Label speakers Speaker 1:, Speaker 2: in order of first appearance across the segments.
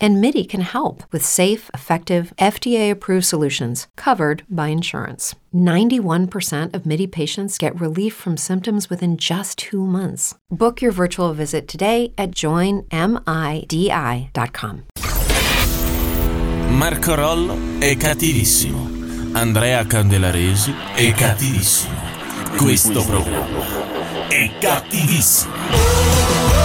Speaker 1: and MIDI can help with safe, effective, FDA approved solutions covered by insurance. 91% of MIDI patients get relief from symptoms within just two months. Book your virtual visit today at joinmidi.com.
Speaker 2: Marco Rollo è cattivissimo. Andrea Candelaresi è cattivissimo. Questo programma è cattivissimo.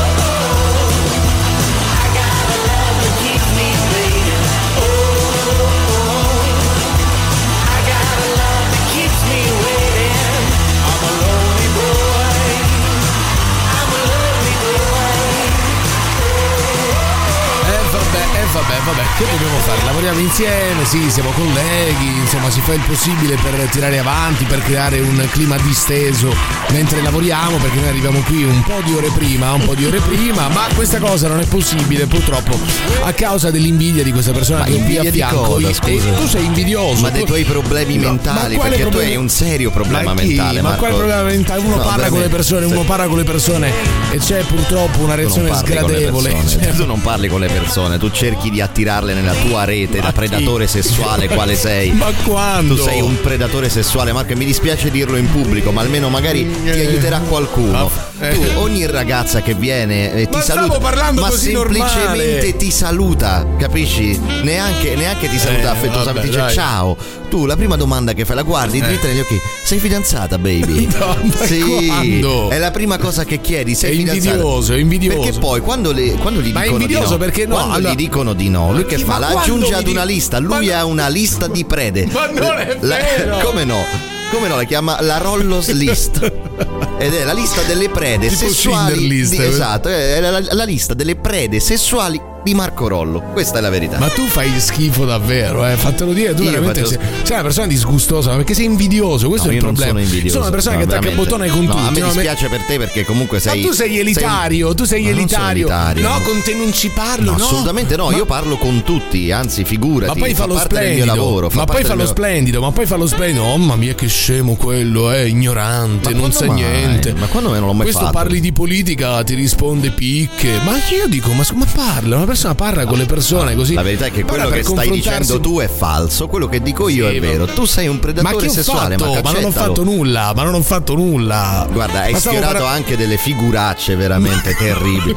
Speaker 3: Eh vabbè, eh vabbè, vabbè, che dobbiamo fare? Lavoriamo insieme, sì, siamo colleghi, insomma si fa il possibile per tirare avanti, per creare un clima disteso mentre lavoriamo, perché noi arriviamo qui un po' di ore prima, un po' di ore prima, ma questa cosa non è possibile purtroppo a causa dell'invidia di questa persona
Speaker 4: Ma
Speaker 3: che ho qui a
Speaker 4: invidia di
Speaker 3: fianco.
Speaker 4: cosa,
Speaker 3: E
Speaker 4: scusa?
Speaker 3: tu sei invidioso.
Speaker 4: Ma
Speaker 3: tu-
Speaker 4: dei tuoi problemi
Speaker 3: No, ma
Speaker 4: mentali,
Speaker 3: quale
Speaker 4: perché
Speaker 3: problemi-
Speaker 4: tu hai un serio problema
Speaker 3: ma chi?
Speaker 4: mentale.
Speaker 3: Ma
Speaker 4: Marco.
Speaker 3: quale problema mentale? Uno
Speaker 4: No,
Speaker 3: parla con le
Speaker 4: veramente,
Speaker 3: persone,
Speaker 4: se-
Speaker 3: uno parla con le persone e c'è purtroppo una
Speaker 4: tu non
Speaker 3: reazione
Speaker 4: parli con le
Speaker 3: sgradevole.
Speaker 4: persone,
Speaker 3: Cioè,
Speaker 4: Tu non parli con le persone, tu cerchi di attirarle nella tua rete da
Speaker 3: chi?
Speaker 4: predatore sessuale quale sei.
Speaker 3: Ma quando?
Speaker 4: Tu sei un predatore sessuale, Marco, e mi dispiace dirlo in pubblico, ma almeno magari
Speaker 3: Mm,
Speaker 4: ti
Speaker 3: eh.
Speaker 4: aiuterà qualcuno. Tu, ogni ragazza che viene e ti
Speaker 3: Ah, Ma stavo
Speaker 4: saluta,
Speaker 3: parlando
Speaker 4: ma
Speaker 3: così
Speaker 4: semplicemente
Speaker 3: normale.
Speaker 4: ti saluta, capisci? Neanche, neanche ti saluta
Speaker 3: Eh,
Speaker 4: affettuosamente,
Speaker 3: vabbè,
Speaker 4: dice
Speaker 3: dai. Eh.
Speaker 4: ciao. Tu la prima domanda che fai, la guardi dritta negli occhi, sei fidanzata, baby?
Speaker 3: No, ma
Speaker 4: sì,
Speaker 3: quando?
Speaker 4: è la prima cosa che chiedi,
Speaker 3: È
Speaker 4: sei fidanzata.
Speaker 3: invidioso, è invidioso.
Speaker 4: Perché poi quando, le- quando gli
Speaker 3: Ma è
Speaker 4: dicono
Speaker 3: invidioso
Speaker 4: di no,
Speaker 3: perché no,
Speaker 4: quando
Speaker 3: allora-
Speaker 4: gli dicono di no, lui che
Speaker 3: Sì, ma
Speaker 4: fa? La
Speaker 3: quando gli
Speaker 4: aggiunge ad
Speaker 3: di-
Speaker 4: una lista,
Speaker 3: Ma
Speaker 4: lui
Speaker 3: no-
Speaker 4: ha una lista di prede.
Speaker 3: Ma non è
Speaker 4: La-
Speaker 3: vero!
Speaker 4: come no? Come no? La chiama la Rollos List. Ed è la lista delle prede
Speaker 3: Tipo
Speaker 4: sessuali.
Speaker 3: Schindler List. eh.
Speaker 4: esatto, è la, la lista delle prede sessuali di Marco Rollo. Questa è la verità.
Speaker 3: Ma tu fai schifo davvero, eh? fatelo dire, tu
Speaker 4: Io
Speaker 3: veramente
Speaker 4: faccio-
Speaker 3: sei, sei una persona disgustosa, ma perché sei invidioso, questo
Speaker 4: No,
Speaker 3: è
Speaker 4: io
Speaker 3: il
Speaker 4: non
Speaker 3: problema.
Speaker 4: sono invidioso.
Speaker 3: una persona
Speaker 4: no,
Speaker 3: che attacca il
Speaker 4: veramente.
Speaker 3: bottone con
Speaker 4: no,
Speaker 3: tutti.
Speaker 4: A me
Speaker 3: no?
Speaker 4: dispiace per te perché comunque sei.
Speaker 3: ma tu sei elitario, tu sei
Speaker 4: Ma non sono
Speaker 3: elitario.
Speaker 4: elitario.
Speaker 3: No, con te non ci parlo, no?
Speaker 4: No, assolutamente no,
Speaker 3: Ma-
Speaker 4: io parlo con tutti, anzi figurati,
Speaker 3: Ma poi
Speaker 4: fa
Speaker 3: fa lo
Speaker 4: parte del
Speaker 3: splendido.
Speaker 4: mio lavoro, fa
Speaker 3: ma poi
Speaker 4: parte
Speaker 3: fa
Speaker 4: del
Speaker 3: lo
Speaker 4: mio-
Speaker 3: splendido, ma poi fa lo splendido. Oh, mamma mia, che scemo quello, è ignorante,
Speaker 4: Ma
Speaker 3: non
Speaker 4: quando
Speaker 3: sa
Speaker 4: mai?
Speaker 3: niente.
Speaker 4: Ma quando mai non l'ho mai
Speaker 3: Questo
Speaker 4: fatto?
Speaker 3: parli di politica, ti risponde picche. Ma io dico, ma, scu- ma parla, una persona parla con le persone così.
Speaker 4: La verità è che
Speaker 3: Ma
Speaker 4: quello
Speaker 3: ora
Speaker 4: che
Speaker 3: per
Speaker 4: stai
Speaker 3: confrontarsi-
Speaker 4: dicendo tu è falso, quello che dico io
Speaker 3: Sì,
Speaker 4: è
Speaker 3: ma-
Speaker 4: vero. Tu sei un
Speaker 3: Ma che
Speaker 4: predatore
Speaker 3: ho
Speaker 4: sessuale,
Speaker 3: fatto? Ma
Speaker 4: ma,
Speaker 3: non ho
Speaker 4: accettalo.
Speaker 3: fatto nulla, ma non ho fatto nulla.
Speaker 4: Guarda, hai
Speaker 3: Ma stavo
Speaker 4: sfiorato
Speaker 3: parla-
Speaker 4: anche delle figuracce veramente terribili.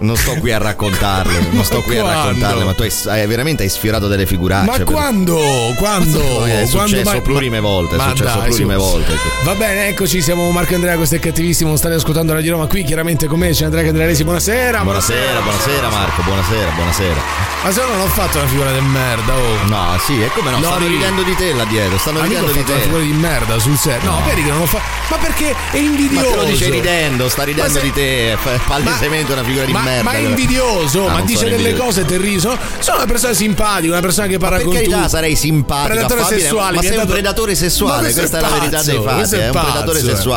Speaker 4: Non sto qui a raccontarle, non sto qui a
Speaker 3: Ma quando?
Speaker 4: raccontarle, ma tu hai, hai- veramente hai sfiorato delle
Speaker 3: Ma
Speaker 4: figuracce. cioè, per-
Speaker 3: quando? Quando?
Speaker 4: È
Speaker 3: Quando
Speaker 4: successo
Speaker 3: mai-
Speaker 4: plurime volte, è
Speaker 3: Ma
Speaker 4: successo
Speaker 3: dai,
Speaker 4: plurime
Speaker 3: su-
Speaker 4: volte.
Speaker 3: Va bene, eccoci, siamo Marco e Andrea, questo è Cattivissimo, state ascoltando Radio Roma qui, chiaramente con me c'è Andrea Candelaresi, buonasera.
Speaker 4: Buonasera, buonasera Marco, buonasera, buonasera.
Speaker 3: Ma se no non ho fatto una figura di merda, oh.
Speaker 4: No, sì, e come no?
Speaker 3: No,
Speaker 4: Stanno
Speaker 3: io-
Speaker 4: ridendo di te là dietro, stanno
Speaker 3: Amico, ho
Speaker 4: ridendo di
Speaker 3: fatto una figura
Speaker 4: te.
Speaker 3: di merda sul serio. No, vedi che non ho fatto... Ma perché è
Speaker 4: Ma
Speaker 3: invidioso.
Speaker 4: te lo dice ridendo, sta ridendo
Speaker 3: Ma se-
Speaker 4: di te, è fa- palesemente una figura di
Speaker 3: ma,
Speaker 4: merda.
Speaker 3: ma è
Speaker 4: allora.
Speaker 3: invidioso,
Speaker 4: Ah,
Speaker 3: ma
Speaker 4: non
Speaker 3: dice
Speaker 4: sono
Speaker 3: delle
Speaker 4: invidioso.
Speaker 3: cose terribili. Sono, sono una persona simpatica, una persona che parla
Speaker 4: Per
Speaker 3: con
Speaker 4: carità,
Speaker 3: tutti.
Speaker 4: sarei simpatico.
Speaker 3: Predatore
Speaker 4: affabile,
Speaker 3: sessuale,
Speaker 4: ma
Speaker 3: mi
Speaker 4: sei
Speaker 3: ha
Speaker 4: un
Speaker 3: dato-
Speaker 4: predatore
Speaker 3: Ma
Speaker 4: sessuale.
Speaker 3: questo è
Speaker 4: Questa è, la verità
Speaker 3: pazzo,
Speaker 4: dei fatti.
Speaker 3: questo
Speaker 4: È,
Speaker 3: è
Speaker 4: un
Speaker 3: pazzo,
Speaker 4: predatore
Speaker 3: eh.
Speaker 4: sessuale.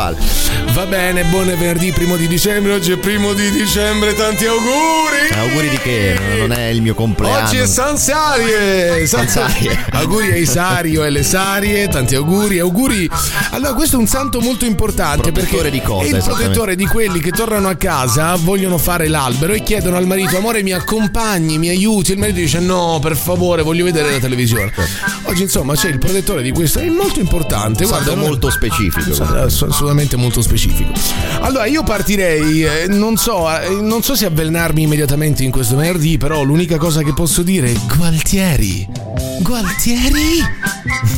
Speaker 3: Va bene, buon venerdì, primo di dicembre, oggi è primo di dicembre, tanti auguri!
Speaker 4: Eh, Auguri di che? No, Non è il mio compleanno.
Speaker 3: Oggi è San Sarie! San
Speaker 4: Sarie.
Speaker 3: auguri ai Sario e alle Sarie, tanti auguri, auguri. Allora, questo è un santo molto importante
Speaker 4: Protettore
Speaker 3: perché
Speaker 4: di cosa,
Speaker 3: è il
Speaker 4: esattamente?
Speaker 3: protettore di quelli che tornano a casa, vogliono fare l'albero e chiedono al marito: amore, mi accompagni, mi aiuti. Il marito dice: No, per favore, voglio vedere la televisione.
Speaker 4: Certo.
Speaker 3: Oggi, insomma, c'è il protettore di questo, è molto importante.
Speaker 4: Un
Speaker 3: Guarda,
Speaker 4: santo
Speaker 3: noi-
Speaker 4: molto specifico.
Speaker 3: Ass- assolutamente molto specifico. Allora, io partirei, eh, non so, eh, non so se avvelenarmi immediatamente in questo venerdì, però l'unica cosa che posso dire è Gualtieri. Gualtieri?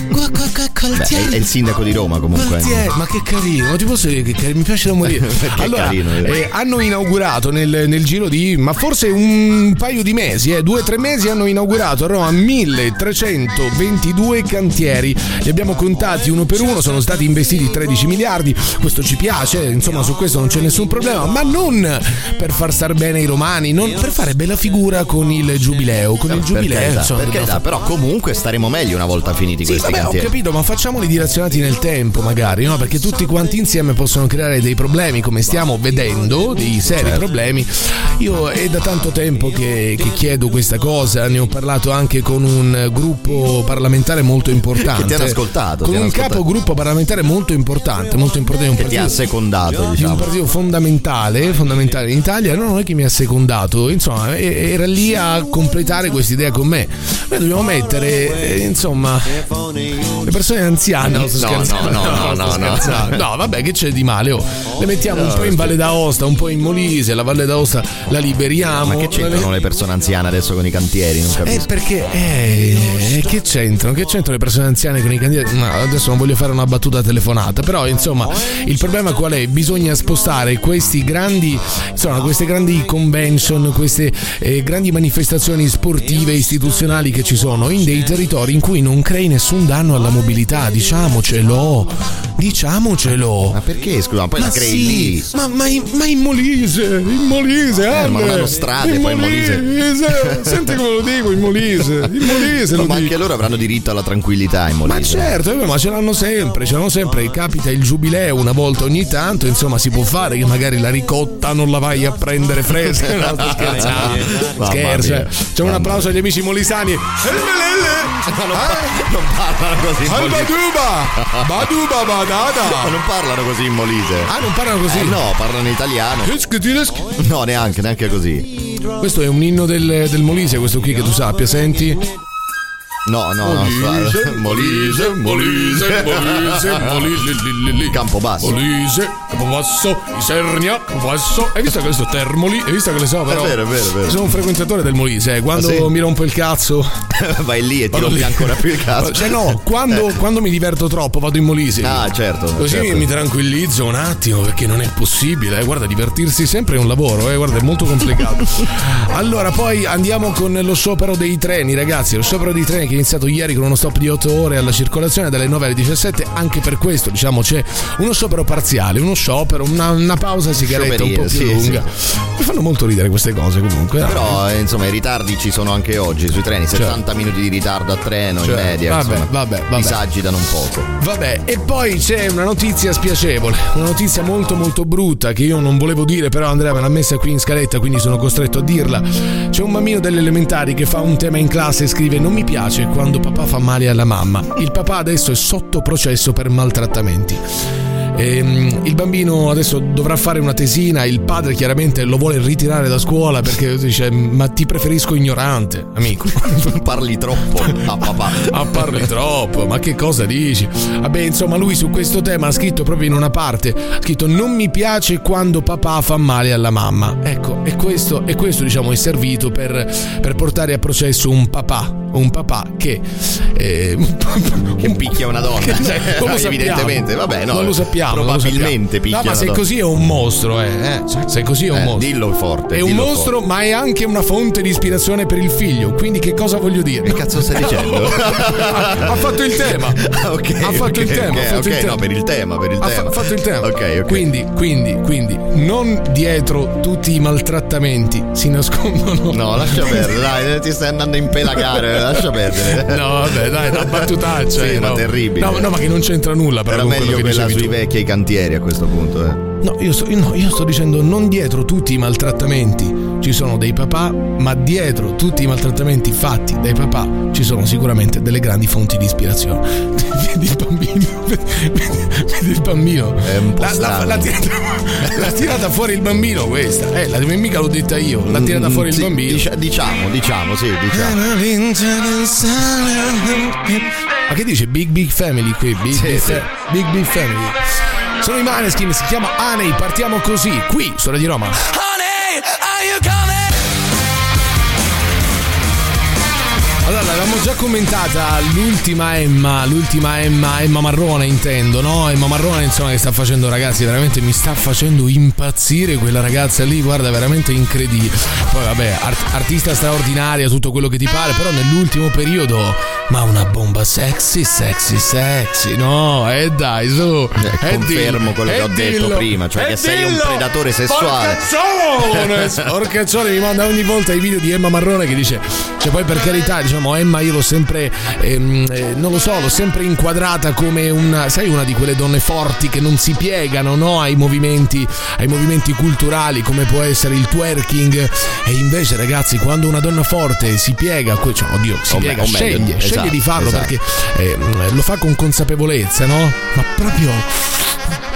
Speaker 3: Gua- gua- gua-
Speaker 4: Beh, è, è
Speaker 3: Gualtieri?
Speaker 4: il sindaco di Roma comunque.
Speaker 3: Gualtieri, eh, ma che carino, ma ti posso dire che carino, mi piace da morire.
Speaker 4: Perché è
Speaker 3: allora,
Speaker 4: carino, eh.
Speaker 3: eh, hanno inaugurato nel, nel giro di, ma forse un paio di mesi, eh, due o tre mesi, hanno inaugurato a Roma 1322 cantieri. Li abbiamo contati uno per uno, sono stati investiti 13 miliardi. Questo ci piace, insomma, su questo non c'è nessun problema. Ma non per far star bene i romani, non per fare bella figura con il giubileo. Con il
Speaker 4: Per
Speaker 3: giubileo,
Speaker 4: carità,
Speaker 3: eh, insomma,
Speaker 4: per
Speaker 3: dobbiamo
Speaker 4: carità, però comunque staremo meglio una volta finiti
Speaker 3: sì,
Speaker 4: questi
Speaker 3: vabbè, ho
Speaker 4: cantieri.
Speaker 3: capito, ma facciamoli direzionati nel tempo, magari, no? Perché tutti quanti insieme possono creare dei problemi, come stiamo vedendo, dei seri
Speaker 4: Certo.
Speaker 3: problemi. Io è da tanto tempo che, che chiedo questa cosa, ne ho parlato anche con un gruppo parlamentare molto importante.
Speaker 4: Che ti hanno ascoltato,
Speaker 3: Con
Speaker 4: ti hanno
Speaker 3: un
Speaker 4: ascoltato.
Speaker 3: capogruppo parlamentare molto importante, molto importante. Un
Speaker 4: Che ti ha
Speaker 3: partito-
Speaker 4: secondato,
Speaker 3: di un
Speaker 4: diciamo.
Speaker 3: partito fondamentale, fondamentale in Italia, non è che mi ha secondato, insomma, e- era lì a completare questa idea con me. Noi dobbiamo mettere, eh, insomma, le persone anziane. non sto
Speaker 4: No,
Speaker 3: scherzando,
Speaker 4: no, no,
Speaker 3: non
Speaker 4: no,
Speaker 3: sto
Speaker 4: no.
Speaker 3: scherzando. No, vabbè, che c'è di male? oh? Le mettiamo un po' in Valle d'Aosta, un po' in Molise, la Valle d'Aosta la liberiamo.
Speaker 4: Ma che c'entrano le persone anziane adesso con i cantieri? Non
Speaker 3: Eh,
Speaker 4: capisco.
Speaker 3: perché eh, eh, che c'entrano? Che c'entrano le persone anziane con i candidati? No, adesso non voglio fare una battuta telefonata, però insomma, il problema qual è? Bisogna spostare questi grandi, insomma, queste grandi convention, queste eh, grandi manifestazioni sportive e istituzionali che ci sono in dei territori in cui non crei nessun danno alla mobilità, diciamocelo. Diciamocelo.
Speaker 4: Ma perché scusa? Poi la crei
Speaker 3: sì,
Speaker 4: lì.
Speaker 3: Ma, ma in, ma in Molise, in Molise,
Speaker 4: Eh,
Speaker 3: eh,
Speaker 4: ma
Speaker 3: Arne,
Speaker 4: non hanno strade, poi in Molise.
Speaker 3: Senti come lo dico, in Molise, in Molise
Speaker 4: No,
Speaker 3: lo
Speaker 4: ma
Speaker 3: dico.
Speaker 4: anche loro avranno diritto alla tranquillità in
Speaker 3: Ma
Speaker 4: Molise.
Speaker 3: certo, eh, ma ce l'hanno sempre, ce l'hanno sempre, capita il giubileo una volta ogni tanto, insomma si può fare che magari la ricotta non la vai a prendere fresca, no, sto scherzando,
Speaker 4: Mamma
Speaker 3: scherzo, eh.
Speaker 4: mia.
Speaker 3: c'è un applauso agli amici molisani, Eh?
Speaker 4: Non parlano così in
Speaker 3: Al
Speaker 4: Molise.
Speaker 3: Baduba, Baduba
Speaker 4: No,
Speaker 3: Badada,
Speaker 4: non parlano così in Molise.
Speaker 3: ah non parlano così,
Speaker 4: Eh, no, parlano italiano. No, neanche, neanche così.
Speaker 3: Questo è un inno del, del Molise, questo qui che tu sappia, senti?
Speaker 4: No, no, no. sta- Molise, Molise, Molise, Campobasso.
Speaker 3: Molise, Capobasso, Isernia, Capobasso. Hai visto che questo Termoli? Hai visto che le so però?
Speaker 4: vero, è vero, è vero.
Speaker 3: Sono un frequentatore del Molise, eh. quando
Speaker 4: Ah, sì?
Speaker 3: mi rompo il cazzo.
Speaker 4: Vai lì e ti
Speaker 3: vado
Speaker 4: rompi
Speaker 3: lì.
Speaker 4: ancora più il cazzo.
Speaker 3: Cioè no, quando, quando mi diverto troppo vado in Molise.
Speaker 4: Ah, certo.
Speaker 3: Così
Speaker 4: certo.
Speaker 3: mi tranquillizzo un attimo perché non è possibile, eh. guarda, divertirsi sempre è un lavoro, eh. guarda, è molto complicato. allora, poi andiamo con lo sciopero dei treni, ragazzi. Lo sciopero dei treni che è iniziato ieri con uno stop di 8 ore alla circolazione dalle 9 alle 17. Anche per questo, diciamo, c'è uno sciopero parziale, uno sciopero, una, una pausa sigaretta un po' più
Speaker 4: Scioperino, sì,
Speaker 3: lunga. Mi fanno molto ridere queste cose comunque. dai.
Speaker 4: Però eh, insomma i ritardi ci sono anche oggi sui treni, 70 minuti di ritardo a treno
Speaker 3: Certo.
Speaker 4: in media,
Speaker 3: Vabbè,
Speaker 4: insomma,
Speaker 3: vabbè, vabbè.
Speaker 4: disagi da non poco.
Speaker 3: Vabbè, e poi c'è una notizia spiacevole, una notizia molto molto brutta che io non volevo dire, però Andrea me l'ha messa qui in scaletta, quindi sono costretto a dirla. C'è un bambino delle elementari che fa un tema in classe e scrive "Non mi piace quando papà fa male alla mamma". Il papà adesso è sotto processo per maltrattamenti. Ehm, il bambino adesso dovrà fare una tesina, il padre chiaramente lo vuole ritirare da scuola perché dice "Ma ti preferisco ignorante, amico".
Speaker 4: Parli troppo a papà.
Speaker 3: Ah, parli troppo, ma che cosa dici? Vabbè, insomma, lui su questo tema ha scritto proprio in una parte: ha scritto: Non mi piace quando papà fa male alla mamma. Ecco, e questo, e questo diciamo, è servito per, per portare a processo un papà. Un papà che. eh, un papà-
Speaker 4: Che picchia una donna.
Speaker 3: Cioè, non lo sappiamo.
Speaker 4: Evidentemente, vabbè, no.
Speaker 3: non lo sappiamo. non lo
Speaker 4: Probabilmente
Speaker 3: sappiamo.
Speaker 4: picchia
Speaker 3: No, ma
Speaker 4: una
Speaker 3: se
Speaker 4: donna.
Speaker 3: così è un mostro, eh. eh, cioè, se così è un
Speaker 4: Eh,
Speaker 3: mostro.
Speaker 4: dillo forte.
Speaker 3: È un
Speaker 4: dillo
Speaker 3: mostro, ma è anche una fonte di ispirazione per il figlio. Quindi, che cosa voglio dire?
Speaker 4: Che cazzo stai dicendo?
Speaker 3: ha ha fatto il tema.
Speaker 4: Ah, ok,
Speaker 3: ha fatto
Speaker 4: ok,
Speaker 3: il tema.
Speaker 4: ok,
Speaker 3: ha fatto il
Speaker 4: ok,
Speaker 3: tema.
Speaker 4: no, per il tema, per il
Speaker 3: Ha fa-
Speaker 4: tema.
Speaker 3: fatto il tema.
Speaker 4: Ok, ok.
Speaker 3: Quindi, quindi, quindi, non dietro tutti i maltrattamenti si nascondono.
Speaker 4: No, lascia perdere, dai, eh, ti stai andando a impelagare, lascia perdere.
Speaker 3: No, vabbè, dai, una battutaccia.
Speaker 4: Sì,
Speaker 3: eh,
Speaker 4: ma
Speaker 3: no.
Speaker 4: terribile.
Speaker 3: No, no, ma che non c'entra nulla. Però
Speaker 4: Era
Speaker 3: con
Speaker 4: meglio
Speaker 3: quello che
Speaker 4: quella
Speaker 3: dicevi
Speaker 4: sui
Speaker 3: tu.
Speaker 4: vecchi e i cantieri a questo punto, eh.
Speaker 3: No io, sto, no, io sto dicendo non dietro tutti i maltrattamenti ci sono dei papà, ma dietro tutti i maltrattamenti fatti dai papà ci sono sicuramente delle grandi fonti di ispirazione. Vedi il bambino, vedi, vedi il bambino.
Speaker 4: È un po'
Speaker 3: La- la-
Speaker 4: strano.
Speaker 3: l'ha tirata, l'ha tirata fuori il bambino questa, eh, la, mica l'ho detta io, l'ha tirata
Speaker 4: Mm,
Speaker 3: fuori il
Speaker 4: sì,
Speaker 3: bambino. Eh,
Speaker 4: dicia- diciamo, diciamo, sì, diciamo.
Speaker 3: Ma che dice Big Big Family qui? Big,
Speaker 4: Sì,
Speaker 3: big,
Speaker 4: sì.
Speaker 3: Fa- Big Big Family. Sono i Maneskin, si chiama Anei, partiamo così, qui, su di Roma. Allora, l'avevamo già commentata l'ultima Emma, l'ultima Emma, Emma Marrone intendo, no? Emma Marrone insomma che sta facendo ragazzi, veramente mi sta facendo impazzire quella ragazza lì, guarda, veramente incredibile. Poi vabbè, art- artista straordinaria, tutto quello che ti pare, però nell'ultimo periodo, ma una bomba sexy, sexy, sexy, no? E dai, su.
Speaker 4: Eh,
Speaker 3: eh,
Speaker 4: confermo
Speaker 3: dillo,
Speaker 4: quello che
Speaker 3: eh,
Speaker 4: ho detto
Speaker 3: dillo,
Speaker 4: prima, cioè
Speaker 3: eh,
Speaker 4: che sei un
Speaker 3: dillo.
Speaker 4: predatore sessuale.
Speaker 3: Porcazzone! Porcazzone mi manda ogni volta i video di Emma Marrone che dice, cioè poi per carità, diciamo Emma io l'ho sempre, ehm, eh, non lo so, l'ho sempre inquadrata come una, sai, una di quelle donne forti che non si piegano no, ai, movimenti, ai movimenti culturali come può essere il twerking. E invece ragazzi, quando una donna forte si piega, que- cioè, oddio, si
Speaker 4: O me-
Speaker 3: piega,
Speaker 4: o meglio,
Speaker 3: sceglie, sceglie
Speaker 4: esatto,
Speaker 3: di farlo
Speaker 4: esatto.
Speaker 3: perché ehm, lo fa con consapevolezza, no? Ma proprio...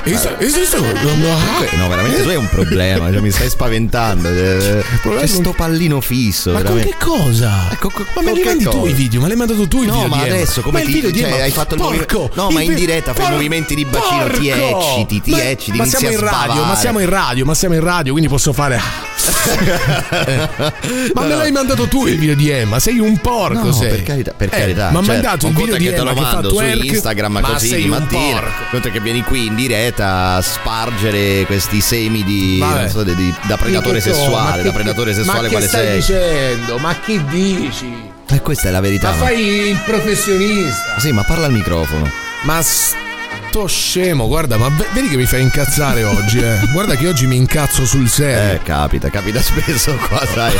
Speaker 3: Is- is this a-
Speaker 4: Comunque, No, veramente tu hai un problema, cioè, mi stai spaventando. eh,
Speaker 3: problema
Speaker 4: C'è
Speaker 3: non-
Speaker 4: sto pallino fisso,
Speaker 3: Ma con
Speaker 4: veramente.
Speaker 3: che cosa?
Speaker 4: Ecco, co-
Speaker 3: ma me li
Speaker 4: con che
Speaker 3: mandi tu
Speaker 4: cosa?
Speaker 3: i video? Ma li hai mandato tu i
Speaker 4: No,
Speaker 3: video?
Speaker 4: ma
Speaker 3: DM?
Speaker 4: adesso come
Speaker 3: Ma il
Speaker 4: ti-
Speaker 3: video
Speaker 4: cioè,
Speaker 3: DM?
Speaker 4: hai fatto il
Speaker 3: Porco!
Speaker 4: movimento- no, ma in
Speaker 3: vi-
Speaker 4: diretta fai i
Speaker 3: porco!
Speaker 4: movimenti di bacino, ti ecciti, ti ecciti,
Speaker 3: Ma
Speaker 4: inizi
Speaker 3: siamo
Speaker 4: a
Speaker 3: in radio, ma
Speaker 4: sbavare.
Speaker 3: siamo in radio, ma siamo in radio, quindi posso fare. ma me l'hai mandato tu il video DM? Ma sei un porco,
Speaker 4: No,
Speaker 3: sei.
Speaker 4: per carità, per
Speaker 3: Eh,
Speaker 4: carità.
Speaker 3: Ma ha
Speaker 4: cioè,
Speaker 3: mandato
Speaker 4: non
Speaker 3: un video
Speaker 4: conta che te
Speaker 3: DM
Speaker 4: lo
Speaker 3: che fa
Speaker 4: mando su
Speaker 3: twerk,
Speaker 4: Instagram
Speaker 3: ma
Speaker 4: così
Speaker 3: sei
Speaker 4: di
Speaker 3: un
Speaker 4: mattina.
Speaker 3: porco.
Speaker 4: Conta che vieni qui in diretta a spargere questi semi di,
Speaker 3: Vabbè.
Speaker 4: non so, di- di- da predatore
Speaker 3: Che so, ma
Speaker 4: sessuale,
Speaker 3: che-
Speaker 4: da predatore sessuale
Speaker 3: ma
Speaker 4: quale
Speaker 3: che stai
Speaker 4: sei.
Speaker 3: dicendo? Ma che dici?
Speaker 4: E questa è la verità.
Speaker 3: Ma
Speaker 4: ma-
Speaker 3: fai il professionista.
Speaker 4: Sì, ma parla al microfono.
Speaker 3: Ma sto scemo, guarda, ma ve- vedi che mi fai incazzare oggi, eh. Guarda che oggi mi incazzo sul serio.
Speaker 4: Eh, capita, capita spesso qua, sai.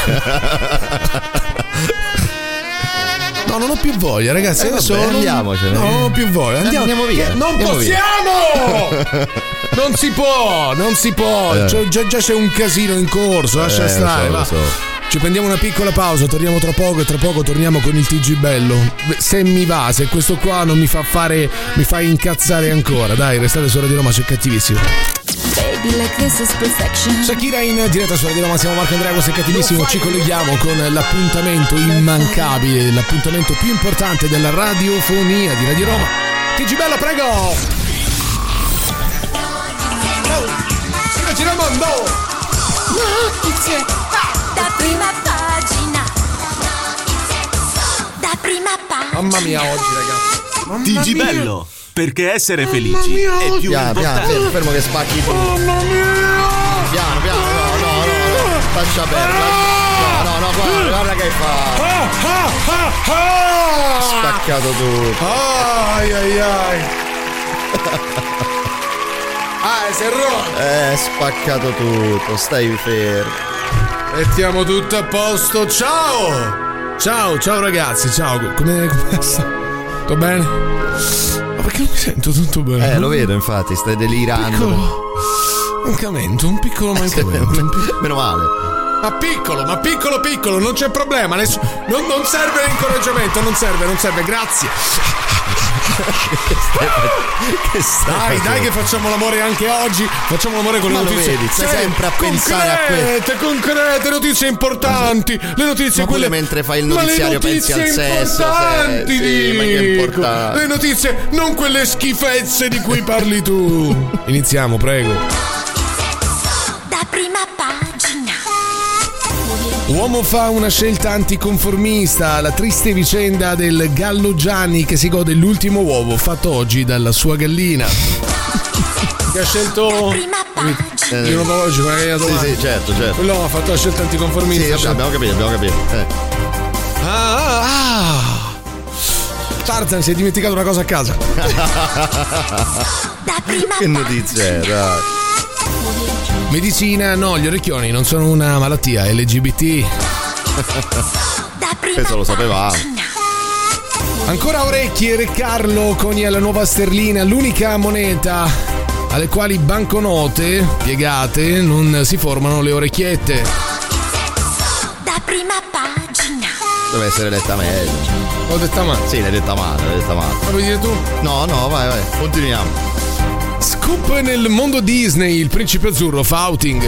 Speaker 3: No, non ho più voglia, ragazzi.
Speaker 4: Eh,
Speaker 3: adesso
Speaker 4: vabbè,
Speaker 3: non-
Speaker 4: andiamocene.
Speaker 3: No, non ho più voglia. Andiamo,
Speaker 4: Andiamo via,
Speaker 3: Eh, Non
Speaker 4: andiamo via.
Speaker 3: possiamo! non si può, non si può. C'è- già, già c'è un casino in corso, lascia
Speaker 4: Eh. lo
Speaker 3: stare.
Speaker 4: so, lo
Speaker 3: va.
Speaker 4: so.
Speaker 3: Ci prendiamo una piccola pausa, torniamo tra poco e tra poco torniamo con il TG Bello. Se mi va, se questo qua non mi fa fare, mi fa incazzare ancora. Dai, restate su Radio Roma, c'è cattivissimo.
Speaker 5: Baby, like this is perfection.
Speaker 3: Shakira in diretta su Radio Roma, siamo Marco Andrea, questo è cattivissimo, ci colleghiamo con l'appuntamento immancabile, l'appuntamento più importante della radiofonia di Radio Roma. TG Bello, prego! Giraci il mondo!
Speaker 5: Notizie da prima pagina. Da prima pagina.
Speaker 3: Mamma mia oggi ragazzi!
Speaker 2: TG Bello, perché essere felici è più
Speaker 4: Piano, piano,
Speaker 2: importante.
Speaker 4: fermo, fermo che spacchi tu.
Speaker 3: Mamma mia!
Speaker 4: Piano, piano, no, no, no, no. Faccia bene. lascia- No, no, no, guarda, guarda che fa.
Speaker 3: Ah, ah, ah, ah!
Speaker 4: Spaccato tutto.
Speaker 3: Ai ai ai! Ah, si è rotto!
Speaker 4: Eh, spaccato tutto. Stai fermo.
Speaker 3: Mettiamo tutto a posto, ciao! Ciao, ciao ragazzi, ciao, come, come sta? Tutto bene? Ma perché non mi sento tutto bene?
Speaker 4: Eh, lo vedo, infatti, stai delirando.
Speaker 3: Mhm. Piccolo mancamento, un piccolo mancamento. un pic-
Speaker 4: Meno male.
Speaker 3: ma piccolo, ma piccolo, piccolo, non c'è problema, ness- non, non serve l'incoraggiamento, non serve, non serve, grazie.
Speaker 4: Che stai
Speaker 3: Ah, Dai, dai che facciamo l'amore anche oggi, facciamo l'amore con
Speaker 4: Ecco. Ma
Speaker 3: le
Speaker 4: lo
Speaker 3: notizie.
Speaker 4: vedi, stai
Speaker 3: Sì,
Speaker 4: sempre a pensare a
Speaker 3: concrete, concrete, notizie importanti, le notizie
Speaker 4: Ma pure
Speaker 3: quelle...
Speaker 4: mentre fai il
Speaker 3: Ma le
Speaker 4: notiziario pensi
Speaker 3: notizie
Speaker 4: al sesso.
Speaker 3: importanti,
Speaker 4: sì, sì, ma che
Speaker 3: dico.
Speaker 4: importante.
Speaker 3: Le notizie, non quelle schifezze di cui parli tu. Iniziamo, prego.
Speaker 5: Da prima pagina.
Speaker 3: Uomo fa una scelta anticonformista, la triste vicenda del gallo Gianni che si gode l'ultimo uovo fatto oggi dalla sua gallina. Che ha scelto...
Speaker 5: Prima pagina.
Speaker 3: Io non voglio giocare la
Speaker 4: Eh. Sì,
Speaker 3: domanda.
Speaker 4: sì, certo, certo.
Speaker 3: Quello ha fatto la scelta anticonformista.
Speaker 4: Sì, vabbè,
Speaker 3: cioè-
Speaker 4: abbiamo capito, abbiamo capito. Eh.
Speaker 3: Ah, ah, ah. Tarzan si è dimenticato una cosa a casa.
Speaker 5: Da prima
Speaker 4: Che
Speaker 5: pagina.
Speaker 4: notizia è? dai.
Speaker 3: Medicina, no, gli orecchioni non sono una malattia LGBT.
Speaker 5: Da prima
Speaker 4: Questo lo sapevamo.
Speaker 5: pagina.
Speaker 3: Ancora orecchie, Re Carlo con la nuova sterlina, l'unica moneta alle quali banconote piegate non si formano le orecchiette.
Speaker 5: Da prima pagina.
Speaker 4: Deve essere letta meglio.
Speaker 3: L'ho detta male.
Speaker 4: Sì, l'hai detta male, l'hai detta male.
Speaker 3: Ma vuoi dire tu?
Speaker 4: No, no, vai, vai, continuiamo.
Speaker 3: Scoop nel mondo Disney, il principe azzurro fa outing.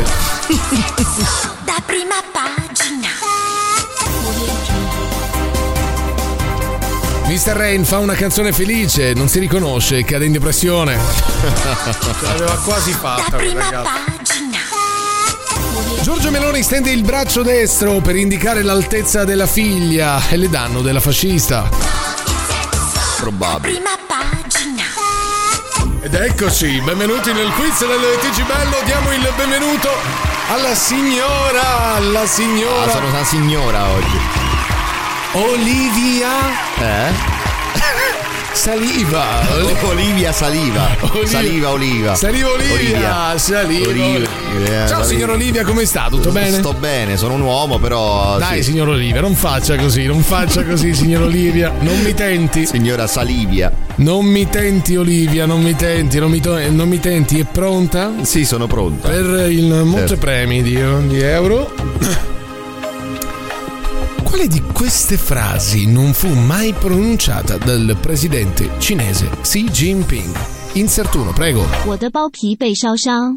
Speaker 5: Da prima pagina.
Speaker 3: Mr. Rain fa una canzone felice, non si riconosce, cade in depressione. L'aveva quasi
Speaker 5: Da
Speaker 3: fatta
Speaker 5: prima pagina.
Speaker 3: Giorgio Meloni stende il braccio destro per indicare l'altezza della figlia e le danno della fascista.
Speaker 4: Probabile.
Speaker 5: Prima pagina.
Speaker 3: Ed eccoci, benvenuti nel quiz del TG Bello, diamo il benvenuto alla signora, alla
Speaker 4: Ah,
Speaker 3: signora
Speaker 4: sono una signora oggi.
Speaker 3: Olivia
Speaker 4: Eh?
Speaker 3: Saliva.
Speaker 4: Olivia saliva.
Speaker 3: Oliva.
Speaker 4: Saliva oliva.
Speaker 3: Saliva Olivia,
Speaker 4: Olivia.
Speaker 3: saliva.
Speaker 4: Oliva. Eh,
Speaker 3: Ciao
Speaker 4: la-
Speaker 3: signor Olivia, come sta? Tutto bene?
Speaker 4: Sto bene, sono un uomo, però.
Speaker 3: Dai,
Speaker 4: sì.
Speaker 3: signor Olivia, non faccia così, non faccia così, signor Olivia. Non mi tenti,
Speaker 4: Signora Salivia.
Speaker 3: non mi tenti, Olivia, non mi tenti, non mi, to- non mi tenti. È pronta?
Speaker 4: Sì, sono pronta.
Speaker 3: Per il
Speaker 4: Certo.
Speaker 3: montepremi di, di euro. Quale di queste frasi non fu mai pronunciata dal presidente cinese Xi Jinping? Insert uno, prego.
Speaker 6: 我的包皮被烧伤，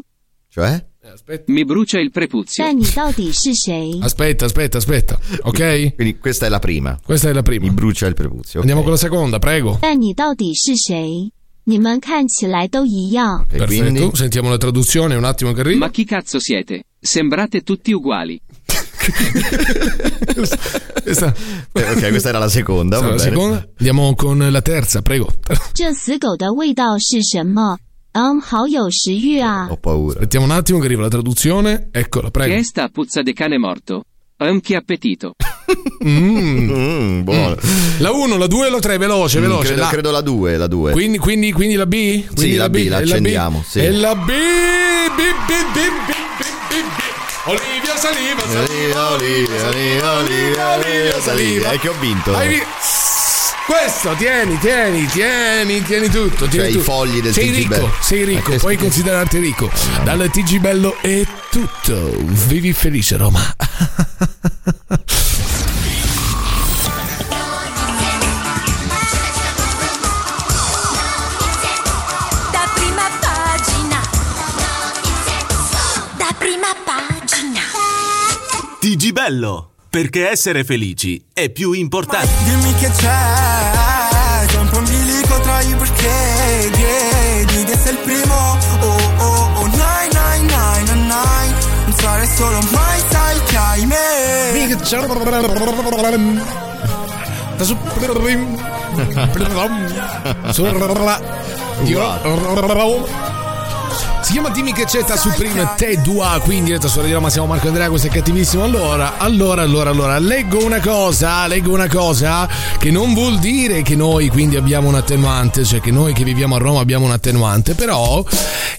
Speaker 4: Cioè?
Speaker 3: Aspetta,
Speaker 7: Mi brucia il prepuzio.
Speaker 6: 但你到底是谁？
Speaker 3: aspetta, aspetta, aspetta. Ok?
Speaker 4: Quindi questa è la prima.
Speaker 3: Questa è la
Speaker 4: Mi
Speaker 3: prima.
Speaker 4: brucia il prepuzio. ok.
Speaker 3: Andiamo con la seconda, prego.
Speaker 6: 但你到底是谁？你们看起来都一样。
Speaker 4: E
Speaker 3: Perfetto,
Speaker 4: quindi.
Speaker 3: sentiamo la traduzione, un attimo che arriva.
Speaker 7: Ma chi cazzo siete? Sembrate tutti uguali.
Speaker 3: Questa-
Speaker 4: Eh, ok, questa era la seconda. va
Speaker 3: la
Speaker 4: bene.
Speaker 3: seconda. Andiamo con la terza, prego.
Speaker 6: 这死狗的味道是什么？嗯，好有食欲啊！
Speaker 4: Ho paura.
Speaker 3: Aspettiamo un attimo che arriva la traduzione. Eccola,
Speaker 7: Che
Speaker 3: prego.
Speaker 7: è sta puzza de cane morto? Ehm, che appetito.
Speaker 4: Mm, buono.
Speaker 3: La 1, la 2 e la 3, veloce,
Speaker 4: Mm,
Speaker 3: veloce.
Speaker 4: credo,
Speaker 3: la-
Speaker 4: credo la 2, la 2.
Speaker 3: Quindi, quindi, quindi la B? Quindi
Speaker 4: la B, la
Speaker 3: e
Speaker 4: accendiamo, sì.
Speaker 3: E la B, B, B, B, B, B, B, B. Olivia saliva, saliva. saliva.
Speaker 4: E che ho vinto.
Speaker 3: Hai vi- questo, tieni, tieni, tieni, tieni tutto. Tieni
Speaker 4: Cioè, i
Speaker 3: tutto.
Speaker 4: fogli del
Speaker 3: sei
Speaker 4: TG
Speaker 3: ricco,
Speaker 4: Bello.
Speaker 3: sei ricco,
Speaker 4: Eh,
Speaker 3: puoi
Speaker 4: sì.
Speaker 3: considerarti ricco. Dal TG Bello è tutto. Vivi felice, Roma.
Speaker 5: Da prima pagina. Da prima pagina.
Speaker 2: TG Bello. Perché essere felici è più importante.
Speaker 8: Dimmi che c'è, tempo un bilico tra i perché Chiedi di sei il primo, oh oh oh Nine, nine, nine, nine, nine Non sarei solo mai sai che hai me
Speaker 3: Si chiama Dimmi che c'è ta Supreme Te Dua, quindi detto su Radio Roma siamo Marco Andrea, questo è cattivissimo. Allora, allora, allora, allora, leggo una cosa, leggo una cosa che non vuol dire che noi quindi abbiamo un attenuante, cioè che noi che viviamo a Roma abbiamo un attenuante, però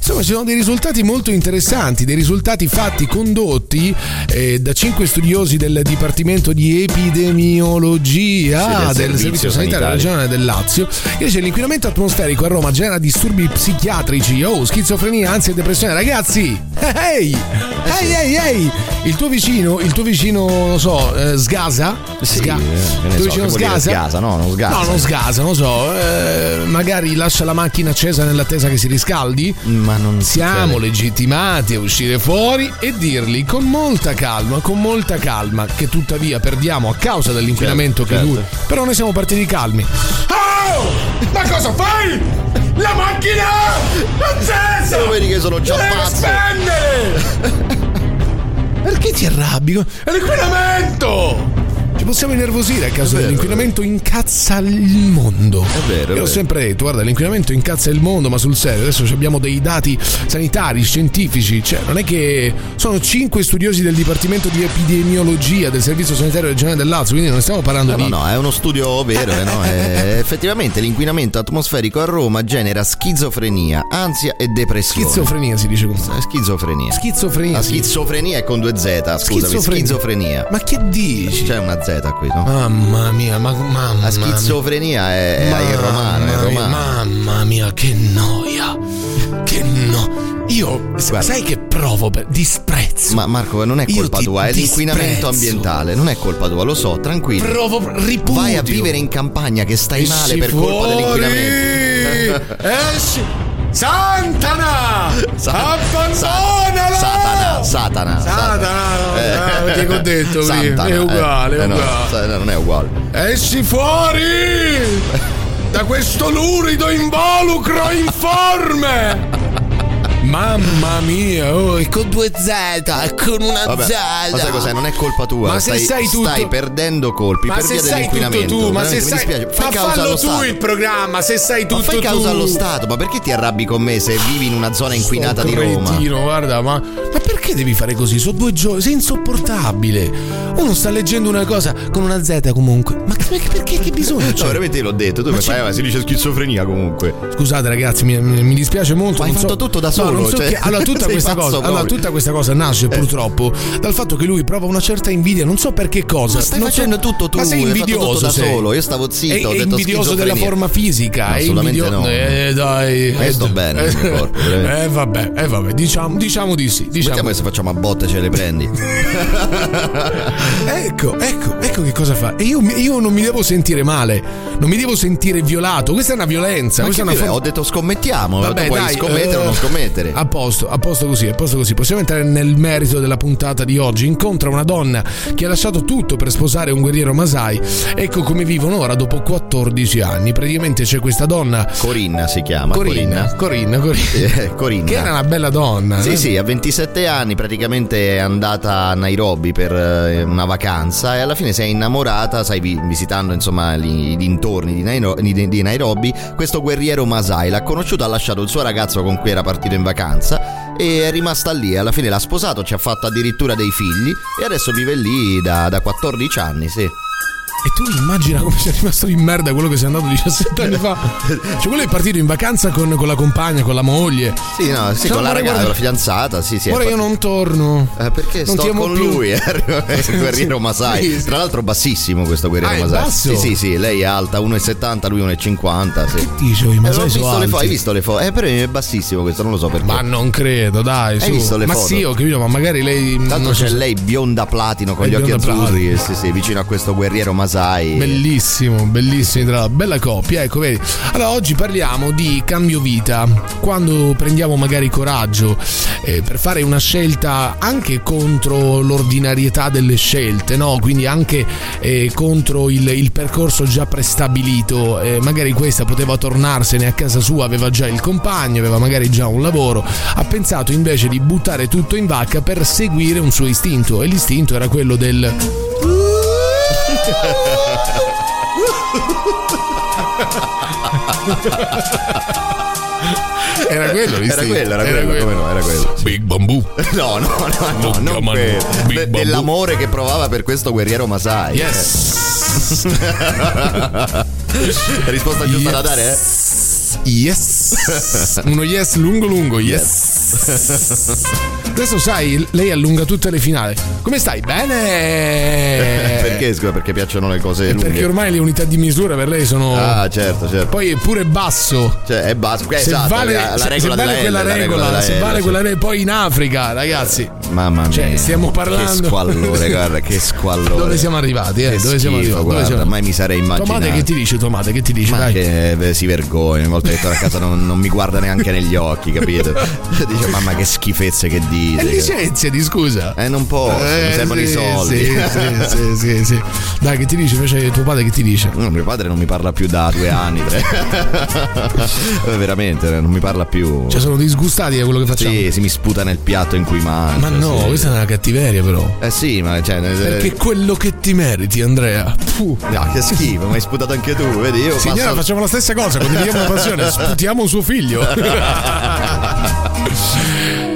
Speaker 3: insomma ci sono dei risultati molto interessanti, dei risultati fatti, condotti eh, da cinque studiosi del Dipartimento di Epidemiologia
Speaker 4: Sì, del
Speaker 3: del, Servizio
Speaker 4: Servizio
Speaker 3: Sanitario
Speaker 4: Sanitario.
Speaker 3: Regionale regione del Lazio. Invece l'inquinamento atmosferico a Roma genera disturbi psichiatrici, oh, schizofrenia, ansia e depressione. Ragazzi, ehi,
Speaker 4: Eh
Speaker 3: ehi, ehi, ehi. Il tuo vicino, il tuo vicino, non so, eh, sgasa?
Speaker 4: Sì,
Speaker 3: Sga-
Speaker 4: eh, che
Speaker 3: il
Speaker 4: ne so,
Speaker 3: tuo
Speaker 4: che
Speaker 3: vicino
Speaker 4: vuol dire
Speaker 3: sgasa?
Speaker 4: sgasa? No, non sgasa.
Speaker 3: No, non sgasa, non so. eh, magari lascia la macchina accesa nell'attesa che si riscaldi.
Speaker 4: Ma non
Speaker 3: Siamo
Speaker 4: succede.
Speaker 3: legittimati a uscire fuori e dirgli con molta calma, con molta calma, che tuttavia perdiamo a causa dell'inquinamento
Speaker 4: Certo,
Speaker 3: che
Speaker 4: certo.
Speaker 3: dura. Però noi siamo partiti calmi. Oh! Ma cosa fai? La macchina! Accesa!
Speaker 4: Tu vedi che sono già
Speaker 3: Devi
Speaker 4: pazzo.
Speaker 3: spegnere! Perché ti arrabbi? È l'inquinamento! Ci possiamo innervosire a causa dell'inquinamento incazza il mondo. È
Speaker 4: vero, è
Speaker 3: Io ho
Speaker 4: vero.
Speaker 3: sempre detto, guarda, l'inquinamento incazza il mondo, ma sul serio, adesso abbiamo dei dati sanitari, scientifici, cioè non è che sono cinque studiosi del Dipartimento di Epidemiologia del Servizio Sanitario Regionale del Lazio, quindi non stiamo parlando
Speaker 4: No,
Speaker 3: di...
Speaker 4: no, no, è uno studio vero, eh, no? Eh, effettivamente l'inquinamento atmosferico a Roma genera schizofrenia, ansia e depressione.
Speaker 3: Schizofrenia si dice così.
Speaker 4: Eh, schizofrenia.
Speaker 3: Schizofrenia.
Speaker 4: La
Speaker 3: si dice.
Speaker 4: schizofrenia è con due Z, scusami, Ah, schizofrenia. Cioè
Speaker 3: Ma che dici?
Speaker 4: C'è una Z qui, no?
Speaker 3: Mamma mia, ma mamma
Speaker 4: La
Speaker 3: mia.
Speaker 4: schizofrenia è, è Eh, il romano, è il
Speaker 3: Mamma mia,
Speaker 4: romano.
Speaker 3: Mamma mia, che noia. Che no. Io s-
Speaker 4: Guarda.
Speaker 3: sai che provo per disprezzo.
Speaker 4: Ma Marco, non è
Speaker 3: Io
Speaker 4: colpa
Speaker 3: ti
Speaker 4: tua, è l'inquinamento
Speaker 3: disprezzo.
Speaker 4: ambientale, non è colpa tua, lo so, tranquillo.
Speaker 3: provo ripudio.
Speaker 4: Vai a vivere in campagna che stai male
Speaker 3: Esci
Speaker 4: per colpa
Speaker 3: fuori!
Speaker 4: dell'inquinamento.
Speaker 3: Esci. Santana!
Speaker 4: Sa-
Speaker 3: Abbandonalo!
Speaker 4: Satana, Satana,
Speaker 3: Satana, no, che Ah, ho detto prima,
Speaker 4: Santana,
Speaker 3: è
Speaker 4: eh.
Speaker 3: uguale, è
Speaker 4: Eh, no,
Speaker 3: uguale.
Speaker 4: sa- no, non è uguale.
Speaker 3: Esci fuori da questo lurido involucro informe! Mamma mia, oh, e con due Z, e con una
Speaker 4: Vabbè,
Speaker 3: Z.
Speaker 4: ma sai cos'è? Non è colpa tua.
Speaker 3: Ma se
Speaker 4: stai,
Speaker 3: sai tutto-
Speaker 4: stai perdendo colpi
Speaker 3: Ma
Speaker 4: per
Speaker 3: se
Speaker 4: via
Speaker 3: sai tutto
Speaker 4: dell'inquinamento.
Speaker 3: tu, ma se
Speaker 4: veramente, mi
Speaker 3: sai.
Speaker 4: dispiace. Fai
Speaker 3: ma
Speaker 4: causa
Speaker 3: fallo
Speaker 4: allo
Speaker 3: tu
Speaker 4: Stato.
Speaker 3: il programma, se sai tutto
Speaker 4: Ma fai
Speaker 3: tu.
Speaker 4: causa allo Stato, ma perché ti arrabbi con me se vivi in una zona inquinata di Roma?
Speaker 3: Cretino, guarda, ma, ma perché devi fare così? Sono due giorni, sei insopportabile. Uno sta leggendo una cosa con una Z comunque. Ma che- perché, perché che bisogno c'è?
Speaker 4: No, veramente io l'ho detto, tu mi fai, "Ah, ma si dice schizofrenia comunque.
Speaker 3: Cioè, Scusate ragazzi, mi, mi dispiace molto.
Speaker 4: Ma hai
Speaker 3: non so-
Speaker 4: fatto tutto da
Speaker 3: No,
Speaker 4: solo,
Speaker 3: non succhia-
Speaker 4: cioè,
Speaker 3: allora, tutta
Speaker 4: sei
Speaker 3: questa
Speaker 4: pazzo
Speaker 3: cosa, allora,
Speaker 4: proprio. Eh.
Speaker 3: tutta questa cosa nasce purtroppo dal fatto che lui prova una certa invidia, non so per che cosa.
Speaker 4: Ma stai
Speaker 3: non so-
Speaker 4: facendo tutto tu,
Speaker 3: ma sei
Speaker 4: hai fatto
Speaker 3: invidioso
Speaker 4: tutto da
Speaker 3: sei.
Speaker 4: solo, io stavo zitto,
Speaker 3: È-
Speaker 4: ho
Speaker 3: È
Speaker 4: detto
Speaker 3: invidioso della
Speaker 4: schizofrenia.
Speaker 3: forma fisica.
Speaker 4: No,
Speaker 3: è
Speaker 4: assolutamente
Speaker 3: invidio-
Speaker 4: no.
Speaker 3: Eh, dai,
Speaker 4: Ma io sto bene nel mio corpo, veramente.
Speaker 3: Eh, vabbè, eh, vabbè, diciamo, diciamo di sì. Diciamo.
Speaker 4: Mettiamo che se facciamo a botte ce le prendi.
Speaker 3: Ecco, ecco, ecco che cosa fa. E io, io non mi devo sentire male, non mi devo sentire violato. Questa è una violenza.
Speaker 4: Ma
Speaker 3: questa
Speaker 4: che
Speaker 3: è una
Speaker 4: dire,
Speaker 3: forma-
Speaker 4: Ho detto scommettiamo, ma tu puoi
Speaker 3: dai,
Speaker 4: scommettere o
Speaker 3: eh,
Speaker 4: non scommettere.
Speaker 3: A posto, a posto così, a posto così. Possiamo entrare nel merito della puntata di oggi. Incontra una donna che ha lasciato tutto per sposare un guerriero Masai. Ecco come vivono ora dopo 14 anni. Praticamente c'è questa donna,
Speaker 4: Corinna si chiama.
Speaker 3: Corinna,
Speaker 4: Corinna.
Speaker 3: Corinna, Corinna,
Speaker 4: Eh, Corinna.
Speaker 3: che era una bella donna.
Speaker 4: Sì,
Speaker 3: eh?
Speaker 4: sì, a 27 anni praticamente è andata a Nairobi per eh, una vacanza e alla fine si è innamorata, sai, vi- visitando insomma lì i dintorni di, Nairo- di- di Nairobi, questo guerriero Masai l'ha conosciuto, ha lasciato il suo ragazzo con cui era partito in vacanza e è rimasta lì, alla fine l'ha sposato, ci ha fatto addirittura dei figli e adesso vive lì da, da 14 anni, sì.
Speaker 3: E tu immagina come sia rimasto di merda quello che sei andato 17 anni fa. Cioè, quello è partito in vacanza con, con la compagna, con la moglie.
Speaker 4: Sì, no, sì,
Speaker 3: Cioè,
Speaker 4: con la
Speaker 3: vorrei-
Speaker 4: ragazza,
Speaker 3: vorrei-
Speaker 4: con la fidanzata, sì, sì. è
Speaker 3: Ora io
Speaker 4: partito-
Speaker 3: non torno.
Speaker 4: Eh, perché
Speaker 3: Non ti
Speaker 4: sto
Speaker 3: amo
Speaker 4: con
Speaker 3: più.
Speaker 4: lui, eh, arriva il guerriero Masai.
Speaker 3: Sì, sì.
Speaker 4: Tra l'altro bassissimo questo guerriero
Speaker 3: Ah, è
Speaker 4: Masai.
Speaker 3: basso?
Speaker 4: Sì, sì, sì, lei è alta, 1,70, lui 1,50, sì.
Speaker 3: Dicevo, i
Speaker 4: Eh,
Speaker 3: Masai sono
Speaker 4: ho visto le fo-
Speaker 3: alti.
Speaker 4: hai visto le foto? Eh, però è bassissimo questo, non lo so perché.
Speaker 3: Ma non credo, dai. su.
Speaker 4: visto le
Speaker 3: ma
Speaker 4: foto?
Speaker 3: sì, ho capito, ma magari lei.
Speaker 4: Tanto
Speaker 3: non so
Speaker 4: c'è
Speaker 3: se-
Speaker 4: lei bionda platino con
Speaker 3: È
Speaker 4: gli occhi
Speaker 3: bionda
Speaker 4: azzurri, eh, sì, sì, vicino a questo guerriero Masai.
Speaker 3: Bellissimo, bellissimo, tra l'altro, bella coppia, ecco, vedi. Allora, oggi parliamo di cambio vita, quando prendiamo magari coraggio eh, per fare una scelta anche contro l'ordinarietà delle scelte, no? Quindi anche eh, contro il, il percorso già prestabilito, eh, magari questa poteva tornarsene a casa sua, aveva già il compagno, aveva magari già un lavoro, ha pensato invece di buttare tutto in vacca per seguire un suo istinto e l'istinto era quello del... Era quello,
Speaker 4: Era
Speaker 3: l'istinto,
Speaker 4: quello, era, quello, come no, era quello.
Speaker 3: Big Bamboo.
Speaker 4: No, no, no, no,
Speaker 3: Lo
Speaker 4: non
Speaker 3: chiamano
Speaker 4: quello.
Speaker 3: Big
Speaker 4: De-
Speaker 3: Babu.
Speaker 4: dell'amore che provava per questo guerriero Masai. cioè.
Speaker 3: Yes.
Speaker 4: Eh, Risposta giusta da dare, eh?
Speaker 3: Yes. Uno yes lungo lungo, yes. Adesso sai, lei allunga tutte le finali. Come stai? Bene.
Speaker 4: perché scusa? Perché piacciono le cose lunghe.
Speaker 3: Eh. Perché ormai le unità di misura per lei sono
Speaker 4: Ah, certo, certo.
Speaker 3: Poi è pure basso.
Speaker 4: Cioè, è basso. eh,
Speaker 3: Se
Speaker 4: esatto,
Speaker 3: vale,
Speaker 4: la, la
Speaker 3: se- se
Speaker 4: regola
Speaker 3: vale
Speaker 4: della
Speaker 3: quella
Speaker 4: L, la
Speaker 3: regola,
Speaker 4: della
Speaker 3: se
Speaker 4: L,
Speaker 3: vale
Speaker 4: sì.
Speaker 3: quella regola, poi in Africa, ragazzi.
Speaker 4: Mamma mia.
Speaker 3: Cioè, stiamo parlando-
Speaker 4: Che squallore, guarda, che squallore.
Speaker 3: Dove siamo arrivati? Eh?
Speaker 4: Che
Speaker 3: Dove siamo
Speaker 4: schifo,
Speaker 3: arrivati? Dove
Speaker 4: guarda,
Speaker 3: siamo arrivati?
Speaker 4: mai mi sarei
Speaker 3: Tomate
Speaker 4: immaginato.
Speaker 3: che ti dice, Tomate che ti dice,
Speaker 4: Ma
Speaker 3: dai.
Speaker 4: che eh, si vergogna, una volta che torna a casa non, non mi guarda neanche negli occhi, capito? Dice, mamma che schifezze che
Speaker 3: E
Speaker 4: dite.
Speaker 3: licenziati, scusa.
Speaker 4: Eh, non posso, mi servono i
Speaker 3: sì,
Speaker 4: soldi.
Speaker 3: Sì, sì, sì, sì, sì. Dai, che ti dice invece tuo padre che ti dice?
Speaker 4: No, mio padre non mi parla più da due anni, tre. Eh, Veramente, non mi parla più.
Speaker 3: Cioè, sono disgustati da quello che facciamo.
Speaker 4: Sì, si mi sputa nel piatto in cui mangio.
Speaker 3: Ma no,
Speaker 4: sì.
Speaker 3: questa è una cattiveria, però.
Speaker 4: Eh sì, ma cioè.
Speaker 3: Perché
Speaker 4: Perché...
Speaker 3: quello che ti meriti, Andrea. Puh.
Speaker 4: No, che schifo, mi hai sputato anche tu, vedi? Io
Speaker 3: Signora,
Speaker 4: passo...
Speaker 3: facciamo la stessa cosa, condividiamo la passione, sputiamo suo figlio.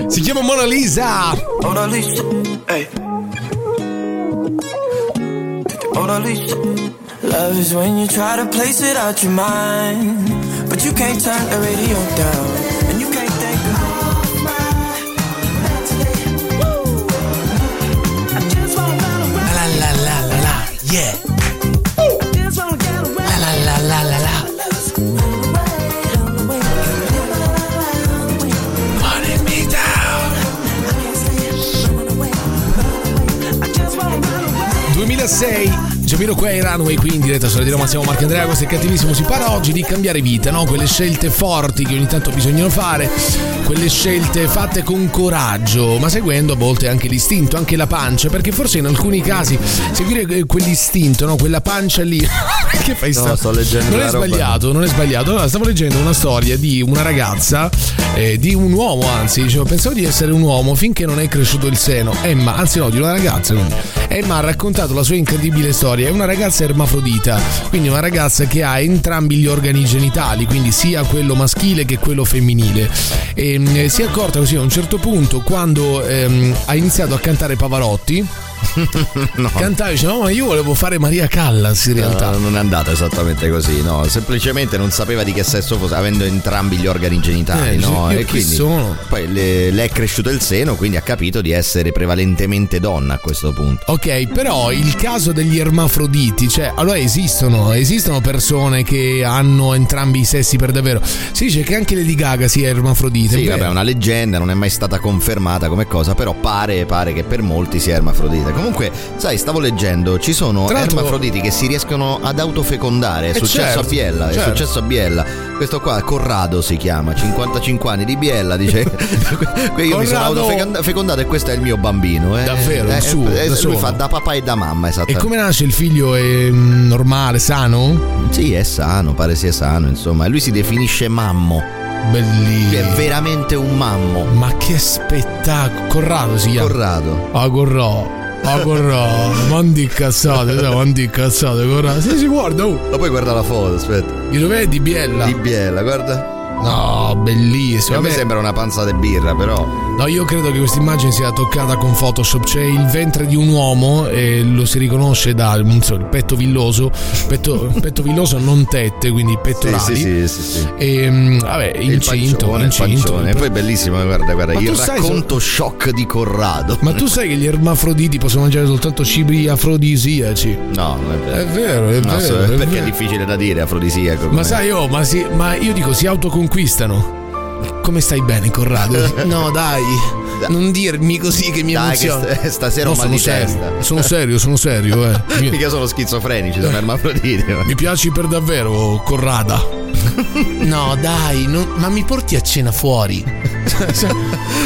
Speaker 3: si chiama Mona Lisa.
Speaker 8: Mona Lisa, hey. Mona Lisa. Love is when you try to place it out your mind, but you can't turn the radio down, and you can't think of.
Speaker 9: La la la la la, yeah. La la la la la la. Burning me down.
Speaker 3: 2006 Giamiro qua e Runway qui in diretta sulla di Roma siamo Marco Andrea questo è cattivissimo si parla oggi di cambiare vita no? quelle scelte forti che ogni tanto bisognano fare quelle scelte fatte con coraggio ma seguendo a volte anche l'istinto anche la pancia perché forse in alcuni casi seguire eh, quell'istinto no? quella pancia lì che fai
Speaker 4: No, sto leggendo
Speaker 3: non
Speaker 4: una
Speaker 3: è
Speaker 4: roba-
Speaker 3: sbagliato non è sbagliato Allora, stavo leggendo una storia di una ragazza eh, di un uomo anzi dicevo pensavo di essere un uomo finché non è cresciuto il seno Emma anzi no di una ragazza quindi. Emma ha raccontato la sua incredibile storia è una ragazza ermafrodita quindi una ragazza che ha entrambi gli organi genitali quindi sia quello maschile che quello femminile ehm, e mm, si è accorta così a un certo punto quando ehm, ha iniziato a cantare Pavarotti
Speaker 4: no. Eh,
Speaker 3: Cantare, dice, "Oh, ma io volevo fare Maria Callas in realtà.
Speaker 4: No, non è andata esattamente così, no. Semplicemente non sapeva di che sesso fosse, avendo entrambi gli organi genitali,
Speaker 3: Eh,
Speaker 4: no?
Speaker 3: io chi sono?
Speaker 4: Poi le, le è cresciuto il seno, quindi ha capito di essere prevalentemente donna a questo punto.
Speaker 3: Ok, però il caso degli ermafroditi, cioè, allora esistono, esistono persone che hanno entrambi i sessi per davvero. Si dice che anche Lady Gaga sia ermafrodita. è
Speaker 4: Sì, vabbè, è
Speaker 3: vero.
Speaker 4: una leggenda, non è mai stata confermata come cosa, però pare, pare che per molti sia ermafrodita. Comunque, sai, stavo leggendo, ci sono
Speaker 3: Tra l'altro-
Speaker 4: ermafroditi che si riescono ad autofecondare. È
Speaker 3: Eh,
Speaker 4: successo a
Speaker 3: certo,
Speaker 4: Biella, è
Speaker 3: certo.
Speaker 4: successo a Biella. Questo qua, Corrado si chiama, 55 anni di Biella, dice que- que- io mi sono
Speaker 3: Corrado-
Speaker 4: autofecondato e questo è il mio bambino. Eh.
Speaker 3: Davvero, il
Speaker 4: Eh,
Speaker 3: suo,
Speaker 4: eh,
Speaker 3: da
Speaker 4: lui
Speaker 3: solo.
Speaker 4: fa da papà e da mamma,
Speaker 3: E
Speaker 4: esattamente.
Speaker 3: come nasce il figlio? È mm, normale, sano?
Speaker 4: Sì, è sano, pare sia sano, insomma. E Lui si definisce mammo, è
Speaker 3: Bellissimo.
Speaker 4: veramente un mammo.
Speaker 3: Ma che spettacolo! Corrado si chiama.
Speaker 4: Corrado.
Speaker 3: Ah, Corrò. Ah, Corrò. Mandi cazzate, dai, mandi cazzate, Corrado. Se si guarda, oh,
Speaker 4: Ma poi guarda la foto, aspetta.
Speaker 3: glielo vedi, Biella?
Speaker 4: Di Biella, guarda.
Speaker 3: No, bellissimo.
Speaker 4: A me
Speaker 3: Cioè, Vabbè.
Speaker 4: sembra una panza di birra, però.
Speaker 3: No, io credo che questa immagine sia toccata con Photoshop. C'è il ventre di un uomo e lo si riconosce dal non so, il petto villoso. Petto, petto villoso, non tette, quindi pettorali.
Speaker 4: sì, sì.
Speaker 3: E mm, vabbè,
Speaker 4: Il
Speaker 3: incinto,
Speaker 4: pancione, il
Speaker 3: incinto.
Speaker 4: pancione. E poi è bellissimo, eh, guarda, guarda,
Speaker 3: Ma
Speaker 4: il
Speaker 3: tu sai
Speaker 4: racconto shock di Corrado.
Speaker 3: Ma tu sai che gli ermafroditi possono mangiare soltanto cibi afrodisiaci?
Speaker 4: No, non è
Speaker 3: È
Speaker 4: vero.
Speaker 3: vero, è
Speaker 4: No,
Speaker 3: vero.
Speaker 4: so- eh,
Speaker 3: è
Speaker 4: perché è
Speaker 3: vero.
Speaker 4: difficile da dire, afrodisiaco.
Speaker 3: Ma
Speaker 4: com'è.
Speaker 3: sai, oh, ma, si- ma io dico, si autoconquistano. Come stai bene, Corrado? No, dai, non dirmi così che eh, mi
Speaker 4: Dai, che
Speaker 3: emoziona.
Speaker 4: st- stasera ho
Speaker 3: No,
Speaker 4: mal
Speaker 3: sono
Speaker 4: di
Speaker 3: serio,
Speaker 4: testa.
Speaker 3: sono serio, sono serio, eh. Mi-
Speaker 4: Mica sono schizofrenici, sono ermafroditi. ma-
Speaker 3: Mi piaci per davvero, Corrada. No, dai, non- ma mi porti a cena fuori?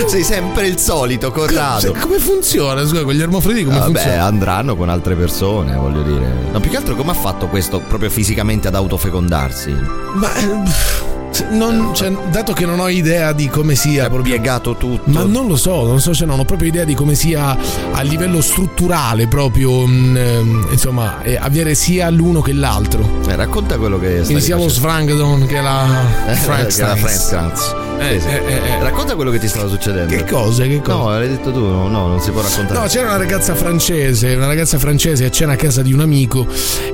Speaker 4: Sei sempre il solito,
Speaker 3: Se-
Speaker 4: Corrado.
Speaker 3: Cioè, come funziona? Scusa, con gli ermafrediti come
Speaker 4: Vabbè,
Speaker 3: funziona?
Speaker 4: andranno con altre persone, voglio dire. No, più che altro come ha fatto questo proprio fisicamente ad autofecondarsi?
Speaker 3: Ma eh, pff, se- non- cioè, dato che non ho idea di come sia proprio-
Speaker 4: Piegato tutto.
Speaker 3: Ma non lo so, non so se non ho proprio idea di come sia a livello strutturale proprio, mm, ehm, insomma, eh, avere sia l'uno che l'altro.
Speaker 4: Eh, racconta quello che stai
Speaker 3: Quindi sia lo
Speaker 4: facendo.
Speaker 3: Svrangdon che la
Speaker 4: Eh,
Speaker 3: Frank
Speaker 4: che era Frank
Speaker 3: Stein.
Speaker 4: Kranz.
Speaker 3: Eh,
Speaker 4: Sì, sì.
Speaker 3: eh, eh, eh.
Speaker 4: Racconta quello che ti stava succedendo.
Speaker 3: Che cose, che cose.
Speaker 4: No, l'hai detto tu, no, no, non si può raccontare.
Speaker 3: No, c'era una ragazza francese, una ragazza francese a cena a casa di un amico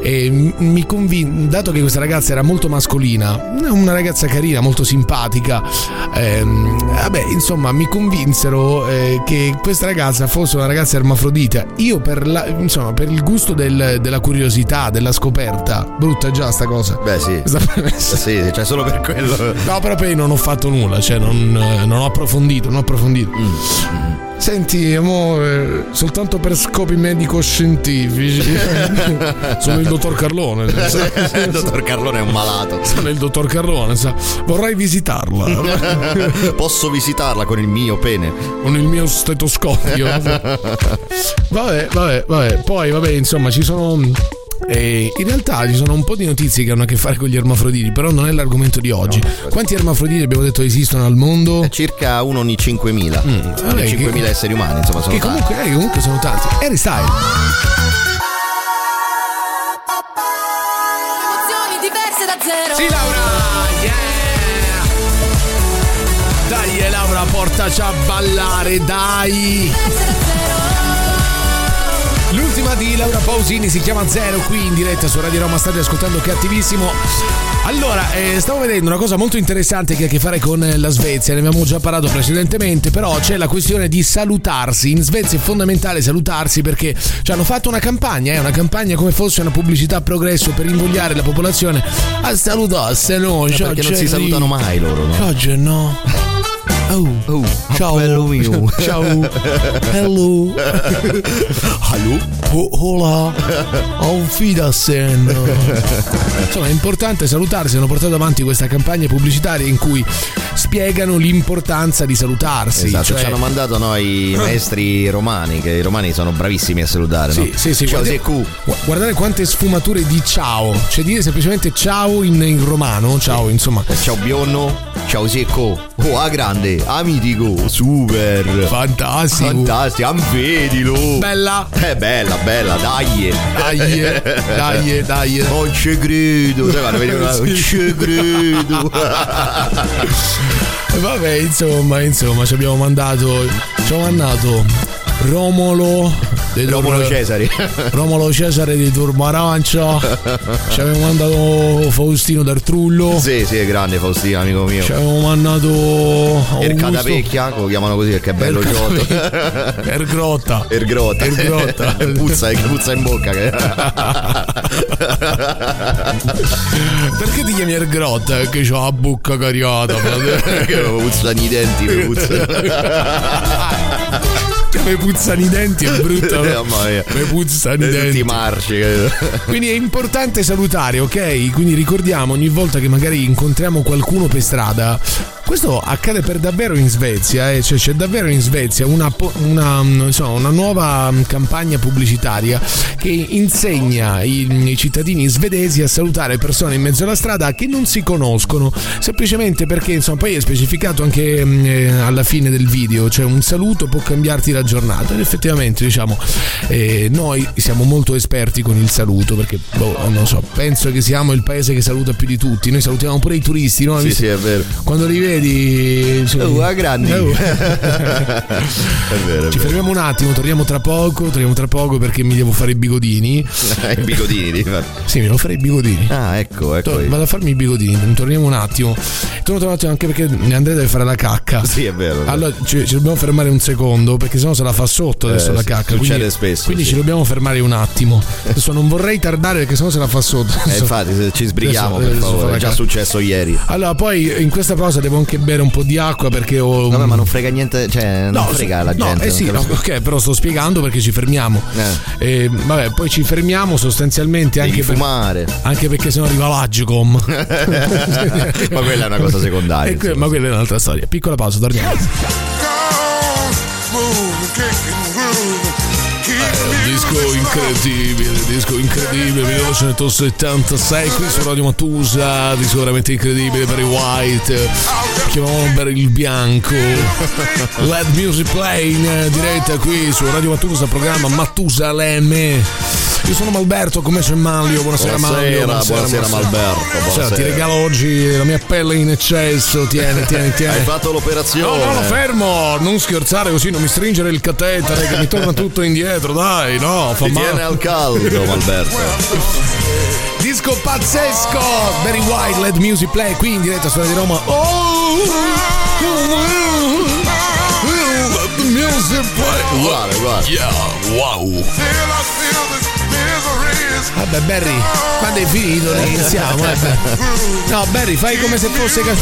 Speaker 3: e m- mi convin- dato che questa ragazza era molto mascolina, una ragazza carina, molto simpatica, ehm, vabbè, insomma, mi convinsero eh, che questa ragazza fosse una ragazza ermafrodita. Io per, la- insomma, per il gusto del- della curiosità, della scoperta, brutta già sta cosa.
Speaker 4: Beh, sì.
Speaker 3: Questa premessa.
Speaker 4: Sì, sì, cioè solo per quello.
Speaker 3: No, però poi non ho fatto nulla, cioè non, eh, non ho approfondito, non ho approfondito. Senti, amore, soltanto per scopi medico-scientifici. Sono il dottor Carlone. eh, sa-
Speaker 4: Il dottor Carlone è un malato.
Speaker 3: Sono il dottor Carlone, sa. vorrei visitarla
Speaker 4: Posso visitarla con il mio pene.
Speaker 3: con il mio stetoscopio. Vabbè, vabbè, vabbè. Poi, vabbè, insomma, ci sono. eh, in realtà ci sono un po' di notizie che hanno a che fare con gli ermafroditi, però non è l'argomento di oggi. Quanti ermafroditi abbiamo detto esistono al mondo?
Speaker 4: È circa uno ogni 5.000.
Speaker 3: Mm. vabbè,
Speaker 4: Ogni 5.000
Speaker 3: che-
Speaker 4: esseri umani, insomma, sono
Speaker 3: Che
Speaker 4: tanti.
Speaker 3: comunque, eh, comunque sono tanti. Harry Styles.
Speaker 5: Emozioni diverse da zero.
Speaker 3: Sì, Laura! Yeah! Dai, eh, Laura, portaci a ballare, dai!
Speaker 5: Diverse da zero.
Speaker 3: L'ultima di Laura Pausini si chiama Zero qui in diretta su Radio Roma. State ascoltando Cattivissimo. Allora, eh, stavo vedendo una cosa molto interessante che ha a che fare con eh, la Svezia. Ne abbiamo già parlato precedentemente, però c'è la questione di salutarsi. In Svezia è fondamentale salutarsi perché ci hanno fatto una campagna, eh, una campagna come fosse una pubblicità a progresso per invogliare la popolazione a salutarsi, no? Cioè, Ciao,
Speaker 4: Eh, Perché non
Speaker 3: Gerry.
Speaker 4: si salutano mai loro, no?
Speaker 3: Ciao Gennò. Oh.
Speaker 4: Oh,
Speaker 3: Ciao.
Speaker 4: bello mio.
Speaker 3: Ciao. Hello.
Speaker 4: Allo?
Speaker 3: Ho- Hola. Auf Wiedersehen. Insomma, è importante salutarsi. Hanno portato avanti questa campagna pubblicitaria in cui spiegano l'importanza di salutarsi.
Speaker 4: esatto,
Speaker 3: cioè-
Speaker 4: ci hanno mandato noi i maestri romani, che i romani sono bravissimi a salutare,
Speaker 3: Sì,
Speaker 4: no?
Speaker 3: sì, sì,
Speaker 4: Ciao,
Speaker 3: guardi-
Speaker 4: Zeku.
Speaker 3: Gu- Guardate quante sfumature di ciao. Cioè dire semplicemente ciao in, in romano, ciao, insomma.
Speaker 4: Ciao bionno, ciao secco, oh a grande, amitico, super,
Speaker 3: Fantastico.
Speaker 4: fantastico, vedilo.
Speaker 3: Bella.
Speaker 4: Eh bella, bella, dai.
Speaker 3: Dai, eh, dai, eh, dai. eh.
Speaker 4: Non ci credo, Sai, guarda, veniva là, non ci credo.
Speaker 3: E Vabbè, insomma, insomma, ci abbiamo mandato. Ci abbiamo mandato Romolo di
Speaker 4: Romolo Cesari.
Speaker 3: Romolo Cesare di Turbo Arancia. Ci abbiamo mandato Faustino D'Artrullo.
Speaker 4: sì, sì, è grande Faustino, amico mio.
Speaker 3: Ci abbiamo mandato.
Speaker 4: Ercata
Speaker 3: Cioè, Augusto. Er
Speaker 4: vecchia, Er ecco, lo chiamano così perché è bello
Speaker 3: Ercata
Speaker 4: giotto.
Speaker 3: Er Ergrotta.
Speaker 4: Ergrota.
Speaker 3: Er Ergrotta.
Speaker 4: Er puzza, eh, puzza in bocca. che-
Speaker 3: Perché ti chiami Ergrotta? Perché c'ho la bocca cariata.
Speaker 4: che puzzano i denti, mi puzza.
Speaker 3: Cioè, mi puzzano i denti, è brutto.
Speaker 4: Eh, mamma mia.
Speaker 3: Mi puzzano i
Speaker 4: Tutti
Speaker 3: denti.
Speaker 4: marci.
Speaker 3: Quindi è importante salutare, ok? Quindi ricordiamo ogni volta che magari incontriamo qualcuno per strada. Questo accade per davvero in Svezia, eh? cioè c'è davvero in Svezia una, po- una, mm, insomma, una nuova mm, campagna pubblicitaria che insegna i, i cittadini svedesi a salutare persone in mezzo alla strada che non si conoscono, semplicemente perché insomma poi è specificato anche mm, eh, alla fine del video, cioè un saluto può cambiarti la giornata ed effettivamente diciamo eh, noi siamo molto esperti con il saluto perché boh, non so, penso che siamo il paese che saluta più di tutti, noi salutiamo pure i turisti, no?
Speaker 4: Sì,
Speaker 3: Visto-
Speaker 4: sì, è vero.
Speaker 3: Quando li vedi cioè-
Speaker 4: Oh, a grandi.
Speaker 3: Oh.
Speaker 4: È vero, è
Speaker 3: Ci
Speaker 4: vero.
Speaker 3: fermiamo un attimo, torniamo tra poco, torniamo tra poco perché mi devo fare i bigodini.
Speaker 4: I bigodini, devi fare.
Speaker 3: Sì, mi devo fare i bigodini.
Speaker 4: Ah, ecco, ecco.
Speaker 3: Tor- vado a farmi i bigodini, torniamo un attimo. Torno un attimo anche perché Andrea deve fare la cacca.
Speaker 4: Sì, è vero.
Speaker 3: Allora ci, ci dobbiamo fermare un secondo perché sennò se la fa sotto adesso
Speaker 4: Eh,
Speaker 3: la
Speaker 4: sì,
Speaker 3: cacca.
Speaker 4: succede
Speaker 3: quindi,
Speaker 4: spesso,
Speaker 3: Quindi
Speaker 4: sì.
Speaker 3: ci dobbiamo fermare un attimo. Adesso non vorrei tardare perché sennò se la fa sotto.
Speaker 4: Eh, infatti, se ci sbrighiamo,
Speaker 3: Adesso-
Speaker 4: per
Speaker 3: adesso fa
Speaker 4: favore.
Speaker 3: la
Speaker 4: È già
Speaker 3: cacca.
Speaker 4: successo ieri.
Speaker 3: Allora poi in questa pausa devo anche bere un po' di acqua perché ho...
Speaker 4: Vabbè, ma non frega niente, cioè, non frega
Speaker 3: sì,
Speaker 4: la
Speaker 3: no,
Speaker 4: gente.
Speaker 3: eh
Speaker 4: non
Speaker 3: sì, no,
Speaker 4: capisco.
Speaker 3: ok, però sto spiegando perché ci fermiamo. Eh, vabbè, poi ci fermiamo sostanzialmente
Speaker 4: Devi
Speaker 3: anche, per-
Speaker 4: fumare.
Speaker 3: anche perché sennò arriva l'Agicom.
Speaker 4: ma quella è una cosa secondaria.
Speaker 3: E que-
Speaker 4: insomma.
Speaker 3: ma quella è un'altra storia. Piccola pausa, torniamo. Un Eh, disco incredibile, disco incredibile, 1976 qui su Radio Matusa, disco veramente incredibile per i white, chiamavano per il bianco, Let Music Play in diretta qui su Radio Matusa, programma Matusa Lemme. Io sono Malberto, come c'è Manlio, buonasera, Manlio.
Speaker 4: Buonasera, buonasera, Malberto,
Speaker 3: Cioè, ti
Speaker 4: buonasera.
Speaker 3: regalo oggi la mia pelle in eccesso, tieni, tieni, tieni.
Speaker 4: Hai fatto
Speaker 3: eh. No,
Speaker 4: l'operazione.
Speaker 3: no, no, fermo! Non scherzare così, non mi stringere il catetere che mi torna tutto indietro, dai, no, fa
Speaker 4: Ti tiene
Speaker 3: male.
Speaker 4: al caldo, Malberto.
Speaker 3: Disco pazzesco! Very Wild, Led Music Play, qui in diretta sulla di Roma. Oh! Led Music Play!
Speaker 4: Guarda, guarda.
Speaker 3: Yeah, wow! Vabbè, Barry, quando è finito ne iniziamo, eh. No, Barry, fai come se fosse... cas-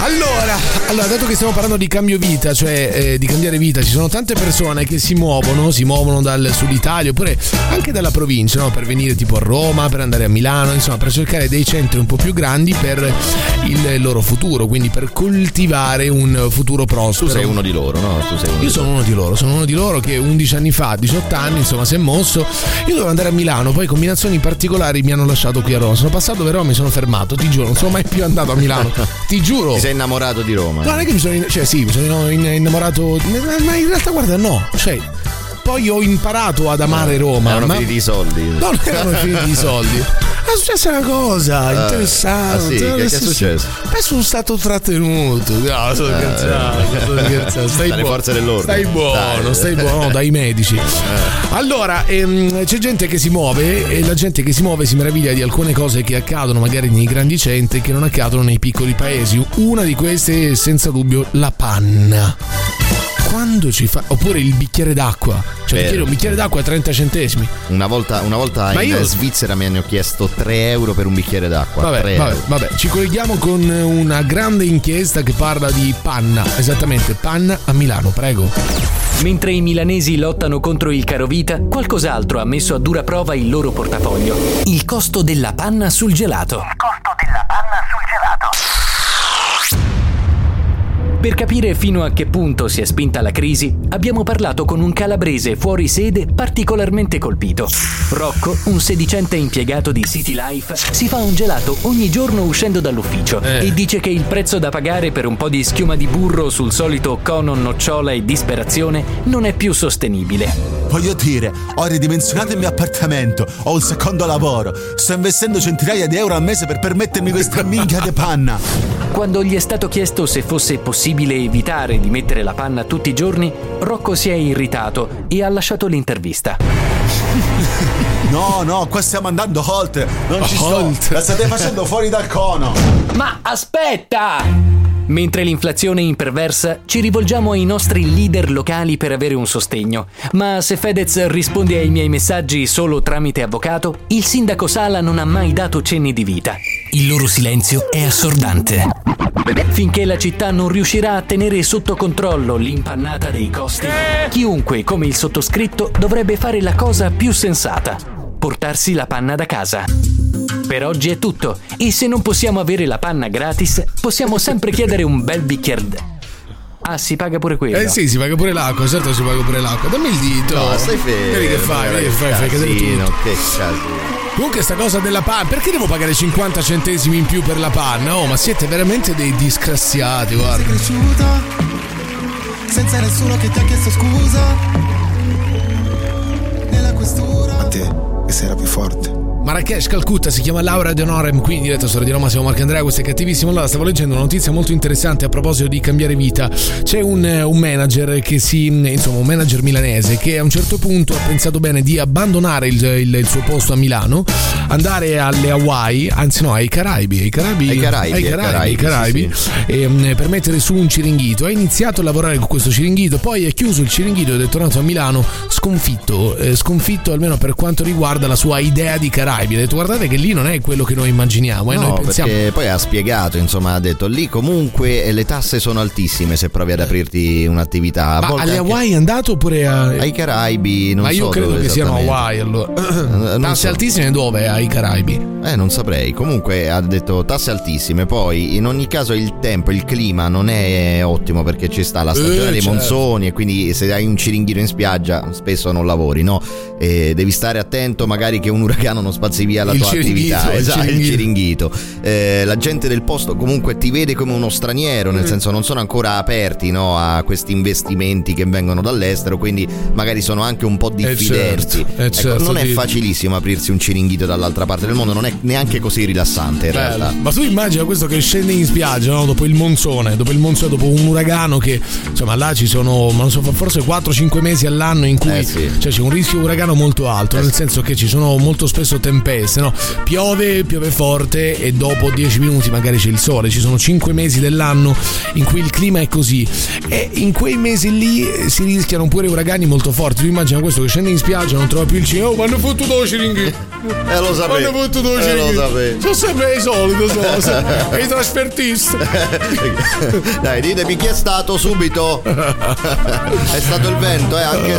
Speaker 3: Allora, allora, dato che stiamo parlando di cambio vita, cioè eh, di cambiare vita, ci sono tante persone che si muovono, si muovono dal sud Italia oppure anche dalla provincia, no? per venire tipo a Roma, per andare a Milano, insomma, per cercare dei centri un po' più grandi per il loro futuro, quindi per coltivare un futuro prospero.
Speaker 4: Tu sei uno di loro, no? Tu sei uno
Speaker 3: Io
Speaker 4: di
Speaker 3: sono uno di loro, sono uno di loro che 11 anni fa, 18 anni, insomma, si è mosso. Io dovevo andare a Milano, poi combinazioni particolari mi hanno lasciato qui a Roma. Sono passato per Roma, mi sono fermato, ti giuro, non sono mai più andato a Milano. Ti giuro.
Speaker 4: Ti sei innamorato di Roma. eh.
Speaker 3: No, non è che mi sono. in- Cioè, sì, mi sono in- innamorato. Ma ma in realtà, guarda, no. Cioè, poi ho imparato ad amare Roma.
Speaker 4: Erano
Speaker 3: ma...
Speaker 4: finiti i soldi.
Speaker 3: No, non erano finiti i soldi. È successa una cosa interessante.
Speaker 4: ah, sì? Che- che è successo? Eh,
Speaker 3: Beh, sono stato trattenuto. No, sto scherzando. sto scherzando. Stai
Speaker 4: Dalle
Speaker 3: buono.
Speaker 4: forze dell'ordine.
Speaker 3: Stai buono,
Speaker 4: Dai. Eh.
Speaker 3: stai buono dai medici. Allora, ehm, c'è gente che si muove e la gente che si muove si meraviglia di alcune cose che accadono magari nei grandi centri che non accadono nei piccoli paesi. Una di queste è senza dubbio la panna. Quando ci fa. Oppure il bicchiere d'acqua. Cioè,
Speaker 4: Vero.
Speaker 3: bicchiere- un bicchiere d'acqua a 30 centesimi.
Speaker 4: Una volta, una volta
Speaker 3: Ma
Speaker 4: in
Speaker 3: io-
Speaker 4: Svizzera mi hanno chiesto 3 euro per un bicchiere d'acqua.
Speaker 3: Vabbè,
Speaker 4: 3
Speaker 3: vabbè,
Speaker 4: euro.
Speaker 3: vabbè, ci colleghiamo con una grande inchiesta che parla di panna, esattamente panna a Milano, prego.
Speaker 10: Mentre i milanesi lottano contro il carovita, qualcos'altro ha messo a dura prova il loro portafoglio. Il costo della panna sul gelato. Per capire fino a che punto si è spinta la crisi, abbiamo parlato con un calabrese fuori sede particolarmente colpito. Rocco, un sedicente impiegato di City Life, si fa un gelato ogni giorno uscendo dall'ufficio
Speaker 3: Eh.
Speaker 10: e dice che il prezzo da pagare per un po' di schiuma di burro sul solito cono nocciola e disperazione non è più sostenibile.
Speaker 11: Voglio dire, ho ridimensionato il mio appartamento, ho un secondo lavoro, sto investendo centinaia di euro al mese per permettermi questa minchia di panna.
Speaker 10: Quando gli è stato chiesto se fosse possibile evitare di mettere la panna tutti i giorni, Rocco si è irritato e ha lasciato l'intervista.
Speaker 11: No, no, qua stiamo andando oltre, non ci sto, la state facendo fuori dal cono.
Speaker 10: Ma aspetta! Mentre l'inflazione è imperversa, ci rivolgiamo ai nostri leader locali per avere un sostegno. Ma se Fedez risponde ai miei messaggi solo tramite avvocato, il sindaco Sala non ha mai dato cenni di vita. Il loro silenzio è assordante. Finché la città non riuscirà a tenere sotto controllo l'impannata dei costi, chiunque, come il sottoscritto, dovrebbe fare la cosa più sensata, portarsi la panna da casa. Per oggi è tutto e se non possiamo avere la panna gratis, possiamo sempre chiedere un bel bicchier. d- Ah, si paga pure quello.
Speaker 3: Eh sì, si paga pure l'acqua, certo si paga pure l'acqua. Dammi il dito.
Speaker 4: No, stai fermo.
Speaker 3: Vedi che fai, vedi che fai, fai cadere
Speaker 4: Casino,
Speaker 3: tutto.
Speaker 4: Che casino.
Speaker 3: Comunque sta cosa della panna, perché devo pagare 50 centesimi in più per la panna? Oh, ma siete veramente dei disgraziati,
Speaker 8: Sei
Speaker 3: guarda.
Speaker 8: cresciuta senza nessuno che ti ha chiesto scusa. Nella questura.
Speaker 3: A te, che sei la più forte. Marrakesh, Calcutta, si chiama Laura De Onorem, qui in diretta su Radio Roma, siamo Marco Andrea, questo è cattivissimo. Allora, stavo leggendo una notizia molto interessante a proposito di cambiare vita. C'è un, eh, un manager che si, mm, insomma, un manager milanese che a un certo punto ha pensato bene di abbandonare il, il- il suo posto a Milano, andare alle Hawaii, anzi no, ai Caraibi, ai Caraibi,
Speaker 4: Ai Caraibi,
Speaker 3: ai
Speaker 4: ai
Speaker 3: Caraibi, ai
Speaker 4: Caraibi,
Speaker 3: Caraibi, e, mh, Ehm, per mettere su un ciringhito. Ha iniziato a lavorare con questo ciringhito, poi è chiuso il ciringhito ed è tornato a Milano sconfitto, eh, sconfitto almeno per quanto riguarda la sua idea di Caraibi. Ha detto guardate che lì non è quello che noi immaginiamo, eh,
Speaker 4: No,
Speaker 3: noi pensiamo...
Speaker 4: perché poi ha spiegato, insomma, ha detto lì comunque eh, le tasse sono altissime se provi ad aprirti un'attività. A
Speaker 3: Ma
Speaker 4: volte
Speaker 3: alle
Speaker 4: anche
Speaker 3: Hawaii è andato oppure a...
Speaker 4: ai Caraibi, non
Speaker 3: Ma io
Speaker 4: so
Speaker 3: credo
Speaker 4: dove
Speaker 3: che siano
Speaker 4: esattamente.
Speaker 3: Hawaii allora.
Speaker 4: Eh, non
Speaker 3: Tasse
Speaker 4: so.
Speaker 3: altissime dove? Ai Caraibi.
Speaker 4: Eh, non saprei. Comunque ha detto tasse altissime. Poi, in ogni caso, il tempo, il clima non è ottimo perché ci sta la stagione
Speaker 3: Eh,
Speaker 4: dei
Speaker 3: certo.
Speaker 4: monsoni. E quindi, se hai un ciringhino in spiaggia, spesso non lavori, no? E devi stare attento, magari, che un uragano non spazzi via la
Speaker 3: Il
Speaker 4: tua
Speaker 3: ciringhito,
Speaker 4: attività.
Speaker 3: il
Speaker 4: Esatto, il
Speaker 3: ciringhito.
Speaker 4: ciringhito. Eh, la gente del posto comunque ti vede come uno straniero,
Speaker 3: Mm.
Speaker 4: nel senso non sono ancora aperti no, a questi investimenti che vengono dall'estero, quindi magari sono anche un po' diffidenti.
Speaker 3: certo, eh,
Speaker 4: Ecco,
Speaker 3: certo,
Speaker 4: non è
Speaker 3: ti-
Speaker 4: facilissimo aprirsi un ciringhito dall'altra parte del mondo, non è neanche così rilassante in realtà.
Speaker 3: Ma tu immagina questo che scende in spiaggia no? dopo il monzone, dopo il monzone, dopo un uragano che insomma là ci sono, ma non so, forse 4-5 mesi all'anno in cui
Speaker 4: Eh, sì. Eh,
Speaker 3: cioè, c'è un rischio uragano molto alto, nel senso che ci sono molto spesso tempeste, no? piove, piove forte e dopo 10 minuti magari c'è il sole, ci sono 5 mesi dell'anno in cui il clima è così e in quei mesi lì eh, si rischiano pure uragani molto forti, tu immagina questo che scende in spiaggia, non trova più il cielo, oh ma hanno fottuto lo ciringhito!
Speaker 4: Eh, lo sapevo.
Speaker 3: Hanno fottuto lo
Speaker 4: Eh,
Speaker 3: ciringhito.
Speaker 4: lo sapevo.
Speaker 3: Sono sempre i soliti, sono sempre i trasfertisti. Cioè,
Speaker 4: Dai, ditemi chi è stato subito. è stato il vento, eh, anche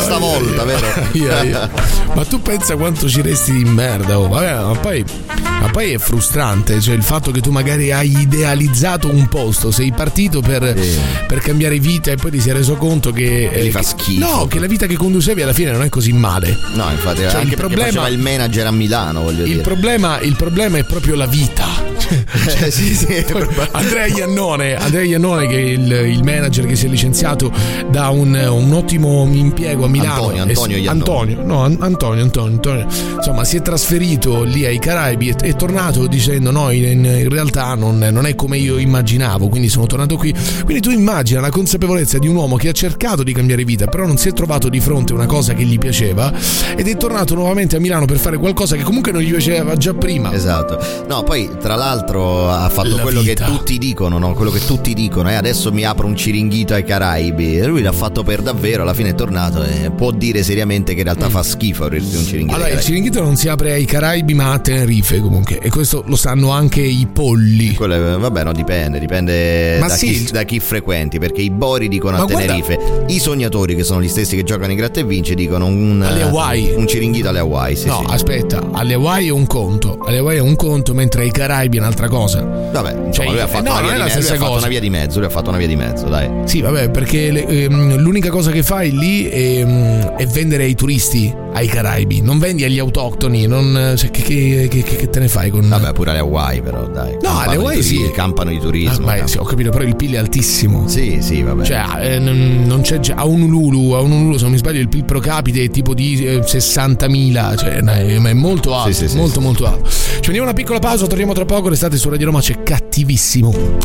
Speaker 4: stavolta, vero?
Speaker 3: Ia, ia. Ma tu pensa quanto ci resti di merda, oh. Vabbè, ma, poi, ma poi è frustrante, cioè il fatto che tu magari hai idealizzato un posto, sei partito per, per cambiare vita e poi ti sei reso conto che... eh,
Speaker 4: fa
Speaker 3: che-
Speaker 4: schifo.
Speaker 3: No, che la vita che conducevi alla fine non è così male.
Speaker 4: No, infatti,
Speaker 3: Cioè, il
Speaker 4: anche perché
Speaker 3: problema-
Speaker 4: faceva il manager a Milano, voglio
Speaker 3: Il
Speaker 4: dire.
Speaker 3: problema, il problema è proprio la vita.
Speaker 4: Eh, sì, sì, proba-
Speaker 3: Andrea Iannone, Andrea Iannone che è il, il manager che si è licenziato da un, un ottimo impiego a Milano.
Speaker 4: Antonio, Antonio
Speaker 3: Eh,
Speaker 4: Iannone.
Speaker 3: Antonio, no, An- Antonio, Antonio, Antonio. Insomma, si è trasferito lì ai Caraibi e è tornato dicendo no, in, in realtà non, non è come io immaginavo, quindi sono tornato qui. Quindi tu immagina la consapevolezza di un uomo che ha cercato di cambiare vita, però non si è trovato di fronte a una cosa che gli piaceva ed è tornato nuovamente a Milano per fare qualcosa che comunque non gli piaceva già prima.
Speaker 4: Esatto. No, poi tra l'altro ha fatto
Speaker 3: La
Speaker 4: quello
Speaker 3: vita.
Speaker 4: che tutti dicono, no? Quello che tutti dicono, eh, adesso mi apro un ciringhito ai Caraibi. E lui l'ha fatto per davvero, alla fine è tornato e può dire seriamente che in realtà fa schifo aprirsi un ciringhito. ai
Speaker 3: Allora, il
Speaker 4: Caraibi.
Speaker 3: ciringhito non si apre ai Caraibi, ma a Tenerife comunque. E questo lo sanno anche i polli.
Speaker 4: Quello è- vabbè, no, dipende, dipende
Speaker 3: Ma
Speaker 4: da,
Speaker 3: sì, il-
Speaker 4: chi, da chi frequenti, perché i Bori dicono
Speaker 3: Ma
Speaker 4: a
Speaker 3: guarda-
Speaker 4: Tenerife, i sognatori che sono gli stessi che giocano in gratta e vince dicono un,
Speaker 3: Alle Hawaii.
Speaker 4: un ciringhito alle Hawaii, sì,
Speaker 3: no,
Speaker 4: sì.
Speaker 3: aspetta, alle Hawaii è un conto. Alle Hawaii è un conto, mentre ai Caraibi è una un'altra cosa. Vabbè,
Speaker 4: Insomma, lui ha fatto, una, via
Speaker 3: cioè, non è la
Speaker 4: di mezzo, lui
Speaker 3: stessa
Speaker 4: ha fatto
Speaker 3: cosa. Mm.
Speaker 4: una via di mezzo, lui ha fatto una via di mezzo, dai.
Speaker 3: Sì, vabbè, perché le- ehm, l'unica cosa che fai lì ehm, è, vendere ai turisti ai Caraibi, non vendi agli autoctoni, non, cioè, che, che- che- che- che te ne fai con...
Speaker 4: Vabbè, pure alle Hawaii, però, dai.
Speaker 3: No, alle Hawaii sì.
Speaker 4: Campano di
Speaker 3: Ah,
Speaker 4: turismo.
Speaker 3: ma sì, ho capito, però il PIL è altissimo.
Speaker 4: Sì, sì, vabbè.
Speaker 3: Cioè, eh, non, non c'è già- a Honolulu, a Honolulu, se non mi sbaglio, il PIL pro capite è tipo di eh, 60.000, cioè, no, è- ma è molto alto,
Speaker 4: sì, sì,
Speaker 3: molto, molto alto. Ci prendiamo una piccola pausa, torniamo tra poco, restate su Radio Roma, c'è cattivissimo.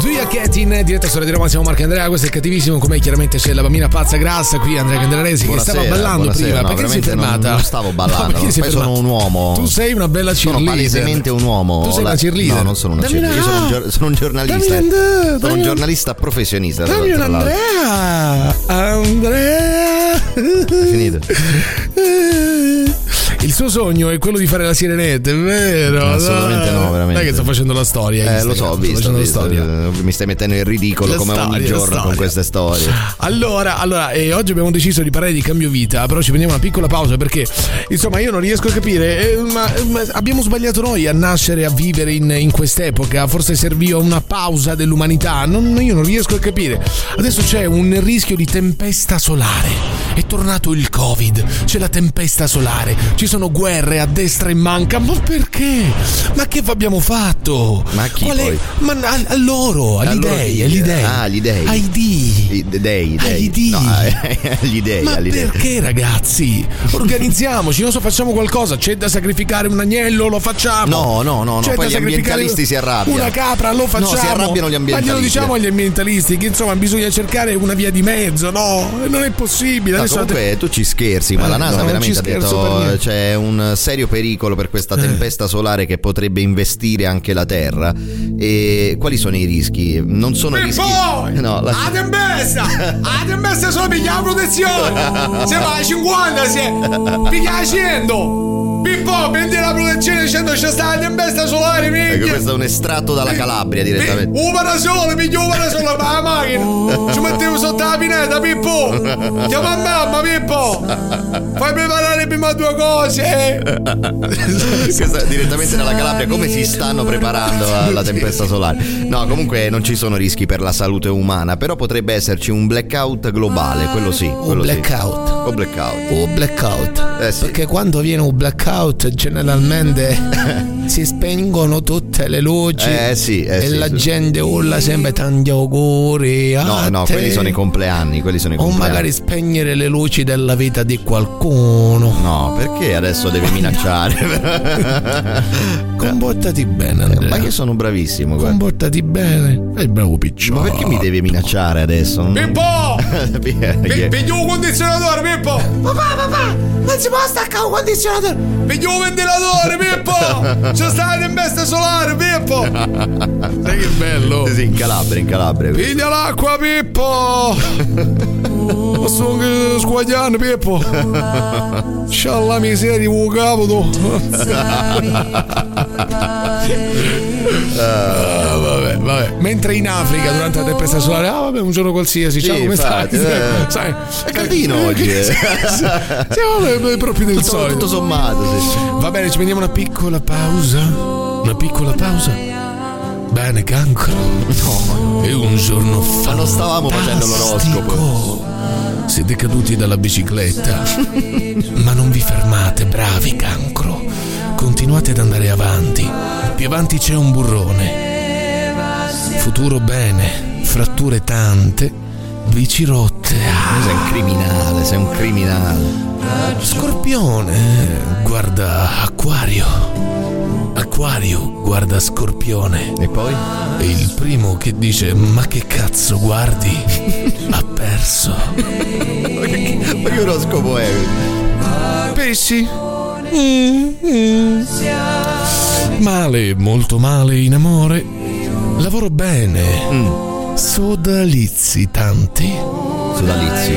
Speaker 3: Zuiachetti in diretta su Radio Roma, siamo Marco e Andrea, questo è cattivissimo, come chiaramente c'è la bambina pazza grassa qui, Andrea Candelaresi, che
Speaker 4: Buonasera,
Speaker 3: stava ballando
Speaker 4: buonasera.
Speaker 3: prima,
Speaker 4: No,
Speaker 3: perché si è
Speaker 4: veramente non-
Speaker 3: fermata?
Speaker 4: non stavo ballando,
Speaker 3: perché
Speaker 4: ma
Speaker 3: si è
Speaker 4: poi sono
Speaker 3: fermata?
Speaker 4: un uomo.
Speaker 3: Tu sei una bella
Speaker 4: Sono
Speaker 3: cheerleader.
Speaker 4: palesemente un uomo.
Speaker 3: Tu sei
Speaker 4: La-
Speaker 3: una cheerleader.
Speaker 4: No, non sono una
Speaker 3: Dammi
Speaker 4: cheerleader. Io sono un,
Speaker 3: Andrea!
Speaker 4: gior- sono un giornalista.
Speaker 3: Dammi Andrea,
Speaker 4: sono un
Speaker 3: dammi-
Speaker 4: giornalista professionista. tra
Speaker 3: Dammi un
Speaker 4: l'altro.
Speaker 3: Andrea! Andrea!
Speaker 4: esatto. È finito.
Speaker 3: Eh, Il suo sogno è quello di fare la sirenetta, è vero?
Speaker 4: Assolutamente
Speaker 3: dai.
Speaker 4: no, veramente.
Speaker 3: Dai che sto facendo la storia.
Speaker 4: Eh,
Speaker 3: Instagram,
Speaker 4: lo so, ho
Speaker 3: sto
Speaker 4: visto, ho
Speaker 3: facendo la
Speaker 4: visto.
Speaker 3: storia.
Speaker 4: Eh, mi stai mettendo in ridicolo
Speaker 3: La
Speaker 4: come ogni
Speaker 3: storia, la
Speaker 4: giorno con
Speaker 3: storia. Ah.
Speaker 4: queste storie.
Speaker 3: Allora, allora eh, oggi abbiamo deciso di parlare di cambio vita, però ci prendiamo una piccola pausa perché, insomma, io non riesco a capire, eh, ma, ma abbiamo sbagliato noi a nascere, a vivere in, in quest'epoca, forse serviva una pausa dell'umanità, non, io non riesco a capire. Adesso c'è un rischio di tempesta solare, è tornato il Covid, c'è la tempesta solare, ci sono guerre a destra e manca, ma perché? Ma che abbiamo fatto?
Speaker 4: Ma a chi
Speaker 3: Qual è-
Speaker 4: poi?
Speaker 3: Ma a, a loro, agli
Speaker 4: Allora,
Speaker 3: dei,
Speaker 4: chi-
Speaker 3: agli dei.
Speaker 4: Ah, gli dei.
Speaker 3: Ai dei.
Speaker 4: I- dei, dei.
Speaker 3: Agli dei.
Speaker 4: No, agli dei,
Speaker 3: Ah, Ma
Speaker 4: agli dei.
Speaker 3: perché ragazzi? Organizziamoci, non so, facciamo qualcosa. C'è da sacrificare un agnello, lo facciamo.
Speaker 4: No, no, no, no,
Speaker 3: C'è
Speaker 4: poi
Speaker 3: da
Speaker 4: gli
Speaker 3: sacrificare
Speaker 4: ambientalisti si arrabbiano.
Speaker 3: Una capra, lo
Speaker 4: No,
Speaker 3: facciamo.
Speaker 4: si arrabbiano gli
Speaker 3: Ma glielo
Speaker 4: ambientalisti.
Speaker 3: diciamo agli ambientalisti che insomma bisogna cercare una via di mezzo, no? Non è possibile.
Speaker 4: No,
Speaker 3: Adesso la te-
Speaker 4: comunque tu ci scherzi, ma
Speaker 3: Eh,
Speaker 4: la
Speaker 3: no,
Speaker 4: NASA
Speaker 3: non
Speaker 4: veramente
Speaker 3: ci
Speaker 4: ha
Speaker 3: scherzo per
Speaker 4: detto
Speaker 3: niente. Eh.
Speaker 4: c'è un serio pericolo per questa tempesta solare che potrebbe investire anche la Terra. E quali sono i rischi? Non sono
Speaker 9: E
Speaker 4: rischi.
Speaker 9: poi,
Speaker 4: No,
Speaker 3: Ah,
Speaker 4: la-
Speaker 9: la tempesta, la tempesta solo piglia la protezione, se vai a 50, se piglia a 100, Pippo, prendi la protezione dicendo c'è stata la tempesta solare,
Speaker 4: Ecco,
Speaker 9: minchia,
Speaker 4: questo è un estratto dalla Calabria direttamente.
Speaker 9: un parasole, piglia un parasole, ma la
Speaker 3: Oh.
Speaker 9: macchina, ci mettevo sotto la pineta, Pippo, chiama mamma, Pippo, fai preparare prima due cose,
Speaker 4: Questa è direttamente dalla Calabria, come si stanno preparando alla tempesta solare? No, comunque non ci sono rischi per la salute umana, però potrebbe esserci un blackout globale, quello sì.
Speaker 3: O
Speaker 4: Quello sì.
Speaker 3: blackout.
Speaker 4: O blackout.
Speaker 3: O blackout.
Speaker 4: Eh sì.
Speaker 3: Perché quando viene un blackout generalmente si spengono tutte le luci
Speaker 4: Eh sì, eh
Speaker 3: e
Speaker 4: sì,
Speaker 3: la
Speaker 4: sì.
Speaker 3: gente urla sempre tanti auguri. a
Speaker 4: No, no,
Speaker 3: te.
Speaker 4: quelli sono i compleanni, quelli sono i
Speaker 3: O
Speaker 4: compleanni.
Speaker 3: magari spegnere le luci della vita di qualcuno.
Speaker 4: No, perché adesso deve minacciare?
Speaker 3: Comportati bene, Andrea.
Speaker 4: Eh. Ma io sono bravissimo, guarda.
Speaker 3: Comportati bene. È bravo picciolo.
Speaker 4: Ma perché mi devi minacciare adesso? eh, Non-
Speaker 9: Pippo,
Speaker 4: Perché-
Speaker 9: piglia un condizionatore, Pippo,
Speaker 3: Papà, papà, non si può staccare un condizionatore.
Speaker 9: Piglio un ventilatore, Pippo! C'è stata la tempesta solare, Pippo!
Speaker 3: Sai che bello.
Speaker 4: Sì, sì, in Calabria, in Calabria.
Speaker 9: Piglia l'acqua, Pippo! Posso anche squagliare, Pippo! C'ha la miseria, un capo tu!
Speaker 3: Ah, vabbè, vabbè. Mentre in Africa durante la tempesta solare, ah vabbè, un giorno qualsiasi, ciao,
Speaker 4: Sì,
Speaker 3: come
Speaker 4: infatti,
Speaker 3: stai?
Speaker 4: eh.
Speaker 3: Sai,
Speaker 4: È caldino oggi. eh.
Speaker 3: Siamo proprio del
Speaker 4: Tutto,
Speaker 3: solito.
Speaker 4: tutto sommato, sì.
Speaker 3: Va bene, ci prendiamo una piccola pausa. Una piccola pausa. Bene, cancro. No. E un giorno fa.
Speaker 4: Ma non stavamo facendo l'oroscopo.
Speaker 3: Siete caduti dalla bicicletta. Ma non vi fermate, bravi cancro. Continuate ad andare avanti. Più avanti c'è un burrone. Futuro bene, fratture tante, bici rotte.
Speaker 4: Tu sei un criminale, sei un criminale.
Speaker 3: Scorpione guarda Acquario. Acquario guarda Scorpione.
Speaker 4: E poi?
Speaker 3: E il primo che dice ma che cazzo guardi? ha perso.
Speaker 4: Ma che, ma che oroscopo eh. è?
Speaker 3: Pesci. Male, molto male in amore. Lavoro bene.
Speaker 4: Mm.
Speaker 3: Sodalizi tanti.
Speaker 4: Sodalizi.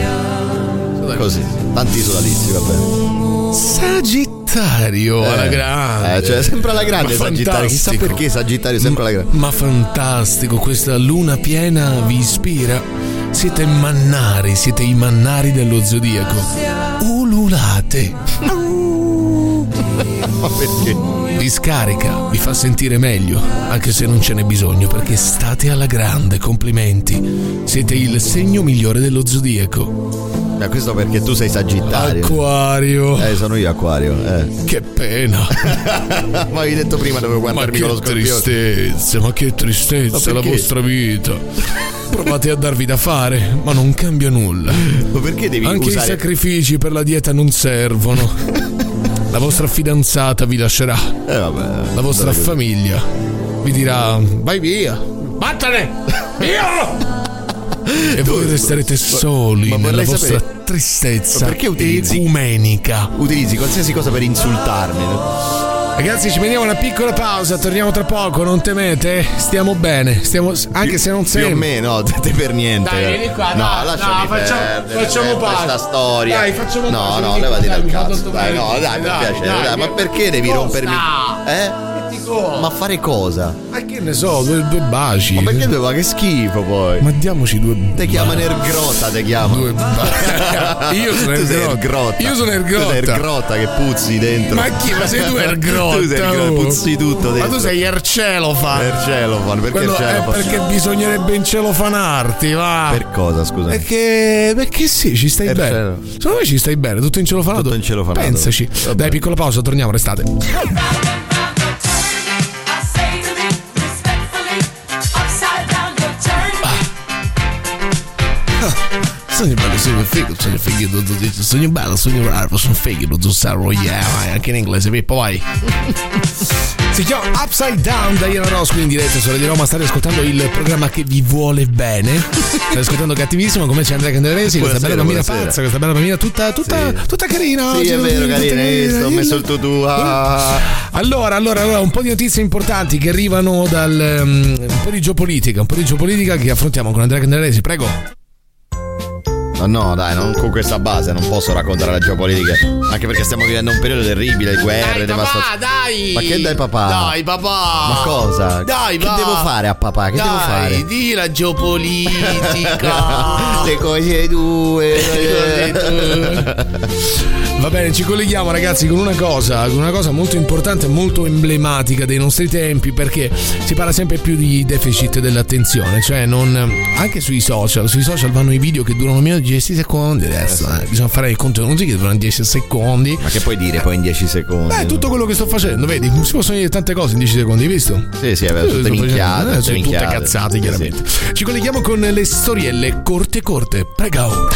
Speaker 4: Così, tanti sodalizi, va bene. Oh,
Speaker 3: Sagittario alla grande.
Speaker 4: Eh, cioè, sempre alla grande
Speaker 3: Ma
Speaker 4: Sagittario. Chissà
Speaker 3: fantastico.
Speaker 4: perché Sagittario è sempre alla grande.
Speaker 3: Ma fantastico, questa luna piena vi ispira. Siete mannari, siete i mannari dello zodiaco. Uh ululate. Ma perché? Vi scarica, vi fa sentire meglio, anche se non ce n'è bisogno, perché state alla grande, complimenti. Siete il segno migliore dello zodiaco.
Speaker 4: Ma questo perché tu sei sagittario.
Speaker 3: Acquario.
Speaker 4: Eh, sono io acquario. Eh.
Speaker 3: Che pena.
Speaker 4: ma avevi detto prima dovevo guardarmi con
Speaker 3: ma
Speaker 4: lo
Speaker 3: che
Speaker 4: scorpione.
Speaker 3: tristezza, ma che
Speaker 4: Ma
Speaker 3: tristezza
Speaker 4: perché?
Speaker 3: la vostra vita. Provate a darvi da fare, ma non cambia nulla. Ma
Speaker 4: perché devi
Speaker 3: Anche i
Speaker 4: usare-
Speaker 3: sacrifici per la dieta non servono. La vostra fidanzata vi lascerà. la vostra
Speaker 4: Eh, vabbè.
Speaker 3: famiglia vi dirà vai via, vattene, via! E voi resterete soli
Speaker 4: ma
Speaker 3: nella
Speaker 4: vorrei
Speaker 3: vostra
Speaker 4: sapere-
Speaker 3: tristezza
Speaker 4: Ma perché utilizzi-
Speaker 3: ecumenica.
Speaker 4: Utilizzi qualsiasi cosa per insultarmi.
Speaker 3: Ragazzi, ci vediamo una piccola pausa, torniamo tra poco, non temete, stiamo bene, stiamo, anche se non
Speaker 4: Più o
Speaker 3: sembra.
Speaker 4: meno, no, te per niente.
Speaker 3: Dai, vieni qua,
Speaker 4: no,
Speaker 3: dai,
Speaker 4: lasciami
Speaker 3: no, facciamo-
Speaker 4: perdere,
Speaker 3: facciamo
Speaker 4: sempre
Speaker 3: pace.
Speaker 4: sta storia.
Speaker 3: Dai, facciamo
Speaker 4: No,
Speaker 3: pace,
Speaker 4: no,
Speaker 3: vieni qua,
Speaker 4: levati
Speaker 3: dai,
Speaker 4: dal
Speaker 3: mi fa
Speaker 4: cazzo.
Speaker 3: tanto
Speaker 4: Dai, no,
Speaker 3: male.
Speaker 4: dai, per
Speaker 3: Dai,
Speaker 4: piacere,
Speaker 3: dai,
Speaker 4: dai, ma
Speaker 3: che-
Speaker 4: perché devi
Speaker 3: Costa!
Speaker 4: rompermi? Eh? Ma fare cosa?
Speaker 3: Ma che ne so, due, due baci.
Speaker 4: Ma perché doveva che schifo poi?
Speaker 3: Ma diamoci due.
Speaker 4: Te chiama Nergrota, te chiama.
Speaker 3: Due ba- Io sono
Speaker 4: Tu sei
Speaker 3: Ergrotta.
Speaker 4: Ergrotta.
Speaker 3: Io sono
Speaker 4: Tu
Speaker 3: Ergrotta.
Speaker 4: sei Ergrotta che puzzi dentro.
Speaker 3: Ma chi? Ma sei tu Ergrotta,
Speaker 4: tu sei Ergrotta,
Speaker 3: oh.
Speaker 4: puzzi tutto
Speaker 3: Ma
Speaker 4: dentro.
Speaker 3: tu sei Ercelofan.
Speaker 4: Ercelofan, perché
Speaker 3: Quello è
Speaker 4: Ercelofan?
Speaker 3: perché bisognerebbe incelofanarti, va.
Speaker 4: Per cosa, scusa?
Speaker 3: Perché, perché sì, ci stai
Speaker 4: Ercelo.
Speaker 3: bene. Secondo me ci stai bene, tutto incelofanato.
Speaker 4: Tutto incelofanato.
Speaker 3: Pensaci.
Speaker 4: Vabbè.
Speaker 3: Dai, piccola pausa, torniamo, restate. Sogno bello, sogno figo, sogno figo, sogno bello, sogno raro, sono figo, non sarò yeah, vai, anche in inglese, Pippo, vai. Si chiama Upside Down Diana Ross qui in diretta su Radio Roma, state ascoltando il programma che vi vuole bene. State ascoltando cattivissimo come c'è Andrea Candelesi, questa bella bambina
Speaker 4: Buonasera, buonasera.
Speaker 3: pazza, questa bella bambina tutta, tutta, tutta carina.
Speaker 4: Sì,
Speaker 3: oggi,
Speaker 4: è
Speaker 3: devo dire,
Speaker 4: vero,
Speaker 3: tutta
Speaker 4: carina, hai visto? Ho messo il tutù. ah.
Speaker 3: allora, allora, allora, un po' di notizie importanti che arrivano dal um, un po' di geopolitica, un po' di geopolitica che affrontiamo con Andrea Candelesi, prego.
Speaker 4: Eh, Ma no, dai, non con questa base non posso raccontare la geopolitica. Anche perché stiamo vivendo un periodo terribile, guerre, devastazioni.
Speaker 3: dai!
Speaker 4: Ma che dai papà?
Speaker 3: Dai papà!
Speaker 4: Ma cosa?
Speaker 3: Dai,
Speaker 4: che
Speaker 3: va.
Speaker 4: devo fare a papà? Che devo
Speaker 3: Dai,
Speaker 4: fare?
Speaker 3: di la geopolitica!
Speaker 4: Le eh. cose due.
Speaker 3: Va bene, ci colleghiamo ragazzi con una cosa, con una cosa molto importante e molto emblematica dei nostri tempi perché si parla sempre più di deficit dell'attenzione, cioè non, anche sui social, sui social vanno i video che durano meno di 10 secondi, adesso eh, bisogna fare i contenuti che durano 10 secondi.
Speaker 4: Ma che puoi dire poi in 10 secondi?
Speaker 3: Beh, tutto quello che sto facendo, vedi, si possono dire tante cose in 10 secondi, hai visto?
Speaker 4: Sì, sì, vabbè, tutte
Speaker 3: Sto facendo-
Speaker 4: minchiate.
Speaker 3: eh, sono tutte
Speaker 4: minchiate.
Speaker 3: cazzate chiaramente. Ci colleghiamo con le storielle corte corte, prego.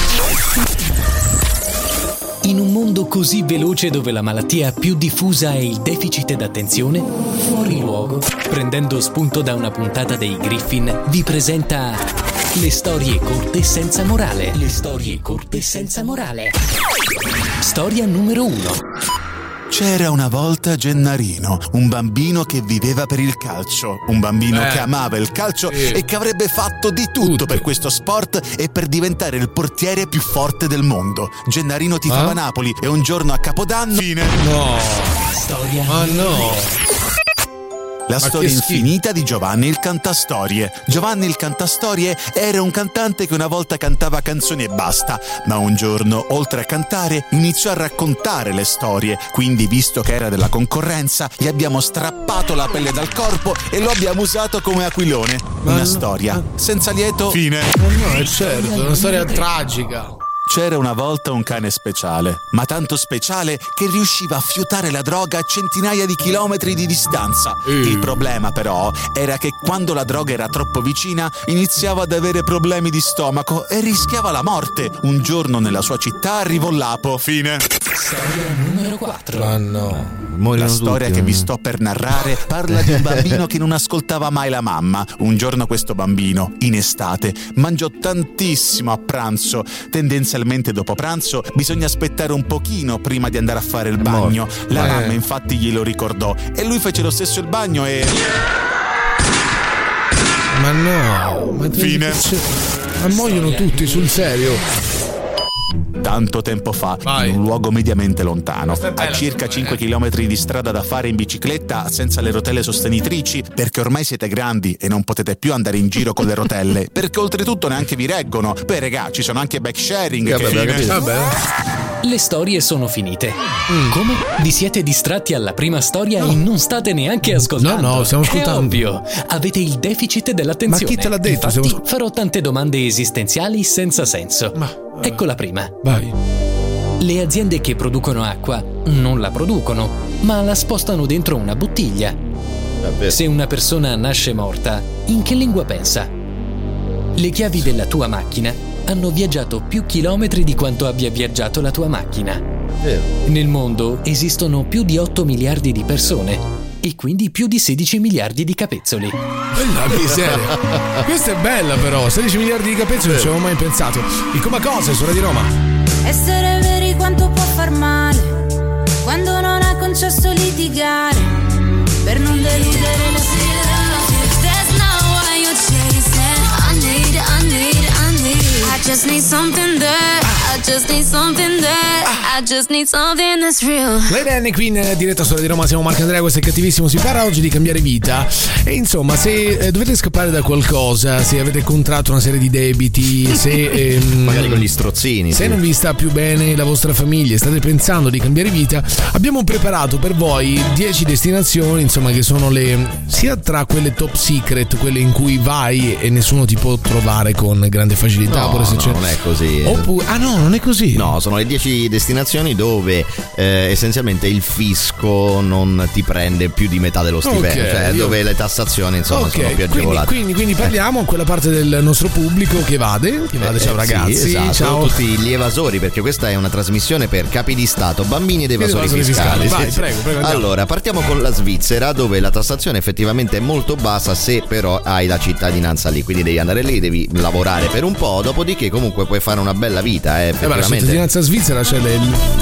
Speaker 10: In un mondo così veloce dove la malattia più diffusa è il deficit d'attenzione, fuori luogo, prendendo spunto da una puntata dei Griffin, vi presenta Le storie corte senza morale. Le storie corte senza morale. Storia numero 1.
Speaker 11: C'era una volta Gennarino, un bambino che viveva per il calcio, un bambino
Speaker 3: Eh.
Speaker 11: che amava il calcio
Speaker 3: Sì.
Speaker 11: e che avrebbe fatto di tutto, per questo sport e per diventare il portiere più forte del mondo. Gennarino tifava
Speaker 3: Ah?
Speaker 11: Napoli e un giorno a Capodanno... Fine.
Speaker 3: No.
Speaker 10: Storia
Speaker 3: Ma no.
Speaker 11: La
Speaker 3: Ma
Speaker 11: storia
Speaker 3: che schifo.
Speaker 11: infinita di Giovanni il Cantastorie. Giovanni il Cantastorie era un cantante che una volta cantava canzoni e basta, ma un giorno, oltre a cantare, iniziò a raccontare le storie. Quindi, visto che era della concorrenza, gli abbiamo strappato la pelle dal corpo e lo abbiamo usato come aquilone. Una storia senza lieto fine.
Speaker 3: Ma no, è certo, è una storia tragica.
Speaker 11: C'era una volta un cane speciale, ma tanto speciale che riusciva a fiutare la droga a centinaia di chilometri di distanza. Il problema però era che quando la droga era troppo vicina iniziava ad avere problemi di stomaco e rischiava la morte. Un giorno nella sua città arrivò l'apo. Fine.
Speaker 10: numero 4.
Speaker 3: Ma no.
Speaker 4: Morirono
Speaker 11: La storia
Speaker 3: eh.
Speaker 4: tutti,
Speaker 11: che vi
Speaker 4: mm.
Speaker 11: sto per narrare parla di un bambino che non ascoltava mai la mamma. Un giorno questo bambino, in estate, mangiò tantissimo a pranzo. Tendenzialmente dopo pranzo bisogna aspettare un pochino prima di andare a fare il bagno. La
Speaker 3: Eh.
Speaker 11: mamma infatti glielo ricordò e lui fece lo stesso il bagno e...
Speaker 3: Ma no. Ma
Speaker 11: Fine.
Speaker 3: Ma muoiono tutti sul serio.
Speaker 11: tanto tempo fa in un luogo mediamente lontano, a circa 5 km di strada da fare in bicicletta senza le rotelle sostenitrici, perché ormai siete grandi e non potete più andare in giro con le rotelle, perché oltretutto neanche vi reggono. Poi regà, ci sono anche bike sharing.
Speaker 10: Eh,
Speaker 11: che
Speaker 10: vabbè,
Speaker 11: fine.
Speaker 10: capito. Le storie sono finite.
Speaker 3: Mm.
Speaker 10: Come? Vi siete distratti alla prima storia e non state neanche ascoltando?
Speaker 3: No, no, stiamo
Speaker 10: È
Speaker 3: ascoltando.
Speaker 10: ovvio, avete il deficit dell'attenzione.
Speaker 3: Ma chi te l'ha detto?
Speaker 10: Infatti,
Speaker 3: Stiamo-
Speaker 10: farò tante domande esistenziali senza senso. Ecco la prima.
Speaker 3: Vai.
Speaker 10: Le aziende che producono acqua non la producono, ma la spostano dentro una bottiglia. Se una persona nasce morta, in che lingua pensa? Le chiavi della tua macchina hanno viaggiato più chilometri di quanto abbia viaggiato la tua macchina. Nel mondo esistono più di 8 miliardi di persone e quindi più di 16 miliardi di capezzoli.
Speaker 3: La miseria. Questa è bella però, 16 miliardi di capezzoli non ci avevo mai pensato. Il coma cosa, suora di Roma?
Speaker 5: Essere veri quanto può far male quando non ha concesso litigare per non deludere la sera. That's not what you're chasing. I need, I need, I need. I just need something there. I just need something there. I just need something that's real.
Speaker 3: Lei Renne qui in eh, diretta sulla di Roma, siamo Marco Andrea, questo è Cattivissimo, si parla oggi di cambiare vita e insomma se eh, dovete scappare da qualcosa, se avete contratto una serie di debiti, se... ehm,
Speaker 4: Magari con gli strozzini.
Speaker 3: se
Speaker 4: sì.
Speaker 3: non vi sta più bene la vostra famiglia e state pensando di cambiare vita, abbiamo preparato per voi 10 destinazioni, insomma, che sono le sia tra quelle top secret, quelle in cui vai e nessuno ti può trovare con grande facilità,
Speaker 4: No,
Speaker 3: oppure Ah, se
Speaker 4: no,
Speaker 3: c'è-
Speaker 4: non è così. eh.
Speaker 3: Oppu- ah no, non è così.
Speaker 4: No, sono le 10 destinazioni dove eh, essenzialmente il fisco non ti prende più di metà dello stipendio,
Speaker 3: Ok,
Speaker 4: cioè
Speaker 3: io-
Speaker 4: dove le tassazioni insomma
Speaker 3: Ok,
Speaker 4: sono più Eh.
Speaker 3: quindi,
Speaker 4: agevolate.
Speaker 3: quindi- quindi parliamo a quella parte del nostro pubblico che vade, che vade,
Speaker 4: Eh,
Speaker 3: ciao
Speaker 4: sì,
Speaker 3: ragazzi,
Speaker 4: esatto,
Speaker 3: ciao. Eh,
Speaker 4: tutti gli evasori, perché questa è una trasmissione per capi di Stato, bambini ed evasori,
Speaker 3: evasori fiscali.
Speaker 4: fiscali.
Speaker 3: Vai, prego, prego, andiamo.
Speaker 4: allora, partiamo con la Svizzera, dove la tassazione effettivamente è molto bassa se però hai la cittadinanza lì, quindi devi andare lì, devi lavorare per un po', dopodiché comunque puoi fare una bella vita,
Speaker 3: Eh, ma
Speaker 4: eh,
Speaker 3: la
Speaker 4: effettivamente.
Speaker 3: cittadinanza svizzera cioè, le-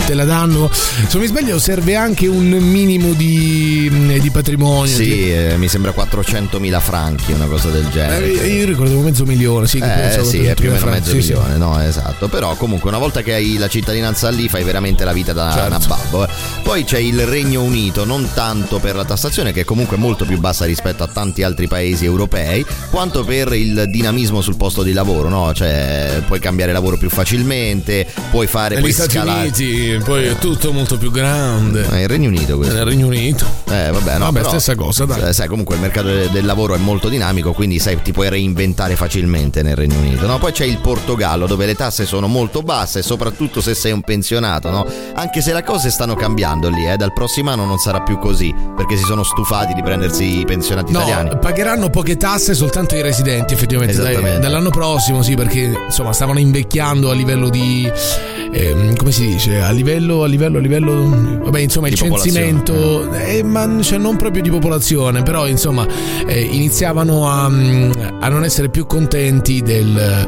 Speaker 3: te la danno. Se non mi sbaglio, serve anche un minimo di, mm, di patrimonio. di-
Speaker 4: Sì, eh, mi sembra 400.000 franchi, una cosa del genere.
Speaker 3: Eh, io ricordavo mezzo milione, sì, che
Speaker 4: Eh,
Speaker 3: pensavo
Speaker 4: sì,
Speaker 3: che
Speaker 4: è più o meno
Speaker 3: fra-
Speaker 4: mezzo
Speaker 3: sì, sì.
Speaker 4: milione, no, esatto. Però comunque una volta che hai la cittadinanza lì fai veramente la vita da
Speaker 3: Certo.
Speaker 4: una babbo. eh. Poi c'è il Regno Unito, non tanto per la tassazione che è comunque molto più bassa rispetto a tanti altri paesi europei, quanto per il dinamismo sul posto di lavoro, no? Cioè puoi cambiare lavoro più facilmente, puoi fare,
Speaker 3: Negli
Speaker 4: puoi
Speaker 3: Eh, Stati
Speaker 4: scalare.
Speaker 3: Uniti, poi è tutto molto più grande.
Speaker 4: È il Regno Unito questo.
Speaker 3: Nel Regno Unito.
Speaker 4: Eh, vabbè, no,
Speaker 3: Vabbè,
Speaker 4: però,
Speaker 3: stessa cosa, dai.
Speaker 4: eh, Sai, comunque il mercato de- del lavoro è molto dinamico, quindi sai, ti puoi reinventare facilmente nel Regno Unito. No? Poi c'è il Portogallo, dove le tasse sono molto basse, soprattutto se sei un pensionato, no? Anche se le cose stanno cambiando lì, eh, dal prossimo anno non sarà più così, perché si sono stufati di prendersi i pensionati
Speaker 3: No,
Speaker 4: italiani.
Speaker 3: pagheranno poche tasse soltanto i residenti, effettivamente. dai.
Speaker 4: Esattamente.
Speaker 3: dall'anno prossimo, sì, perché insomma stavano invecchiando a livello di. ehm, come si dice? A livello, a livello, a livello. Vabbè, insomma,
Speaker 4: Di
Speaker 3: il censimento. eh, ma cioè, non proprio di popolazione, però insomma, eh, iniziavano a, mm, a non essere più contenti del,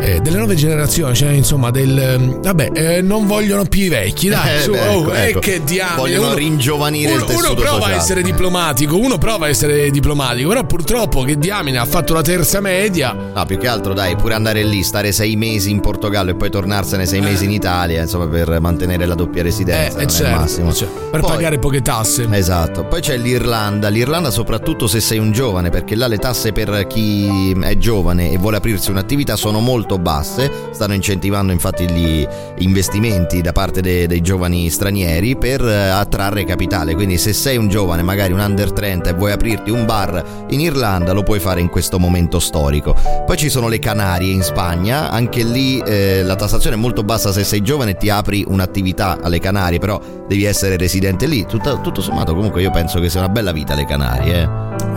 Speaker 3: eh, delle nuove generazioni. Cioè, insomma, del. mm, Vabbè, eh, non vogliono più i vecchi, dai.
Speaker 4: Eh,
Speaker 3: su,
Speaker 4: beh, ecco,
Speaker 3: oh, eh,
Speaker 4: ecco.
Speaker 3: che diavolo.
Speaker 4: Vogliono ringiovanire il
Speaker 3: uno,
Speaker 4: tessuto
Speaker 3: uno prova
Speaker 4: sociale.
Speaker 3: a essere diplomatico, uno prova a essere diplomatico, però purtroppo che diamine ha fatto la terza media.
Speaker 4: No, più che altro dai, pure andare lì, stare sei mesi in Portogallo e poi tornarsene sei mesi in Italia, insomma, per mantenere la doppia residenza.
Speaker 3: Eh,
Speaker 4: non è il
Speaker 3: certo,
Speaker 4: massimo.
Speaker 3: per
Speaker 4: Poi-
Speaker 3: pagare poche tasse.
Speaker 4: Esatto, poi c'è l'Irlanda, l'Irlanda soprattutto se sei un giovane, perché là le tasse per chi è giovane e vuole aprirsi un'attività sono molto basse, stanno incentivando infatti gli investimenti da parte de- dei giovani stranieri per eh, attrarre capitale, quindi se sei un giovane, magari un under 30 e vuoi aprirti un bar in Irlanda lo puoi fare in questo momento storico. Poi ci sono le Canarie in Spagna, anche lì eh, la tassazione è molto bassa se sei giovane e ti apri un'attività alle Canarie, però devi essere residente lì. Tutta- tutto sommato comunque io penso che sia una bella vita le Canarie. eh.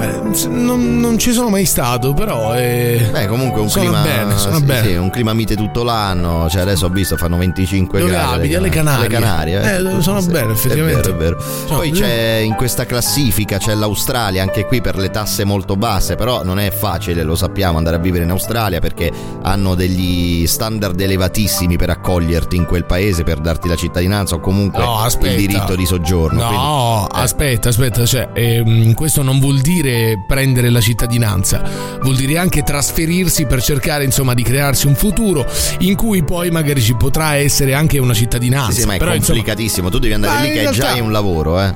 Speaker 3: Eh, non, non ci sono mai stato, però. eh,
Speaker 4: Beh comunque un
Speaker 3: sono
Speaker 4: clima...
Speaker 3: bene, sono
Speaker 4: sì,
Speaker 3: bene.
Speaker 4: sì, un clima mite tutto l'anno, cioè adesso ho visto fanno 25
Speaker 3: Dove
Speaker 4: gradi. eh,
Speaker 3: abiti? Alle
Speaker 4: Alle
Speaker 3: Canarie.
Speaker 4: Canarie,
Speaker 3: Eh,
Speaker 4: tutto-
Speaker 3: sono bene, effettivamente.
Speaker 4: È vero, è vero. Poi
Speaker 3: io-
Speaker 4: c'è in questa classifica c'è l'Australia, anche qui per le tasse molto basse, però non è facile, lo sappiamo, andare a vivere in Australia perché hanno degli standard elevatissimi per accoglierti in quel paese, per per darti la cittadinanza o comunque
Speaker 3: No, aspetta.
Speaker 4: il diritto di soggiorno. quindi- eh.
Speaker 3: No, aspetta, aspetta, cioè, ehm, questo non vuol dire prendere la cittadinanza, vuol dire anche trasferirsi per cercare, insomma, di crearsi un futuro in cui poi magari ci potrà essere anche una cittadinanza.
Speaker 4: Sì, sì, ma è
Speaker 3: Però, insomma,
Speaker 4: complicatissimo. tu devi andare
Speaker 3: Ma
Speaker 4: lì
Speaker 3: in
Speaker 4: che è già
Speaker 3: realtà-
Speaker 4: in un lavoro, eh.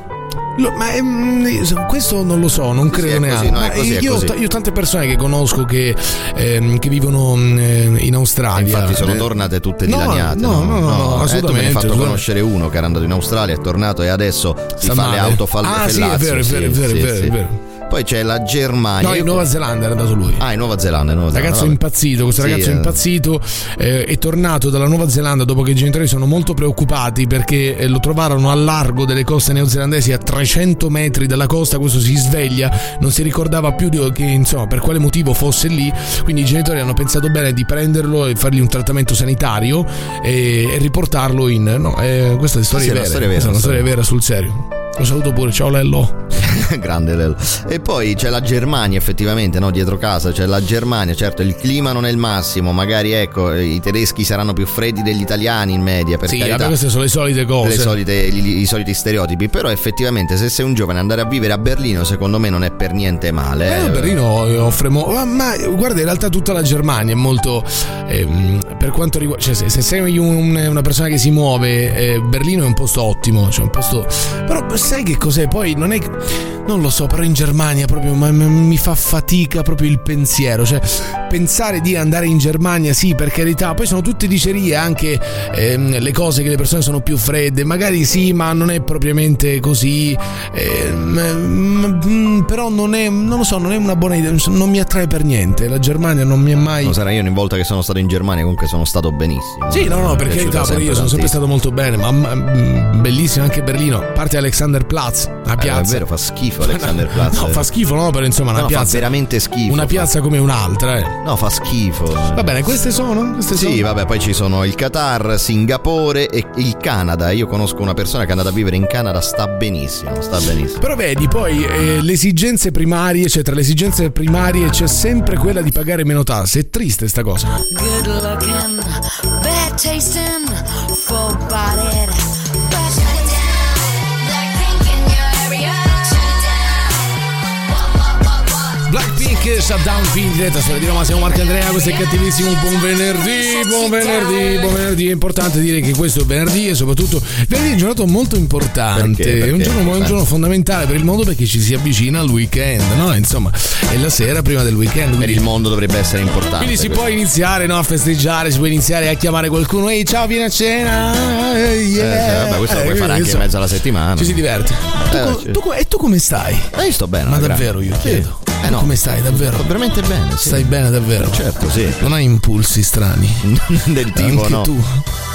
Speaker 3: Lo- ma ehm, questo non lo so, non credo
Speaker 4: è
Speaker 3: neanche.
Speaker 4: così, no, è
Speaker 3: Ma
Speaker 4: così, è
Speaker 3: io,
Speaker 4: così.
Speaker 3: ho- io ho tante persone che conosco che, ehm, che vivono mm, eh, in Australia.
Speaker 4: Infatti sono
Speaker 3: Eh,
Speaker 4: tornate tutte
Speaker 3: no,
Speaker 4: dilaniate.
Speaker 3: no, no, no,
Speaker 4: Eh, tu me ne
Speaker 3: assolutamente,
Speaker 4: hai fatto
Speaker 3: assolutamente.
Speaker 4: conoscere uno che era andato in Australia, è tornato e adesso si
Speaker 3: Sta
Speaker 4: fa le
Speaker 3: male.
Speaker 4: auto fal-
Speaker 3: Ah, sì, è
Speaker 4: fellazio,
Speaker 3: vero, è vero, è vero, è vero, è vero.
Speaker 4: Poi c'è la
Speaker 3: No,
Speaker 4: Germania.
Speaker 3: in
Speaker 4: Ah, Io-
Speaker 3: Nuova Zelanda era andato lui.
Speaker 4: Ah, in Nuova Zelanda, in Nuova Zelanda,
Speaker 3: Ragazzo
Speaker 4: vabbè.
Speaker 3: impazzito, questo
Speaker 4: Sì,
Speaker 3: ragazzo
Speaker 4: eh.
Speaker 3: impazzito eh, è tornato dalla Nuova Zelanda dopo che i genitori sono molto preoccupati perché eh, lo trovarono al largo delle coste neozelandesi a 300 metri dalla costa, questo si sveglia, non si ricordava più di, che, insomma, per quale motivo fosse lì, quindi i genitori hanno pensato bene di prenderlo e fargli un trattamento sanitario eh, e, e riportarlo in... No, eh, questa è storia
Speaker 4: Sì, è una
Speaker 3: vera, questa è
Speaker 4: storia vera,
Speaker 3: una
Speaker 4: storia
Speaker 3: storia vera sul serio. Lo saluto pure, ciao Lello.
Speaker 4: Grande Lello. E poi c'è la Germania, effettivamente, no? dietro casa c'è la Germania. Certo, il clima non è il massimo. Magari ecco, i tedeschi saranno più freddi degli italiani in media. Per
Speaker 3: sì,
Speaker 4: carità.
Speaker 3: vabbè, queste sono le solite cose.
Speaker 4: le solite- gli- I soliti stereotipi, però effettivamente se sei un giovane andare a vivere a Berlino secondo me non è per niente male.
Speaker 3: Eh,
Speaker 4: eh.
Speaker 3: Berlino eh, offre mo- ma, ma, guarda, in realtà tutta la Germania è molto. ehm, per quanto riguarda. Cioè, se, se sei un- una persona che si muove, eh, Berlino è un posto ottimo. Cioè, un posto. Però sai che cos'è? Poi non è. Non lo so, però in Germania proprio ma- ma- mi fa fatica proprio il pensiero. Cioè, pensare di andare in Germania, sì, per carità. Poi sono tutte dicerie, anche ehm, le cose che le persone sono più fredde. Magari sì, ma non è propriamente così. Ehm, mm, però non è, non lo so, non è una buona idea. Non mi attrae per niente. La Germania non mi è mai.
Speaker 4: Eh, Non sarà io ogni volta che sono stato in Germania comunque sono stato benissimo.
Speaker 3: Sì, no, no,
Speaker 4: Mi è
Speaker 3: per
Speaker 4: piaciuta
Speaker 3: carità, pure io sono sempre
Speaker 4: tantissimo.
Speaker 3: stato molto bene, ma mm, bellissimo anche Berlino. A parte Alexanderplatz, una
Speaker 4: Eh,
Speaker 3: piazza.
Speaker 4: è vero, fa schifo Alexanderplatz.
Speaker 3: No, fa schifo, no, però insomma, una
Speaker 4: eh. No, fa
Speaker 3: piazza.
Speaker 4: veramente schifo,
Speaker 3: Una
Speaker 4: fa.
Speaker 3: piazza come un'altra, eh.
Speaker 4: No, fa schifo.
Speaker 3: Va bene, queste sono? Queste
Speaker 4: Sì,
Speaker 3: sono?
Speaker 4: vabbè, poi ci sono il Qatar, Singapore e il Canada. Io conosco una persona che è andata a vivere in Canada, sta benissimo, sta benissimo.
Speaker 3: Però vedi, poi eh, le esigenze primarie, cioè tra le esigenze primarie c'è sempre quella di pagare meno tasse. È triste sta cosa.
Speaker 5: Good looking, bad tasting, full bodied.
Speaker 3: Blackpink Shutdown qui in diretta su Radio Roma, siamo Marco Andrea, questo è cattivissimo, buon venerdì, buon venerdì, buon venerdì, è importante dire che questo venerdì e soprattutto venerdì è un giorno molto importante,
Speaker 4: Perché?
Speaker 3: è un
Speaker 4: Perché?
Speaker 3: giorno, un giorno fondamentale per il mondo perché ci si avvicina al weekend, no? Insomma, è la sera prima del weekend.
Speaker 4: Per
Speaker 3: Quindi,
Speaker 4: il mondo dovrebbe essere importante.
Speaker 3: quindi si
Speaker 4: questo.
Speaker 3: può iniziare no, a festeggiare, si può iniziare a chiamare qualcuno, ehi ciao vieni a cena, eh, yeah.
Speaker 4: Eh, vabbè, questo lo puoi
Speaker 3: Eh,
Speaker 4: fare anche in
Speaker 3: insomma,
Speaker 4: mezzo alla settimana.
Speaker 3: Ci si diverte. Tu
Speaker 4: Eh,
Speaker 3: co-
Speaker 4: sì.
Speaker 3: tu co- e tu come stai?
Speaker 4: Eh, io sto bene.
Speaker 3: Ma
Speaker 4: alla
Speaker 3: davvero
Speaker 4: grande.
Speaker 3: io
Speaker 4: Sì.
Speaker 3: chiedo.
Speaker 4: Eh no,
Speaker 3: Come stai davvero?
Speaker 4: sto veramente bene. sì.
Speaker 3: Stai bene davvero?
Speaker 4: Certo, sì.
Speaker 3: Non hai impulsi strani.
Speaker 4: Del tipo,
Speaker 3: Anche
Speaker 4: no.
Speaker 3: tu.